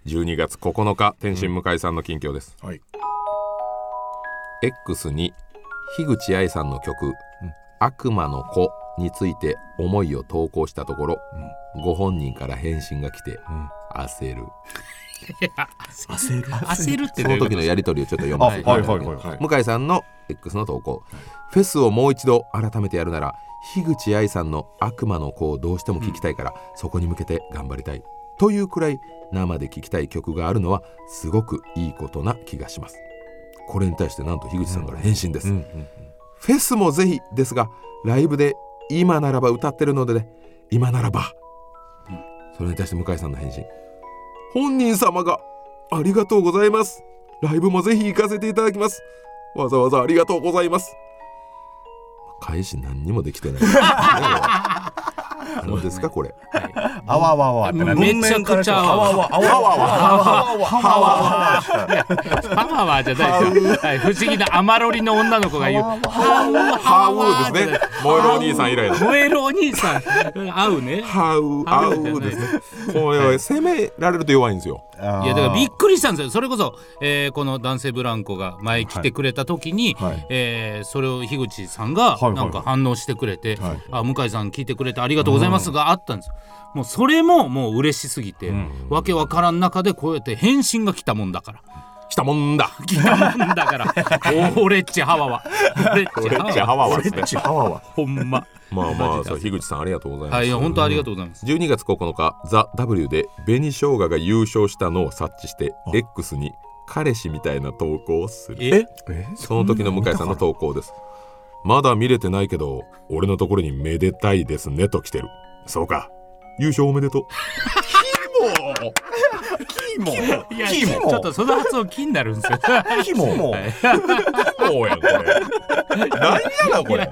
Speaker 1: 12月9日天心向井さんの近況です、
Speaker 4: はい
Speaker 1: X に樋口愛さんの曲「悪魔の子」について思いを投稿したところ、ご本人から返信が来て、焦る
Speaker 4: 焦る
Speaker 2: 焦るって
Speaker 1: そ
Speaker 2: どうい
Speaker 1: の
Speaker 2: うこと
Speaker 1: 時のやり取りをちょっと読
Speaker 3: あ
Speaker 1: ま
Speaker 3: は
Speaker 1: せ
Speaker 3: い
Speaker 1: てだ
Speaker 3: はい
Speaker 1: きます
Speaker 3: はいはい
Speaker 1: 向井さんの X の投稿、フェスをもう一度改めてやるなら樋口愛さんの「悪魔の子」をどうしても聞きたいから、そこに向けて頑張りたいというくらい生で聞きたい曲があるのはすごくいいことな気がしますこれに対してなんと樋口さんから返信です、フェスもぜひですがライブで今ならば歌ってるので、ね、今ならば、それに対して向井さんの返信本人様がありがとうございますライブもぜひ行かせていただきますわざわざありがとうございます返し何にもでき てない何ですかこれ
Speaker 3: あわわわってなって
Speaker 2: めちゃくちゃ
Speaker 4: あわわあわわあわわあわわ
Speaker 2: パワーはじゃないですよ、はい、不思議なアマロリの女の子が言うハウ
Speaker 1: ハウですね燃えるお兄さん以 来の
Speaker 2: 燃えるお兄さん合うね
Speaker 1: ハウアウですねこれは攻められると弱いんですよ
Speaker 3: あー
Speaker 2: いやだからびっくりしたんですよそれこそ、えーこの男性ブランコが前来てくれた時に、
Speaker 3: はいはい
Speaker 2: えーそれを樋口さんが
Speaker 3: いはい
Speaker 2: なんか反応してくれて「
Speaker 3: はい
Speaker 2: あ向井さん聞いてくれてありがとうございます」があったんですよ。もうそれももう嬉しすぎて、わけわからん中でこうやって返信が来たもんだから
Speaker 1: したもんだ。
Speaker 2: ギガマンだからオレッチハワはオレッ
Speaker 1: オ
Speaker 2: チ
Speaker 1: レッチ
Speaker 2: ハ
Speaker 1: ハ
Speaker 2: ワは
Speaker 1: ワワですね。
Speaker 4: ハワは
Speaker 2: ほんま
Speaker 1: まあまあ、そう
Speaker 2: マジ
Speaker 1: 樋口さんありがとうございます。
Speaker 2: はいいや本当あり
Speaker 1: と
Speaker 2: が
Speaker 1: う。
Speaker 2: とうございます
Speaker 1: 12月9日、ザ・ W で紅生姜が優勝したのを察知して、X に彼氏みたいな投稿をする。
Speaker 2: え
Speaker 1: その時の向井さんの投稿です。まだ見れてないけど、俺のところにめでたいですねと来てる。そうか。優勝おめでとう。
Speaker 4: キモ
Speaker 2: いやち
Speaker 4: キモ
Speaker 2: ょっとその発音気になるんですよ
Speaker 4: キモ
Speaker 2: はい
Speaker 1: もうやんこれ。何やなこれ。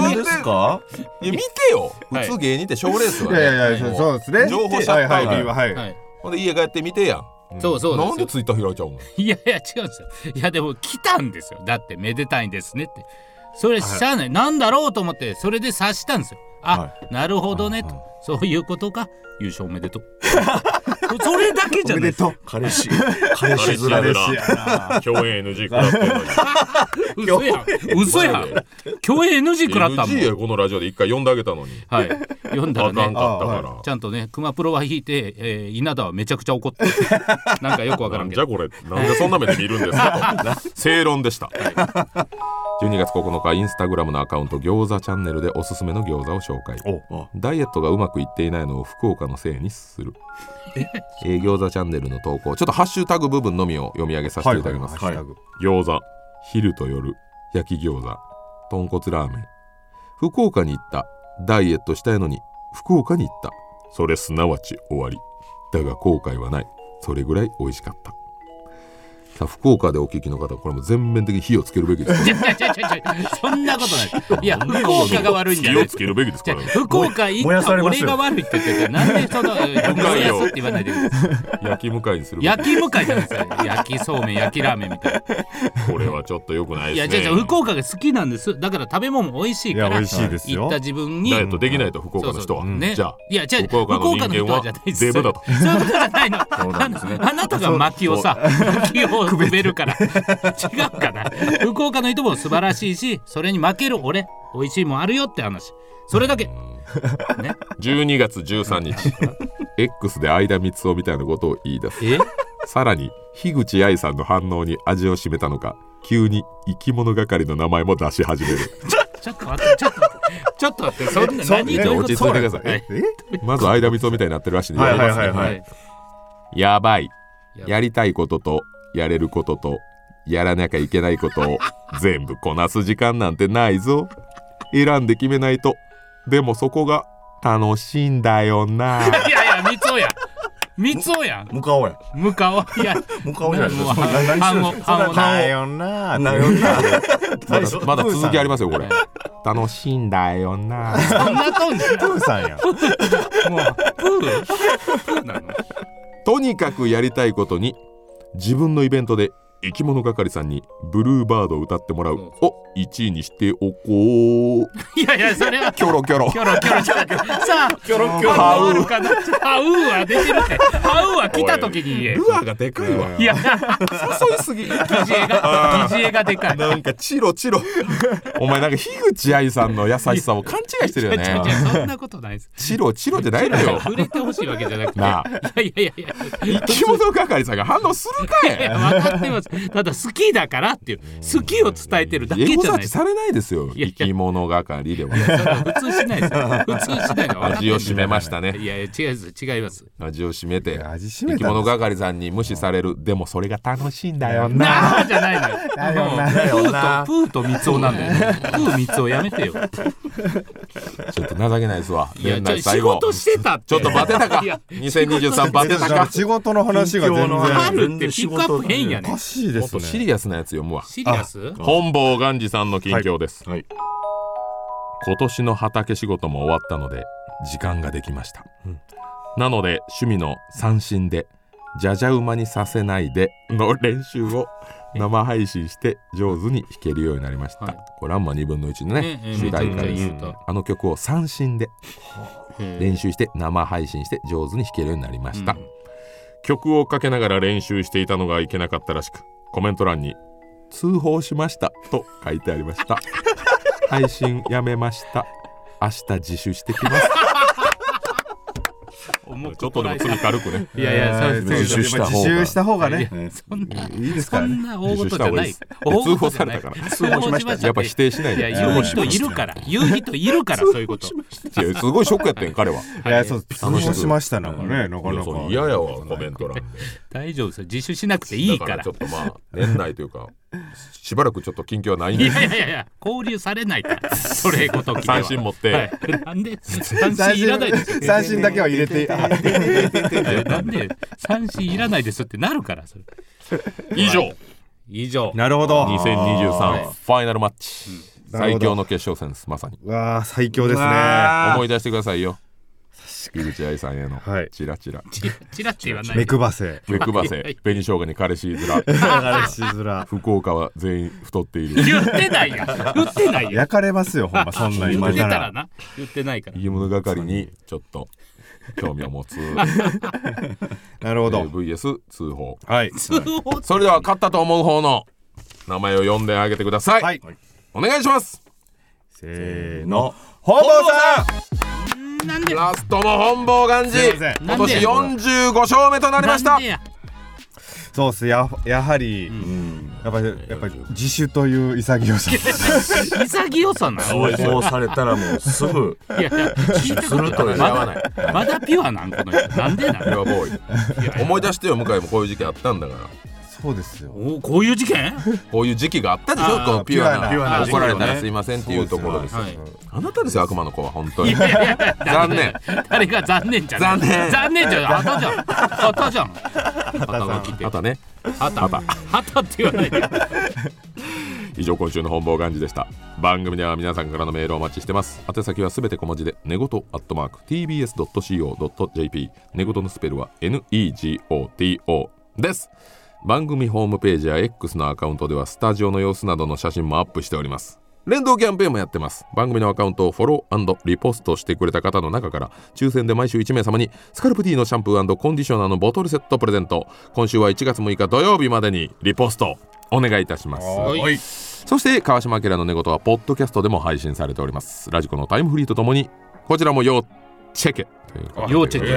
Speaker 4: 何ですか
Speaker 1: いや見てよ。
Speaker 2: はい
Speaker 1: 普通芸人って賞レースは、
Speaker 3: い
Speaker 1: ね。
Speaker 3: やいやいや、そうですね。
Speaker 1: 情報シャッター
Speaker 3: はい
Speaker 1: で
Speaker 3: はいはいは。
Speaker 2: はいい
Speaker 1: ほんで家帰って見てやん。
Speaker 2: そうそうです
Speaker 1: なんでツイッター開いちゃうの。
Speaker 2: いやいや違うんですよいやでも来たんですよだってめでたいんですねってそれしゃあない、なんだろうと思ってそれで察したんですよあ、
Speaker 4: は
Speaker 2: なるほどねと、そういうことか優勝おめで とうそれだけじゃない
Speaker 4: とう彼氏彼氏面
Speaker 1: 彼
Speaker 4: で
Speaker 1: 氏
Speaker 3: 嬉しいやな。
Speaker 1: 共演 NG 食ら ってんのに。
Speaker 2: 嘘やん嘘やん共演 NG 食らったもん
Speaker 1: NG やこのラジオで一回呼んであげたのに。
Speaker 2: はい読んだ
Speaker 1: あ
Speaker 2: ら
Speaker 1: かん
Speaker 2: ね
Speaker 1: かった
Speaker 3: あ
Speaker 1: か
Speaker 2: ちゃんとね熊プロは引いて、えー稲田はめちゃくちゃ怒ってなんかよくわ
Speaker 1: ら。な
Speaker 2: から
Speaker 1: ん
Speaker 2: んけ
Speaker 1: じゃ
Speaker 2: ど
Speaker 1: これ。なんでそんな目で見るんです か。正論でした。12月9日インスタグラムのアカウント餃子チャンネルでおすすめの餃子を紹介。ダイエットがうまくいっていないのを福岡のせいにする。えー餃子チャンネルの投稿、ちょっとハッシュタグ部分のみを読み上げさせていただきます。
Speaker 3: ハッシュタグ
Speaker 1: 餃子、昼と夜、焼き餃子、豚骨ラーメン。福岡に行った。ダイエットしたいのに福岡に行った。それすなわち終わり。だが後悔はない。それぐらい美味しかった。さあ福岡でお聞きの方、これも全面的に火をつけるべきです。
Speaker 2: いやいやいやいやいやそんなことないいや福岡が悪いんじゃ
Speaker 1: 火
Speaker 2: な
Speaker 1: を
Speaker 2: い
Speaker 1: つけるべきです
Speaker 2: じ
Speaker 1: か
Speaker 2: ゃあ
Speaker 1: ら ね。
Speaker 2: 福岡行
Speaker 4: 燃や
Speaker 2: った
Speaker 4: されます
Speaker 2: 俺
Speaker 4: よ
Speaker 2: が悪いって言っててなんでその
Speaker 1: 向
Speaker 2: 「燃
Speaker 1: 井
Speaker 2: や
Speaker 1: よ
Speaker 2: す」って言わないでください
Speaker 1: 焼き向かいにするべき。
Speaker 2: 焼き向かいじゃないですか焼きそうめん焼きラーメンみたいな
Speaker 1: これはちょっと良くない
Speaker 2: い
Speaker 1: で
Speaker 2: や
Speaker 1: すね。
Speaker 2: じゃじゃ福岡が好きなんですだから食べ物も美味しいから
Speaker 3: いや美味しいですよ
Speaker 2: 行った自分に
Speaker 1: ダイエットできないと福岡の人は。
Speaker 2: そうそうね
Speaker 1: じゃあ
Speaker 2: いや違う
Speaker 1: 福岡の人間は
Speaker 2: 福岡の人はじゃないです
Speaker 1: デブだと
Speaker 2: そういうことじゃないの
Speaker 4: そうなんですね
Speaker 2: あなたが薪をさ薪をくべるから違うかな福岡の人も素晴らしいしそれに負ける俺美味しいもんあるよって話それだけね
Speaker 1: 12月13日 X で相田光雄みたいなことを言い出す
Speaker 2: え
Speaker 1: さらに樋口愛さんの反応に味を占めたのか急に生き物係の名前も出し始め る
Speaker 2: ちょっと待ってちょっと待ってちょっと待ってそんな何
Speaker 1: じゃあ落ち着いてください、
Speaker 2: はい
Speaker 1: まず相田光雄みたいになってるらしいんで
Speaker 3: はいはい
Speaker 1: やりますね
Speaker 3: はいはい。
Speaker 1: やばい
Speaker 2: やばい
Speaker 1: やりたいこととやれることとやらなきゃいけないこと を全部こなす時間なんてないぞ選んで決めないとでもそこが楽しいんだよ ない
Speaker 2: やいや三つおや三つおやん
Speaker 4: 向かおうや
Speaker 2: 向かおいや
Speaker 4: 向かおうや
Speaker 2: もう
Speaker 4: 何してるんですか
Speaker 2: 半を半を
Speaker 3: なよな。
Speaker 4: なよな
Speaker 1: まだまだ続きありますよこれ
Speaker 2: は
Speaker 1: 楽しいんだよな
Speaker 2: そんなとんじゃない
Speaker 3: プーさんやん。
Speaker 2: もうプールプーなの
Speaker 1: とにかくやりたいことに自分のイベントで生き物係さんにブルーバードを歌ってもらうを1位にしておこう
Speaker 2: いやいやそれは
Speaker 1: キョロキョロ
Speaker 2: キョロキョロキョロさあキョロキョロハウかなハウは出てるってハウは来た時に言え
Speaker 1: アーがでかいわ
Speaker 2: いや疑
Speaker 1: 誘いすぎ
Speaker 2: 似絵が疑似絵がでかい
Speaker 1: なんかチロチロお前なんか樋口愛さんの優しさを勘違いしてるよ
Speaker 2: いや違う
Speaker 1: ね
Speaker 2: 違うそんなことないです
Speaker 1: チロチロじゃないのよ
Speaker 2: 触れてほしいわけじゃなくて
Speaker 1: なあ
Speaker 2: いやいやいやいや
Speaker 1: 生き物係さんが反応するか
Speaker 2: い
Speaker 1: い
Speaker 2: や分かってますただ好きだからっていう好きを伝えてるだけ
Speaker 1: エ
Speaker 2: じ
Speaker 1: ゴ
Speaker 2: ゃ
Speaker 1: サ
Speaker 2: ない
Speaker 1: ー
Speaker 2: で
Speaker 1: チ
Speaker 2: すか
Speaker 1: されないですよ
Speaker 2: いやい
Speaker 1: 生
Speaker 2: や
Speaker 1: き物係では
Speaker 2: 普通しないです よ普通しないの分かって
Speaker 1: 味を
Speaker 2: る
Speaker 1: 占めましたね
Speaker 2: いやいや違います違います
Speaker 1: 味を占めて
Speaker 3: 味し
Speaker 1: 生
Speaker 3: め
Speaker 1: き
Speaker 3: た
Speaker 1: 物
Speaker 3: んです。
Speaker 1: 係さんに無視されるでもそれが楽しいんだよな
Speaker 2: なあじゃないのよもうプーとプーと三つおなんだよ ねプー三つおやめてよ
Speaker 1: ちょっと情けないですわ
Speaker 2: いや
Speaker 1: 年
Speaker 2: ちょ
Speaker 1: 内
Speaker 2: 仕
Speaker 1: 最後
Speaker 2: 事してたって
Speaker 1: ちょっとバテたか
Speaker 2: いや
Speaker 1: 2023バテたか
Speaker 3: 仕事の話が全然。
Speaker 2: あ
Speaker 4: 話
Speaker 2: るってピックアップ変や
Speaker 3: お
Speaker 2: ね
Speaker 3: かしい
Speaker 1: も
Speaker 3: で
Speaker 1: っと
Speaker 3: す
Speaker 1: シ
Speaker 3: ね。
Speaker 1: リアスなやつ読むわ
Speaker 2: シリアス
Speaker 1: 本坊元治さんの近況です、
Speaker 4: はい
Speaker 1: 今年の畑仕事も終わったので時間ができました、なので趣味の三振でじゃじゃ馬にさせないでの練習を生配信して上手に弾けるようになりました、
Speaker 2: はい
Speaker 1: これはまあ2分の1のね
Speaker 2: ねえ
Speaker 1: 主題
Speaker 2: め
Speaker 1: 歌
Speaker 2: ち
Speaker 1: で
Speaker 2: ゃくちゃ
Speaker 1: す
Speaker 2: 言うと
Speaker 1: あの曲を三振で
Speaker 2: え
Speaker 1: 練習して生配信して上手に弾けるようになりました、
Speaker 2: うん
Speaker 1: 曲をかけながら練習していたのがいけなかったらしくコメント欄に「通報しました」と書いてありま した「配 信やめました明日自首してきます」
Speaker 2: 重く
Speaker 1: ちょっとでも罪軽くね
Speaker 2: いやいや、そう
Speaker 4: 自首した方が
Speaker 3: 自首した方がね
Speaker 4: ね
Speaker 2: そんな。
Speaker 3: いいです
Speaker 2: そ
Speaker 3: からね
Speaker 2: んな大事じゃない。
Speaker 1: 通報されたから
Speaker 2: 通報しました。
Speaker 1: やっぱ否定しない
Speaker 2: い
Speaker 1: で
Speaker 2: や、言う人いるから。言う人いるから、そういうこと。
Speaker 1: いやすごいショックやってん彼はい
Speaker 3: やそう通報
Speaker 1: しく
Speaker 3: しましたなんかねなか
Speaker 1: いや
Speaker 3: なか
Speaker 1: そう嫌やわコメント欄で
Speaker 2: 大丈夫ですよ。自首しなくてい
Speaker 1: だ
Speaker 2: いか
Speaker 1: から
Speaker 2: ら
Speaker 1: ちょ。っとまあ年内というかしばらくちょっと緊急はないん
Speaker 2: い
Speaker 1: で
Speaker 2: やいやいやいや、交流されないから。それごときでは。
Speaker 1: 三振持っ
Speaker 2: は
Speaker 1: て
Speaker 2: い。なんで三振いらないですよ。
Speaker 3: 三振だけは入れて
Speaker 2: なんで三振いらないですってなるから。それ
Speaker 1: 以上
Speaker 2: 以上。
Speaker 3: なるほど
Speaker 1: 2023ファイナルマッチ
Speaker 3: なる
Speaker 1: 最
Speaker 3: ほど
Speaker 1: 強の決勝戦ですまさに
Speaker 3: うわあ最強ですね
Speaker 1: 思い出してくださいよ井口愛さんへの
Speaker 3: はい
Speaker 1: チラチ ラ
Speaker 2: ちちらって言わない
Speaker 3: 目
Speaker 2: で。
Speaker 3: くばせ
Speaker 1: 目くばせ紅生姜に彼氏 面
Speaker 3: 流しづら
Speaker 1: 福岡は全員太っている
Speaker 2: 言ってないよ。言ってないよ。
Speaker 3: 焼かれますよほ んまそんな
Speaker 2: 言
Speaker 3: 今
Speaker 2: って
Speaker 3: な
Speaker 2: たら
Speaker 3: ら
Speaker 2: な。言ってないから。
Speaker 1: いいものがかりにちょっと興味を 持つ
Speaker 3: なるほど
Speaker 1: VS 通報
Speaker 3: はい
Speaker 2: 通報
Speaker 1: それでは勝ったと思う方の名前を呼んであげてください、
Speaker 3: はい
Speaker 1: お願いします
Speaker 3: せーの
Speaker 4: の
Speaker 3: ほぼさん
Speaker 2: なんで。
Speaker 1: ラストも本望願
Speaker 3: すい
Speaker 1: 寺
Speaker 3: ません
Speaker 1: 今年45勝目となりまし
Speaker 2: な
Speaker 1: た
Speaker 2: んでや
Speaker 3: そうっすややはりやっぱりやっぱり自首という潔さ
Speaker 2: 潔さなの。
Speaker 4: 通報されたらもうすぐ
Speaker 2: いやいや聞いた
Speaker 4: す
Speaker 2: こ
Speaker 4: る
Speaker 2: と
Speaker 4: と
Speaker 2: ないい
Speaker 4: う
Speaker 1: 似合わない
Speaker 2: まだピュアなんこの人なんでな
Speaker 1: 平
Speaker 2: の
Speaker 1: 和ボーイ思い出してよ向井もこういう時期あったんだから
Speaker 3: そうですよ
Speaker 2: おこういう事件
Speaker 1: こういう時期があったでしょこのピュアな
Speaker 3: ピュアな
Speaker 1: 怒られたらすいませんっていうところですよ
Speaker 2: はい
Speaker 1: あなたですよ悪魔の子は本当に
Speaker 2: いやいや
Speaker 1: 残念
Speaker 2: 誰が残念じゃん
Speaker 1: 残念
Speaker 2: 残念 じゃん旗じゃん旗じゃん旗が来て
Speaker 1: あとね
Speaker 2: 旗旗って言わないで
Speaker 1: 以上今週の本望願寺でした番組では皆さんからのメールをお待ちしてます宛先はすべて小文字で寝言アットマーク tbs.co.jp 寝言のスペルは negoto です番組ホームページや X のアカウントではスタジオの様子などの写真もアップしております連動キャンペーンもやってます番組のアカウントをフォローリポストしてくれた方の中から抽選で毎週1名様にスカルプ D のシャンプーコンディショナーのボトルセットプレゼント今週は1月6日土曜日までにリポストお願いいたします
Speaker 2: はい
Speaker 1: そして川島明の寝言はポッドキャストでも配信されておりますラジコのタイムフリーとともにこちらも要チェケということで
Speaker 2: 要チェケ
Speaker 1: ご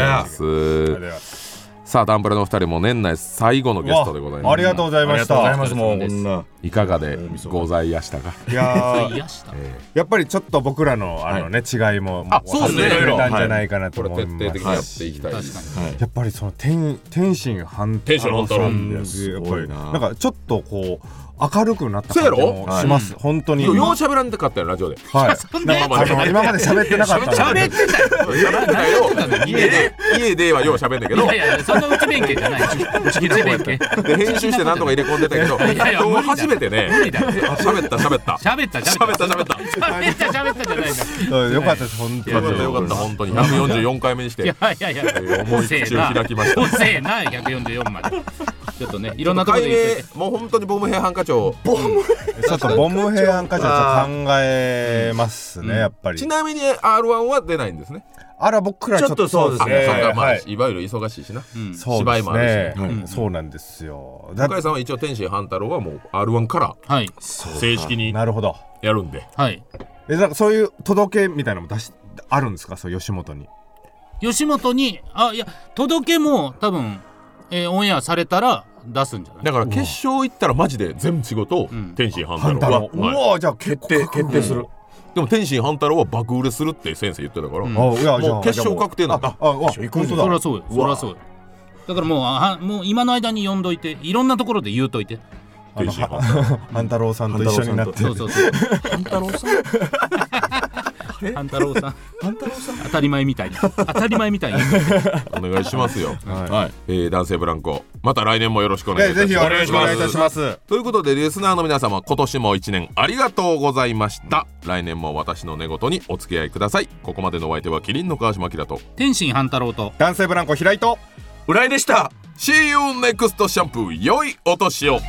Speaker 1: ざいますさあダンブラのお二人も年内最後のゲストでございます
Speaker 3: ありがとうございました
Speaker 4: ありがとうございますもうこんない
Speaker 1: かがでございやしたか
Speaker 3: いやー
Speaker 2: 癒やした
Speaker 3: やっぱりちょっと僕らのあのね、違いも
Speaker 1: あそうですね
Speaker 3: 分かってくれたんじゃないかなと
Speaker 1: これ
Speaker 3: 思
Speaker 1: 徹
Speaker 3: い
Speaker 1: 底
Speaker 3: ま
Speaker 1: 的
Speaker 3: す
Speaker 1: にやっていきたいです
Speaker 3: やっぱりその天天心半
Speaker 1: 天心半太郎
Speaker 3: さんです
Speaker 4: う
Speaker 3: や
Speaker 4: ん
Speaker 3: っ
Speaker 4: すご
Speaker 3: ぱ
Speaker 4: い
Speaker 3: り
Speaker 4: な
Speaker 3: なんかちょっとこう明るくなった感じ
Speaker 1: そうや
Speaker 3: もします、本当に
Speaker 1: よう喋らんでかったよラジオで
Speaker 3: はい
Speaker 2: そんな
Speaker 3: なんかあの今まで喋ってなかったの
Speaker 2: 喋
Speaker 3: で
Speaker 2: ってたよ
Speaker 1: 喋ってないよ家で家ではよう喋んだけ
Speaker 2: い
Speaker 1: ど
Speaker 2: やいやその内弁慶じゃない内弁慶
Speaker 1: で編集して何とか入れ込んでたけど
Speaker 2: いやいや
Speaker 1: 今日初めてね
Speaker 2: だよ
Speaker 1: あ喋った喋った
Speaker 2: 喋った
Speaker 1: 喋
Speaker 2: 喋
Speaker 1: っ
Speaker 2: った
Speaker 1: た喋った
Speaker 2: 喋った喋ったじゃないんだ
Speaker 3: うんよかったです本当
Speaker 1: よかっ
Speaker 3: に
Speaker 1: たよかった本当に144回目にし
Speaker 2: い
Speaker 1: て
Speaker 2: やいやいや、
Speaker 1: 思い
Speaker 2: 遅え
Speaker 1: 口を
Speaker 2: な
Speaker 1: 開きました
Speaker 2: 遅えな、144まで。ちょっとね、いろんなところ
Speaker 1: 解
Speaker 2: で言って
Speaker 1: 明もう本当にボム兵ハンカチを
Speaker 3: ちょっとボムヘアンカチャ考えますね、やっぱり
Speaker 1: ちなみに R1 は出ないんですね。
Speaker 3: あら僕らちょっと
Speaker 4: ちょっとそうですね
Speaker 1: あそうかまあ、、
Speaker 3: はい
Speaker 1: わゆる忙しいしな。
Speaker 3: そう
Speaker 1: 芝
Speaker 3: で
Speaker 1: 居
Speaker 3: す
Speaker 1: もあるし
Speaker 3: ね
Speaker 1: ね、
Speaker 3: うんそうなんですよだ
Speaker 1: 向井さんは一応天心半太郎はもう R1 から
Speaker 2: はい、
Speaker 1: 正式に
Speaker 3: なるほど
Speaker 1: やるんで。
Speaker 2: はい。
Speaker 3: えなんかそういう届けみたいなのも出しあるんですかそう吉本に
Speaker 2: 吉本に、あ、いや、届けも多分、えーオンエアされたら出すんじゃない
Speaker 1: だから決勝行ったらマジで全部仕事を
Speaker 2: ん
Speaker 1: 天心半
Speaker 3: ハン
Speaker 1: 太
Speaker 3: ター
Speaker 1: 郎
Speaker 3: も、
Speaker 1: は
Speaker 3: う
Speaker 1: はい
Speaker 3: わじゃあ結
Speaker 4: 決定決定する
Speaker 1: でも天心半太郎は爆売れするって先生言ってたから、
Speaker 2: ん
Speaker 1: も
Speaker 3: あいやじゃ
Speaker 1: う
Speaker 3: あ
Speaker 1: 決勝確定なん
Speaker 3: あ
Speaker 1: だ。
Speaker 3: ああ本
Speaker 4: 行くん
Speaker 3: 当
Speaker 4: だ
Speaker 2: そり
Speaker 3: だ
Speaker 2: ゃそうよ、そりゃそうよ。だからもう、あはもう今の間に呼んどいて、いろんなところで言うとい て。
Speaker 3: あ
Speaker 1: 天
Speaker 3: の
Speaker 1: 心半
Speaker 3: 半太郎さんと一緒になって
Speaker 2: そうそうそう。半太郎さん。半太郎さん。半太郎さ ん。当たり前みたいに。当たり前みたいに。
Speaker 1: お願いします よ。
Speaker 4: はい
Speaker 1: えー男性ブランコ、また来年もよろしくお願い
Speaker 3: え
Speaker 1: いた
Speaker 3: ぜ
Speaker 1: し
Speaker 3: ひ
Speaker 1: ます。
Speaker 3: お願いしますお願いいたします
Speaker 1: ということでリスナーの皆様今年も一年ありがとうございました来年も私の寝言にお付き合いくださいここまでのお相手はキリンの川島明と
Speaker 2: 天心半太郎と。
Speaker 3: 男性ブランコ平井と
Speaker 4: 浦井でした
Speaker 1: See you next シャンプー良いお年を